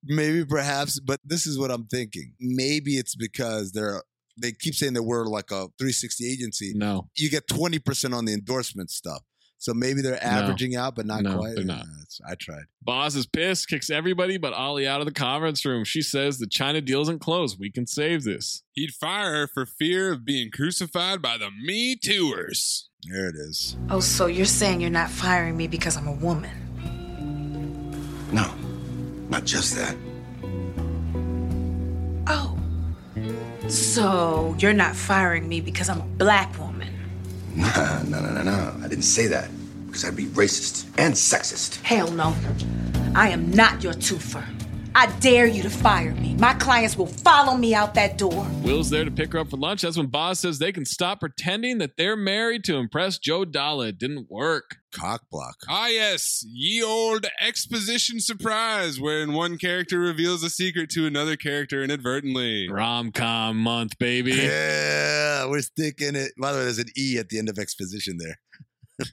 C: maybe perhaps but this is what i'm thinking maybe it's because they're they keep saying that we're like a 360 agency
B: No.
C: you get 20% on the endorsement stuff so maybe they're averaging out but not
B: No,
C: quite
B: they're not.
C: That's- i tried
B: Boz is pissed, kicks everybody but Ollie out of the conference room. She says the China deal isn't closed. We can save this.
A: He'd fire her for fear of being crucified by the Me Tooers.
C: there it is
J: Oh, so you're saying you're not firing me because I'm a woman?
G: No, not just that.
J: Oh. So you're not firing me because I'm a black woman?
G: Nah, <laughs> no, no, no, no. I didn't say that because I'd be racist and sexist.
J: Hell no. I am not your twofer. I dare you to fire me. My clients will follow me out that door.
B: Will's there to pick her up for lunch. That's when Boz says they can stop pretending that they're married to impress Joe Dalla. It didn't work.
C: cock block
A: Ah, yes, ye old exposition surprise, wherein one character reveals a secret to another character inadvertently.
B: Rom com month, baby.
C: yeah we're sticking it by the way there's an e at the end of exposition there
B: <laughs>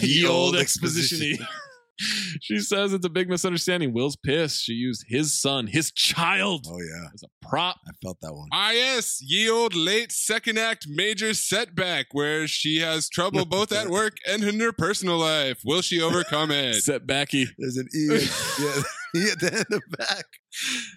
C: E
B: Ye
C: Ye
B: old
C: <laughs> old
B: exposition. E.
C: exposition.
B: <laughs> she says it's a big misunderstanding. Will's pissed. She used his son, his child,
C: oh yeah
B: as a prop.
C: i felt
B: <laughs>
C: that one
A: <laughs> Ah, yes, ye old late second act major setback where she
B: <laughs>
A: has trouble both at work and in her personal life. Will she overcome it?
B: Setbacky.
C: there's an e at- yeah, <laughs> e at the end of back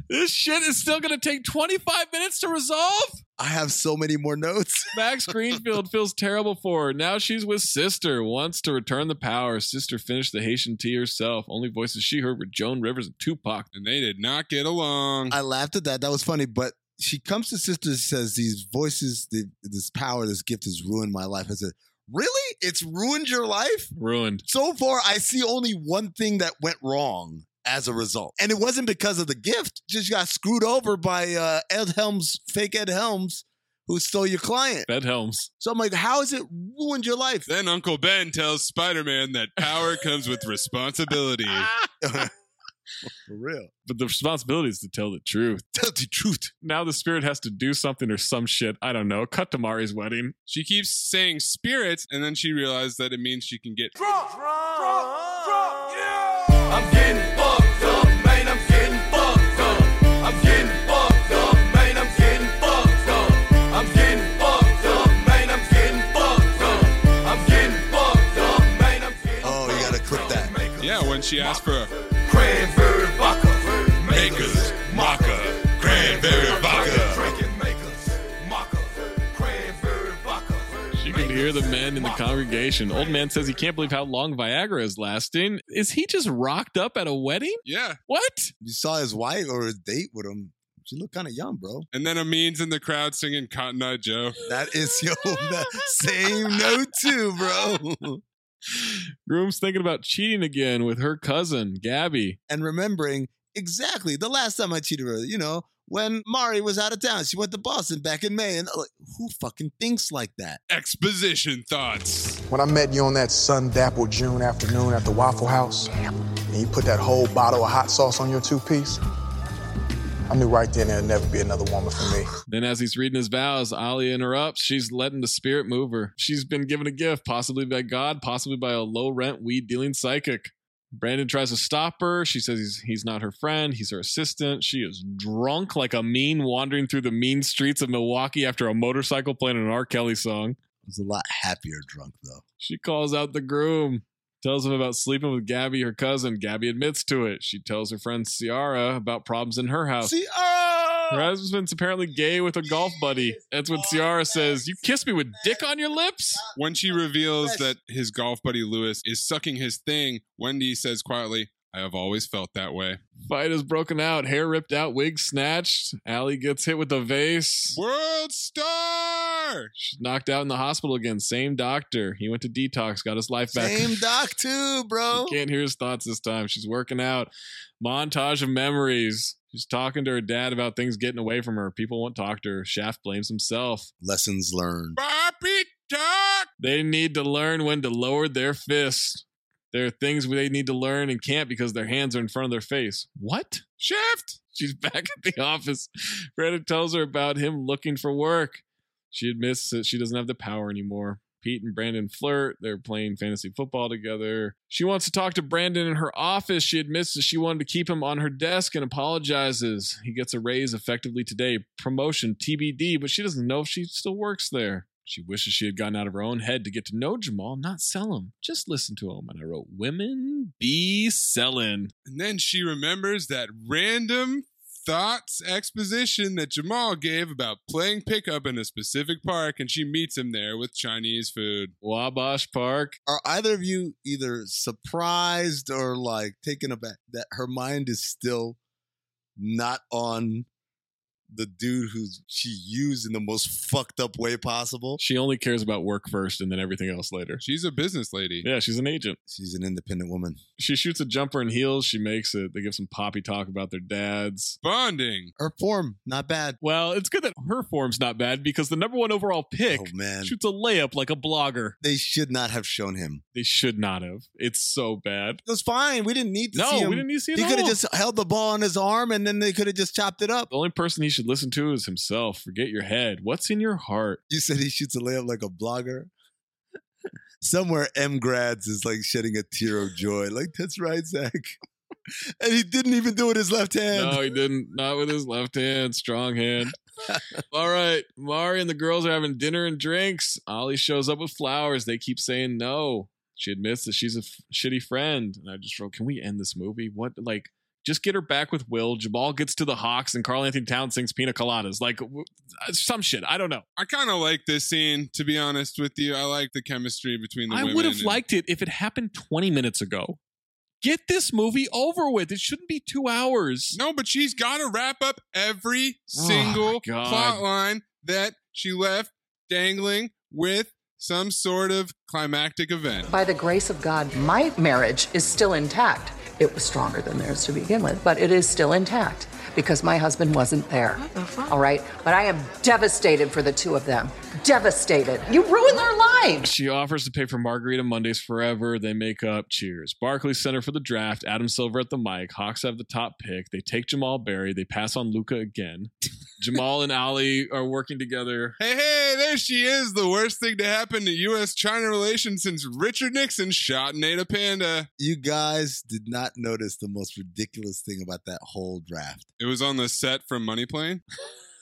B: This shit is still going to take 25 minutes to resolve.
C: i have so many more notes
B: <laughs> Max Greenfield feels terrible for her. Now she's with Sister, wants to return the power. Sister finished the Haitian tea herself. Only voices she heard were Joan Rivers and Tupac.
A: And they did not get along.
C: <laughs> I laughed at that. That was funny. But she comes to sister and says, These voices, the, this power, this gift has ruined my life. I said, Really? It's ruined your life?
B: Ruined.
C: So far, I see only one thing that went wrong as a result. And it wasn't because of the gift. Just got screwed over by uh, Ed Helms, fake Ed Helms, who stole your client.
B: That helms.
C: So I'm like, How has it ruined your life?
A: Then Uncle Ben tells Spider Man that power comes with responsibility.
C: For real.
B: But the responsibility is to tell the truth.
C: Tell the truth.
B: Now the spirit has to do something or some shit. I don't know. Cut to Mari's wedding.
A: She keeps saying spirit, and then she realized that it means she can get
L: I'm getting fucked up, man. I'm getting fucked up. I'm getting fucked up, man. I'm getting fucked up. I'm getting fucked up, man. I'm getting fucked up. I'm getting fucked up, man. I'm getting
C: Oh, you got to clip that.
A: Yeah, when she asked for a
L: cranberry vodka.
A: Makers Maca Cranberry Vodka.
L: Drinking makers, maca, cranberry vodka.
B: She can hear the men in the congregation. Old man says he can't believe how long Viagra is lasting. Is he just rocked up at a wedding?
A: Yeah.
B: What?
C: You saw his wife or his date with him. She looked kind of young, bro.
A: And then a means in the crowd singing Cotton Eye Joe.
B: <laughs>
C: <laughs> That is yo, that same note too, bro. <laughs>
B: Groom's thinking about cheating again with her cousin, Gabby.
C: and remembering exactly the last time I cheated with her, you know, when Mari was out of town. She went to Boston back in May. And like, who fucking thinks like that?
A: Exposition thoughts.
Q: When I met you on that sun dappled June afternoon at the Waffle House, and you put that whole bottle of hot sauce on your two piece, I knew right then there'd never be another woman for me.
B: Then, as he's reading his vows, Ali interrupts. She's letting the spirit move her. She's been given a gift, possibly by God, possibly by a low rent weed dealing psychic. Brandon tries to stop her. She says he's, he's not her friend, he's her assistant. She is drunk like a mean, wandering through the mean streets of Milwaukee after a motorcycle playing an R. Kelly song.
C: I was a lot happier drunk, though.
B: She calls out the groom, tells him about sleeping with Gabby, her cousin. Gabby admits to it. She tells her friend Ciara about problems in her house.
C: oh,
B: Her husband's apparently gay with a golf buddy. That's when Ciara says, You kissed me with dick on your lips?
A: When she reveals that his golf buddy Lewis is sucking his thing, Wendy says quietly, I have always felt that way.
B: Fight is broken out, hair ripped out, wig snatched. Allie gets hit with a vase.
A: World star!
B: She's knocked out in the hospital again. Same doctor. He went to detox, got his life back. <laughs>
C: Same doc too, bro.
B: You can't hear his thoughts this time. She's working out. Montage of memories. She's talking to her dad about things getting away from her. People won't talk to her. Shaft blames himself.
C: Lessons learned.
A: Poppy talk!
B: They need to learn when to lower their fist. There are things they need to learn and can't because their hands are in front of their face. What?
A: Shaft!
B: She's <laughs> back at the office. Brandon tells her about him looking for work. She admits that she doesn't have the power anymore. Pete and Brandon flirt. They're playing fantasy football together. She wants to talk to Brandon in her office. She admits that she wanted to keep him on her desk and apologizes. He gets a raise effectively today, promotion TBD, but she doesn't know if she still works there. She wishes she had gotten out of her own head to get to know Jamal, not sell him. Just listen to him. And I wrote, Women be selling.
A: And then she remembers that random thoughts exposition that Jamal gave about playing pickup in a specific park, and she meets him there with Chinese food.
B: Wabash Park.
C: Are either of you either surprised or like taken aback that her mind is still not on the dude who she used in the most fucked up way possible?
B: She only cares about work first and then everything else later.
A: She's a business lady.
B: Yeah, she's an agent.
C: She's an independent woman.
B: She shoots a jumper in heels. She makes it. They give some poppy talk about their dads.
A: Bonding.
C: Her form, not bad.
B: Well, it's good that her form's not bad because the number one overall pick
C: Oh man.
B: shoots a layup like a blogger.
C: They should not have shown him.
B: They should not have. It's so bad.
C: It was fine. We didn't need to
B: No,
C: see him.
B: we didn't need to see it
C: He
B: at
C: could have
B: all.
C: just held the ball in his arm and then they could have just chopped it up.
B: The only person he should listen to is himself. Forget your head. What's in your heart?
C: You said he shoots a layup like a blogger. Somewhere M grads is like shedding a tear of joy. Like, that's right, Zach. <laughs> And he didn't even do it with his left hand.
B: No, he didn't. Not with his left hand, strong
A: <laughs>
B: hand. All right. Mari and the girls are having dinner and drinks. Ollie shows up with flowers. They keep saying no. She admits that she's a f- shitty friend. And I just wrote, can we end this movie? What, like, just get her back with Will. Jamal gets to the Hawks and Carl Anthony Towns sings pina coladas. Like, w- uh, some shit. I don't know.
A: I kind of like this scene, to be honest with you. I like the chemistry between the
B: I
A: women.
B: would have
A: and-
B: liked it if it happened 20 minutes ago. Get this movie over with. It shouldn't be two hours.
A: No, but she's got to wrap up every
B: Oh,
A: single
B: my God.
A: plot line that she left dangling with some sort of climactic event.
E: By the grace of God, my marriage is still intact. It was stronger than theirs to begin with, but it is still intact because my husband wasn't there. All right? But I am devastated for the two of them. Devastated. You ruined their lives.
B: She offers to pay for Margarita Mondays forever. They make up. Cheers. Barclays Center for the draft. Adam Silver at the mic. Hawks have the top pick. They take Jamal Berry. They pass on Luca <laughs> again. Jamal and Ali are working together.
A: Hey, hey, there she is, the worst thing to happen to U.S. China relations since Richard Nixon shot Nada Panda.
C: You guys did not notice the most ridiculous thing about that whole draft.
A: It was on the set from Money Plane.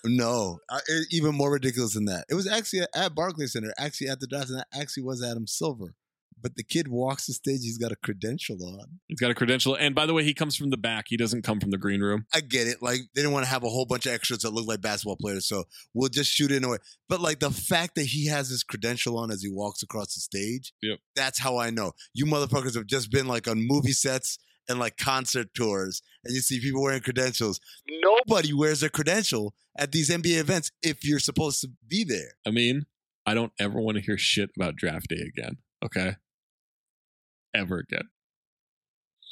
C: No, I, it- even more ridiculous than that. It was actually at Barclays Center, actually at the draft, and that actually was Adam Silver. But the kid walks the stage, he's got a credential on.
B: He's got a credential. And by the way, he comes from the back. He doesn't come from the green room.
C: I get it. Like they didn't want to have a whole bunch of extras that look like basketball players, so we'll just shoot it in a way. But like the fact that he has his credential on as he walks across the stage,
B: Yep.
C: that's how I know. You motherfuckers have just been like on movie sets and like concert tours, and you see people wearing credentials. Nobody wears a credential at these NBA events if you're supposed to be there.
B: I mean, I don't ever want to hear shit about draft day again. Okay.
A: ever again.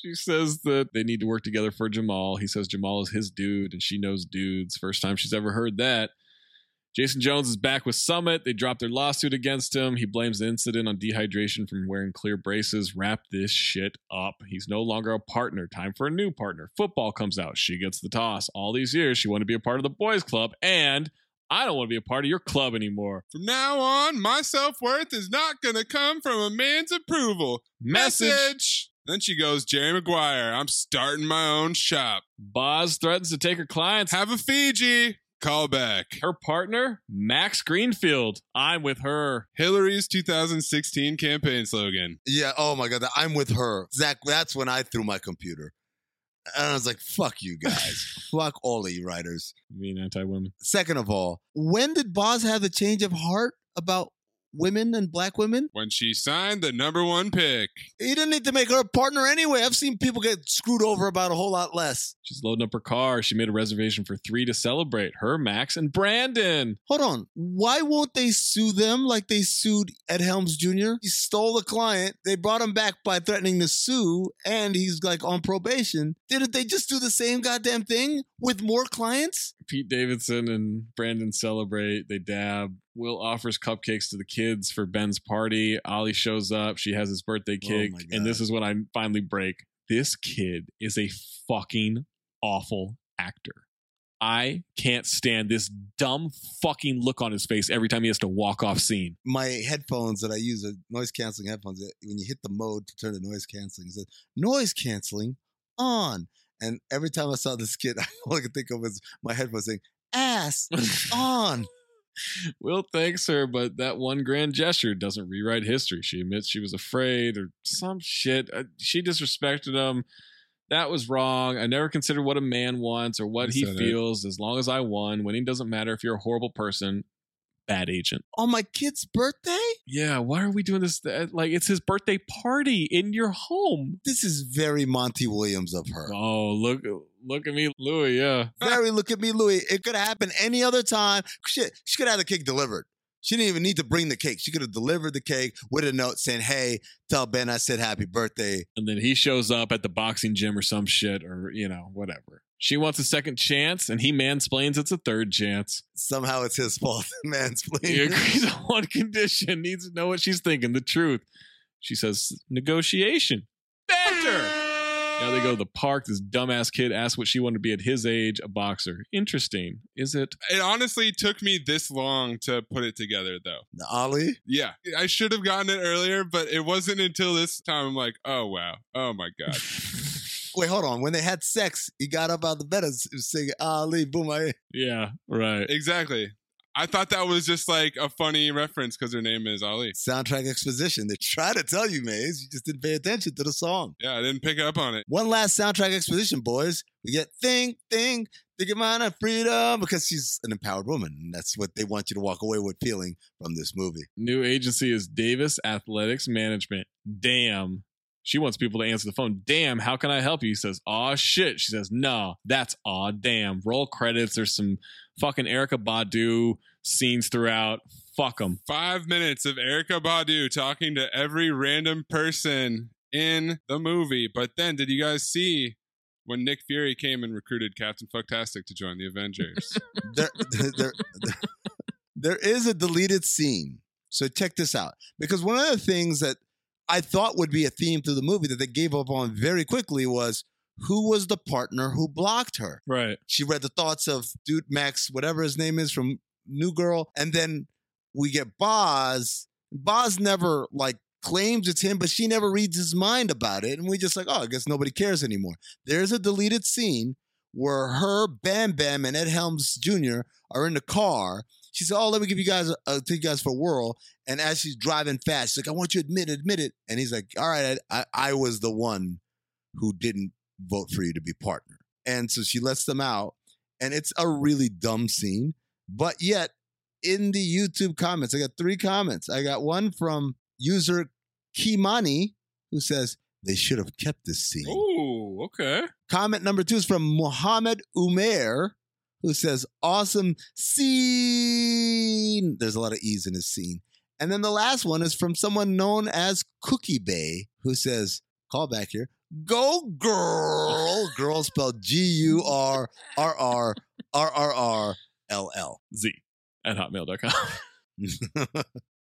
A: She says that they need to work together for Jamal. He says Jamal is his dude and she knows dudes. First time she's ever heard that. Jason Jones is back with Summit. They dropped their lawsuit against him. He blames the incident on dehydration from wearing clear braces. Wrap this shit up. He's no longer a partner. Time for a new partner. Football comes out. She gets the toss. All these years, she wanted to be a part of the boys' club, and I don't want to be a part of your club anymore.
B: From now on, my self worth is not going to come from a man's approval.
A: Message.
B: Then she goes, Jerry Maguire, I'm starting my own shop.
A: Boz threatens to take her clients.
B: Have a Fiji. Call back.
A: Her partner, Max Greenfield. I'm with her.
B: Hillary's 2016 campaign slogan.
C: Yeah. Oh my god. I'm with her. Zach. That's when I threw my computer, and I was like, "Fuck you guys. Fuck all of you writers."
A: Mean anti women.
C: Second of all, when did Boz have a change of heart about women and black women?
B: When she signed the number one pick.
C: He didn't need to make her a partner anyway. I've seen people get screwed over about a whole lot less.
A: She's loading up her car. She made a reservation for three to celebrate her, Max, and Brandon.
C: Hold on. Why won't they sue them like they sued Ed Helms Jr.? He stole the client. They brought him back by threatening to sue, and he's like on probation. Didn't they just do the same goddamn thing with more clients?
A: Pete Davidson and Brandon celebrate. They dab. Will offers cupcakes to the kids for Ben's party. Ollie shows up. She has his birthday cake.
C: Oh my God.
A: and this is when I finally break. This kid is a fucking awful actor. I can't stand this dumb fucking look on his face every time he has to walk off
C: <laughs>
A: scene.
C: My headphones that I use are noise canceling headphones. uh, When you hit the mode to turn the noise canceling, it says noise canceling on. And every time I saw this kid, <laughs> all I could think of was my headphones saying ass on.
A: Will thanks her, but that one grand gesture doesn't rewrite history. She admits she was afraid or some shit. Uh, She disrespected him. That was wrong. I never considered what a man wants or what
B: I
A: he
B: said it.
A: feels. As long as I won, winning doesn't matter if you're a horrible person. Bad agent.
C: On my kid's birthday?
A: Yeah, why are we doing this? That- Like, it's his birthday party in your home.
C: This is very Monty Williams of her.
A: Oh, look, look at me, Louis. Yeah,
C: Very look at me, Louis. It could have happened any other time. Shit, she could have had the cake delivered. She didn't even need to bring the cake. She could have delivered the cake with a note saying, Hey, tell Ben I said happy birthday.
A: and then he shows up at the boxing gym or some shit or you know whatever she wants a second chance and he mansplains it's a third chance
C: Somehow it's his fault. <laughs>
A: he
B: Mm-hmm.
C: Mansplaining.
A: agrees <laughs> on one condition needs to know what she's thinking the truth she says negotiation banter now they go to the park this dumbass kid asks what she wanted to be at his age a boxer interesting is it
B: It honestly took me this long to put it together, though.
C: The Ollie.
B: Yeah, I should have gotten it earlier, but it wasn't until this time I'm like, oh wow, oh my god.
C: Wait, hold on. When they had sex, he got up out of the bed and singing Ali boom. I
A: <laughs> yeah right
B: exactly. I thought that was just like a funny reference because her name is Ali.
C: soundtrack exposition. They try to tell you, Maze. You just didn't pay attention to the song.
B: Yeah, I didn't pick up on it.
C: One last soundtrack exposition, boys. We get thing, thing, think of mine of freedom because she's an empowered woman. And that's what they want you to walk away with feeling from this movie.
A: new agency is davis athletics management damn she wants people to answer the phone. Damn, how can I help you? He says, Aw, shit. She says, No, that's aw, damn. Roll credits. There's some fucking Erica Badu scenes throughout. Fuck them.
B: Five minutes of Erica Badu talking to every random person in the movie. But then, did you guys see when Nick Fury came and recruited Captain Fucktastic to join the Avengers?
C: There, <laughs> there, there, there is a deleted scene. So check this out. Because one of the things that I thought would be a theme through the movie that they gave up on very quickly was who was the partner who blocked her?
A: <laughs> Right.
C: She read the thoughts of Dude Max, whatever his name is from New Girl, and then we get Boz. Boz never like claims it's him, but she never reads his mind about it, and we just like, oh, I guess nobody cares anymore. There's a deleted scene where her, Bam Bam, and Ed Helms Jr. are in the car. She said, "Oh, let me give you guys, a, uh, take you guys for a whirl." And as she's driving fast, she's like, "I want you to admit, it, admit it." And he's like, "All right, I, I, I was the one who didn't vote for you to be partner." And so she lets them out, and it's a really dumb scene. But yet, in the YouTube comments, I got three comments. I got one from user Kimani who says they should have kept this scene.
A: Oh, okay.
C: Comment number two is from Mohammed Umair, who says, Awesome scene. There's a lot of E's in his scene. And then the last one is from someone known as Cookie Bay, who says, call back here, go girl, girl spelled G U R R R R R R L L.
B: Z at hotmail.com.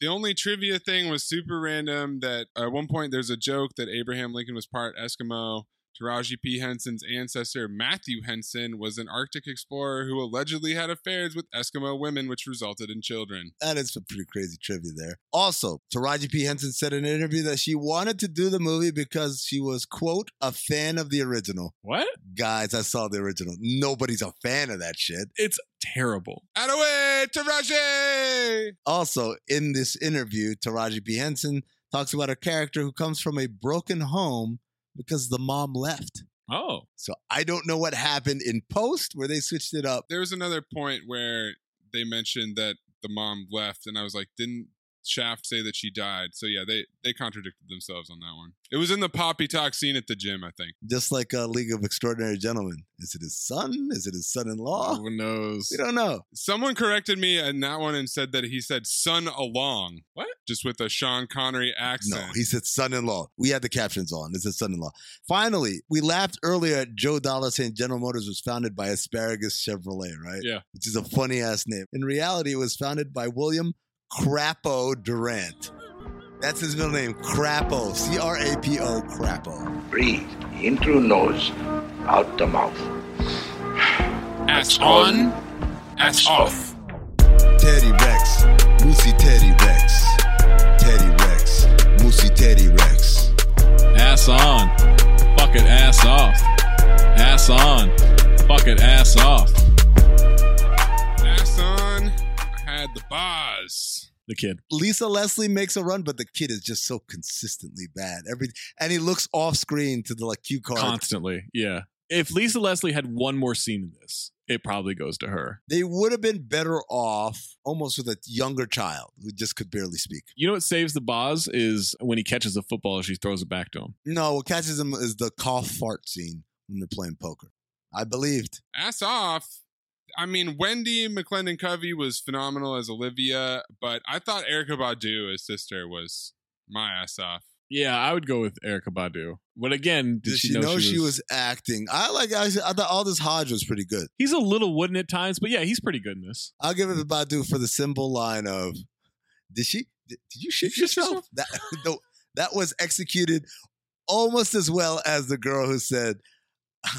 A: The only trivia thing was super random that at one point there's a joke that Abraham Lincoln was part Eskimo. Taraji P. Henson's ancestor, Matthew Henson, was an Arctic explorer who allegedly had affairs with Eskimo women, which resulted in children.
C: That is some pretty crazy trivia there. Also, Taraji P. Henson said in an interview that she wanted to do the movie because she was, quote, a fan of the original.
B: What?
C: Guys, I saw the original. Nobody's a fan of that shit.
B: It's terrible.
A: Out of way, Taraji!
C: Also, in this interview, Taraji P. Henson talks about a character who comes from a broken home because the mom left.
B: Oh.
C: So I don't know what happened in post where they switched it up.
A: There was another point where they mentioned that the mom left, and I was like, didn't Shaft say that she died? So yeah, they they contradicted themselves on that one. It was in the poppy talk scene at the gym, I think.
C: Just like a League of Extraordinary Gentlemen. Is it his son? Is it his son in law?
A: Who knows?
C: We don't Oh, know.
A: Someone corrected me on that one and said that he said "son along."
B: What?
A: Just with a Sean Connery
C: No,
A: accent.
C: he said son in law. We had the captions on. It's his son in law. Finally, we laughed earlier at Joe Dollar saying General Motors was founded by Asparagus Chevrolet, right?
A: Yeah.
C: Which is a funny ass name. In reality, it was founded by William Crapo Durant. That's his middle name, Crapo. C R A P O, Crapo.
D: Breathe in through nose, out the mouth.
B: Ass on, ass off.
C: Teddy Rex, Moosey Teddy Rex, Teddy Rex, Moosey Teddy Rex.
B: Ass on. Fuck it, ass off. Ass on. Fuck it, ass off.
A: Ass on. I had the bars.
B: The kid.
C: Lisa Leslie makes a run, but the kid is just so consistently bad. Every and he looks off screen to the like cue card.
B: Constantly. Yeah. If Lisa Leslie had one more scene in this, it probably goes to her.
C: they would have been better off almost with a younger child who just could barely speak.
B: You know what saves the Boz is when he catches the football and she throws it back to him.
C: No, what catches him is the cough fart scene when they're playing poker. I believed.
A: ass off. I mean, Wendy McClendon Covey was phenomenal as Olivia, but I thought Erica Badu as sister was my ass off.
B: Yeah, I would go with Erica Badu. But again, did,
C: Did, she, know, she was, acting? I like. I, I thought Aldous Hodge was pretty good.
B: He's a little wooden at times, but yeah, he's pretty good in this.
C: I'll give it to Badu for the simple line of, "Did she? Did, did you shit yourself?" that <laughs> no, that was executed almost as well as the girl who said, <laughs>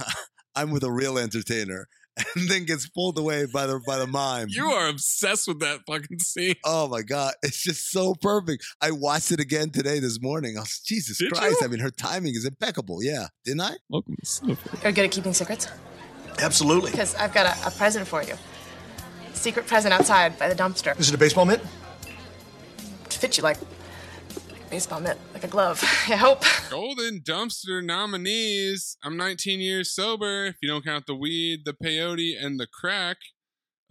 C: "I'm with a real entertainer," <laughs> and then gets pulled away by the by the mime.
B: You are obsessed with that fucking scene. <laughs>
C: Oh my god, <laughs> it's just so perfect. I watched it again today this morning. I was Jesus
B: Did
C: Christ.
B: you?
C: I mean, her timing is impeccable. Yeah, didn't I?
B: Welcome to
X: Are you good at keeping secrets?
F: Absolutely.
X: Because I've got a, a present for you. Secret present outside by the dumpster.
F: Is it a baseball mitt?
X: To fit you like a baseball mitt, like a glove. <laughs> I hope.
A: Golden Dumpster nominees. I'm 19 years sober. If you don't count the weed, the peyote, and the crack,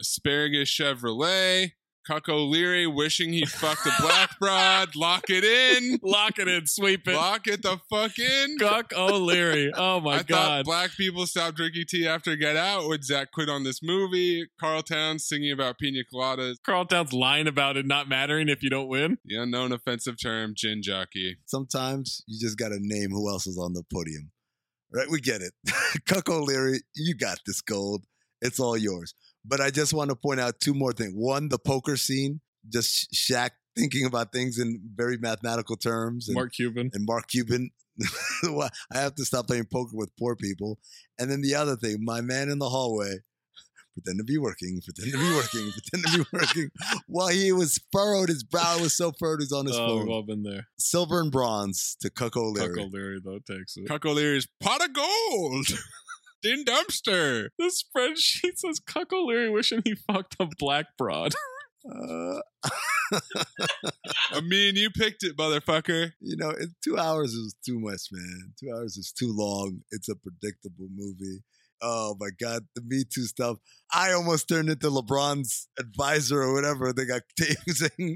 A: Asparagus Chevrolet, Cuck O'Leary wishing he fucked a
B: <laughs>
A: black broad. Lock it in.
B: Lock it in, sweep it.
A: Lock it the fuck in.
B: Cuck O'Leary. Oh my
A: <laughs> I thought
B: god.
A: black people stopped drinking tea after Get Out when Zach quit on this movie. Carl Towns singing about pina coladas.
B: Carl Town's lying about it not mattering if you don't win.
A: The unknown offensive term, gin jockey.
C: Sometimes you just got to name who else is on the podium. Right? We get it. <laughs> Cuck O'Leary, you got this gold. It's all yours. But I just want to point out two more things. One, the poker scene, just Sh- Shaq thinking about things in very mathematical terms. And,
B: Mark Cuban.
C: and Mark Cuban. <laughs> Why- I have to stop playing poker with poor people. And then the other thing, my man in the hallway, pretend to be working, pretend to be working, pretend to be working. While he was furrowed, his brow was so furrowed, he was on his
B: Oh,
C: phone.
B: we've all been there.
C: Silver and bronze to Cuck O'Leary.
B: Cuck O'Leary though takes it.
A: Cuck O'Leary's pot of gold. <laughs> Din dumpster.
B: The spreadsheet says Cuck O'Leary wishing he fucked a black broad. <laughs>
C: Uh,
A: <laughs> I mean, you picked it, motherfucker.
C: you know, it, two hours is too much, man. Two hours is too long. It's a predictable movie. Oh my God, the Me Too stuff. I almost turned into LeBron's advisor or whatever. They got <laughs> tasing.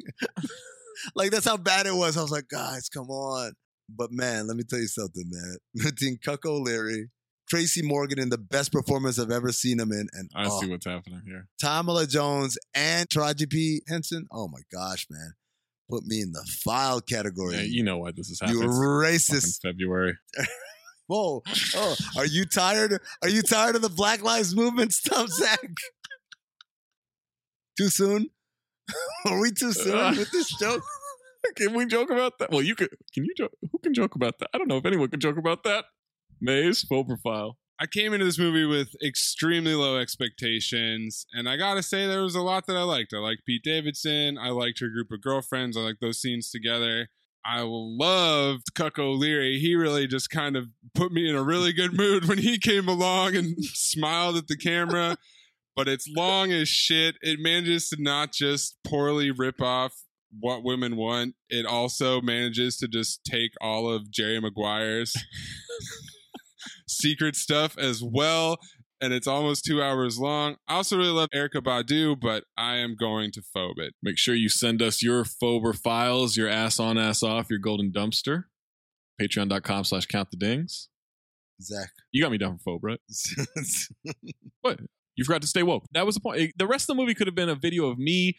C: like, that's how bad it was. I was like, guys, come on. But man, let me tell you something, man. <laughs> Between Cuck O'Leary, Tracy Morgan in the best performance I've ever seen him in, and
B: I
C: oh,
B: see what's happening here.
C: Tamala Jones and Taraji P. Henson. Oh my gosh, man. Put me in the file category.
B: Yeah, you know why this is happening.
C: You racist.
B: February.
C: Whoa. Oh, are you tired? Are you tired of the Black Lives Movement stuff, Zach? too soon? <laughs> are we too soon with this joke?
B: <laughs> Can we joke about that? Well, you could. Can you joke? Who can joke about that? I don't know if anyone can joke about that. Maze full profile.
A: I came into this movie with extremely low expectations, and I gotta say there was a lot that I liked. I liked Pete Davidson. I liked her group of girlfriends. I liked those scenes together. I loved Cuck O'Leary. He really just kind of put me in a really good mood when he came along and <laughs> smiled at the camera.
B: <laughs>
A: But it's long as shit. It manages to not just poorly rip off what women want. It also manages to just take all of Jerry
B: <laughs>
A: Maguire's secret stuff as well. And it's almost two hours long. I also really love Erica Badu, but I am going to phobe it.
B: Make sure you send us your Fober files, your ass on, ass off, your golden dumpster. Patreon.com slash count the dings.
C: Zach. <laughs>
B: You got me down for Phobe, right? what? You forgot to stay woke. That was the point. It- The rest of the movie could have been a video of me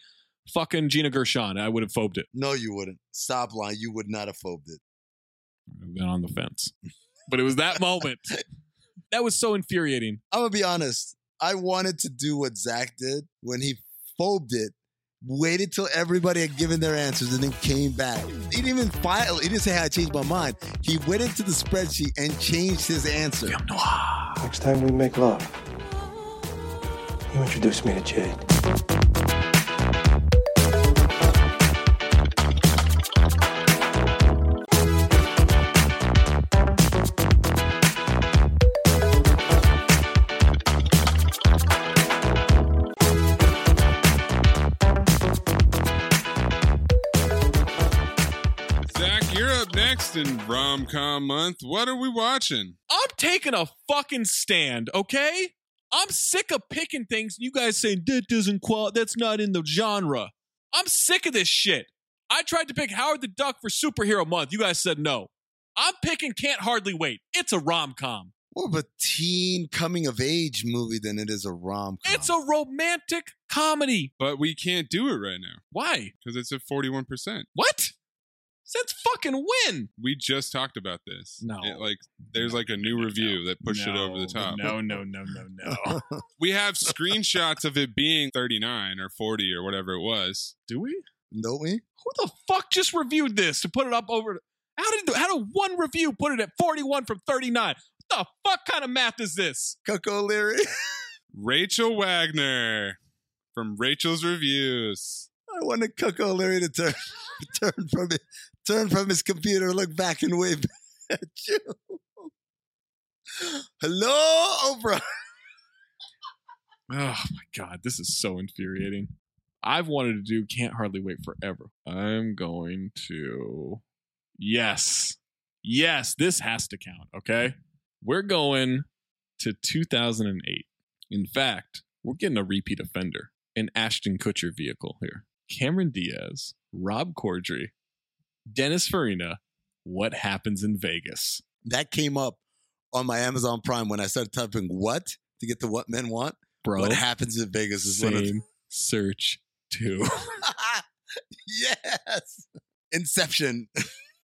B: fucking Gina Gershon. I would have phobed it.
C: no, you wouldn't. Stop lying. You would not have phobed it.
B: I would have been on the fence. But it was that moment. <laughs> that was so infuriating.
C: I'm gonna be honest. I wanted to do what Zach did when he phobed it, waited till everybody had given their answers, and then came back. He didn't even file. He didn't say, "Hey, I changed my mind." He went into the spreadsheet and changed his answer.
Y: Next time we make love, you introduce me to Jade.
A: Zach, you're up next in Rom Com Month. What are we watching?
B: I'm taking a fucking stand, okay? I'm sick of picking things and you guys saying that doesn't qual that's not in the genre. I'm sick of this shit. I tried to pick Howard the Duck for superhero month. You guys said no. I'm picking Can't Hardly Wait. It's a rom-com.
C: More of a teen coming of age movie than it is a rom.
B: It's a romantic comedy.
A: But we can't do it right now
B: Why?
A: because it's at 41%.
B: What? Since fucking when?
A: We just talked about this.
B: No.
A: It, like, there's like a new review that pushed it over the top.
H: No, no, no, no, no.
A: We have screenshots of it being 39 or 40 or whatever it was.
B: Do we?
C: Don't we?
B: Who the fuck just reviewed this to put it up over? How did how did one review put it at 41 from 39? What the fuck kind of math is this?
C: Coco Leary.
A: Rachel Wagner from Rachel's Reviews.
C: <laughs> I wanted Coco Leary to turn <laughs> turn from it, turn from his computer, look back and wave <laughs> at you. Hello, Oprah.
B: Oh my god, this is so infuriating. I've wanted to do can't hardly wait forever. I'm going to Yes. Yes, this has to count, okay? We're going to 2008. In fact, we're getting a repeat offender, an Ashton Kutcher vehicle here. Cameron Diaz, Rob Corddry, Dennis Farina, What Happens in Vegas?
C: That came up on my Amazon Prime when I started typing "what" to get to "what men want."
B: Bro,
A: Oh.
C: What happens in Vegas is one of <laughs>
B: same search too.
C: yes, Inception.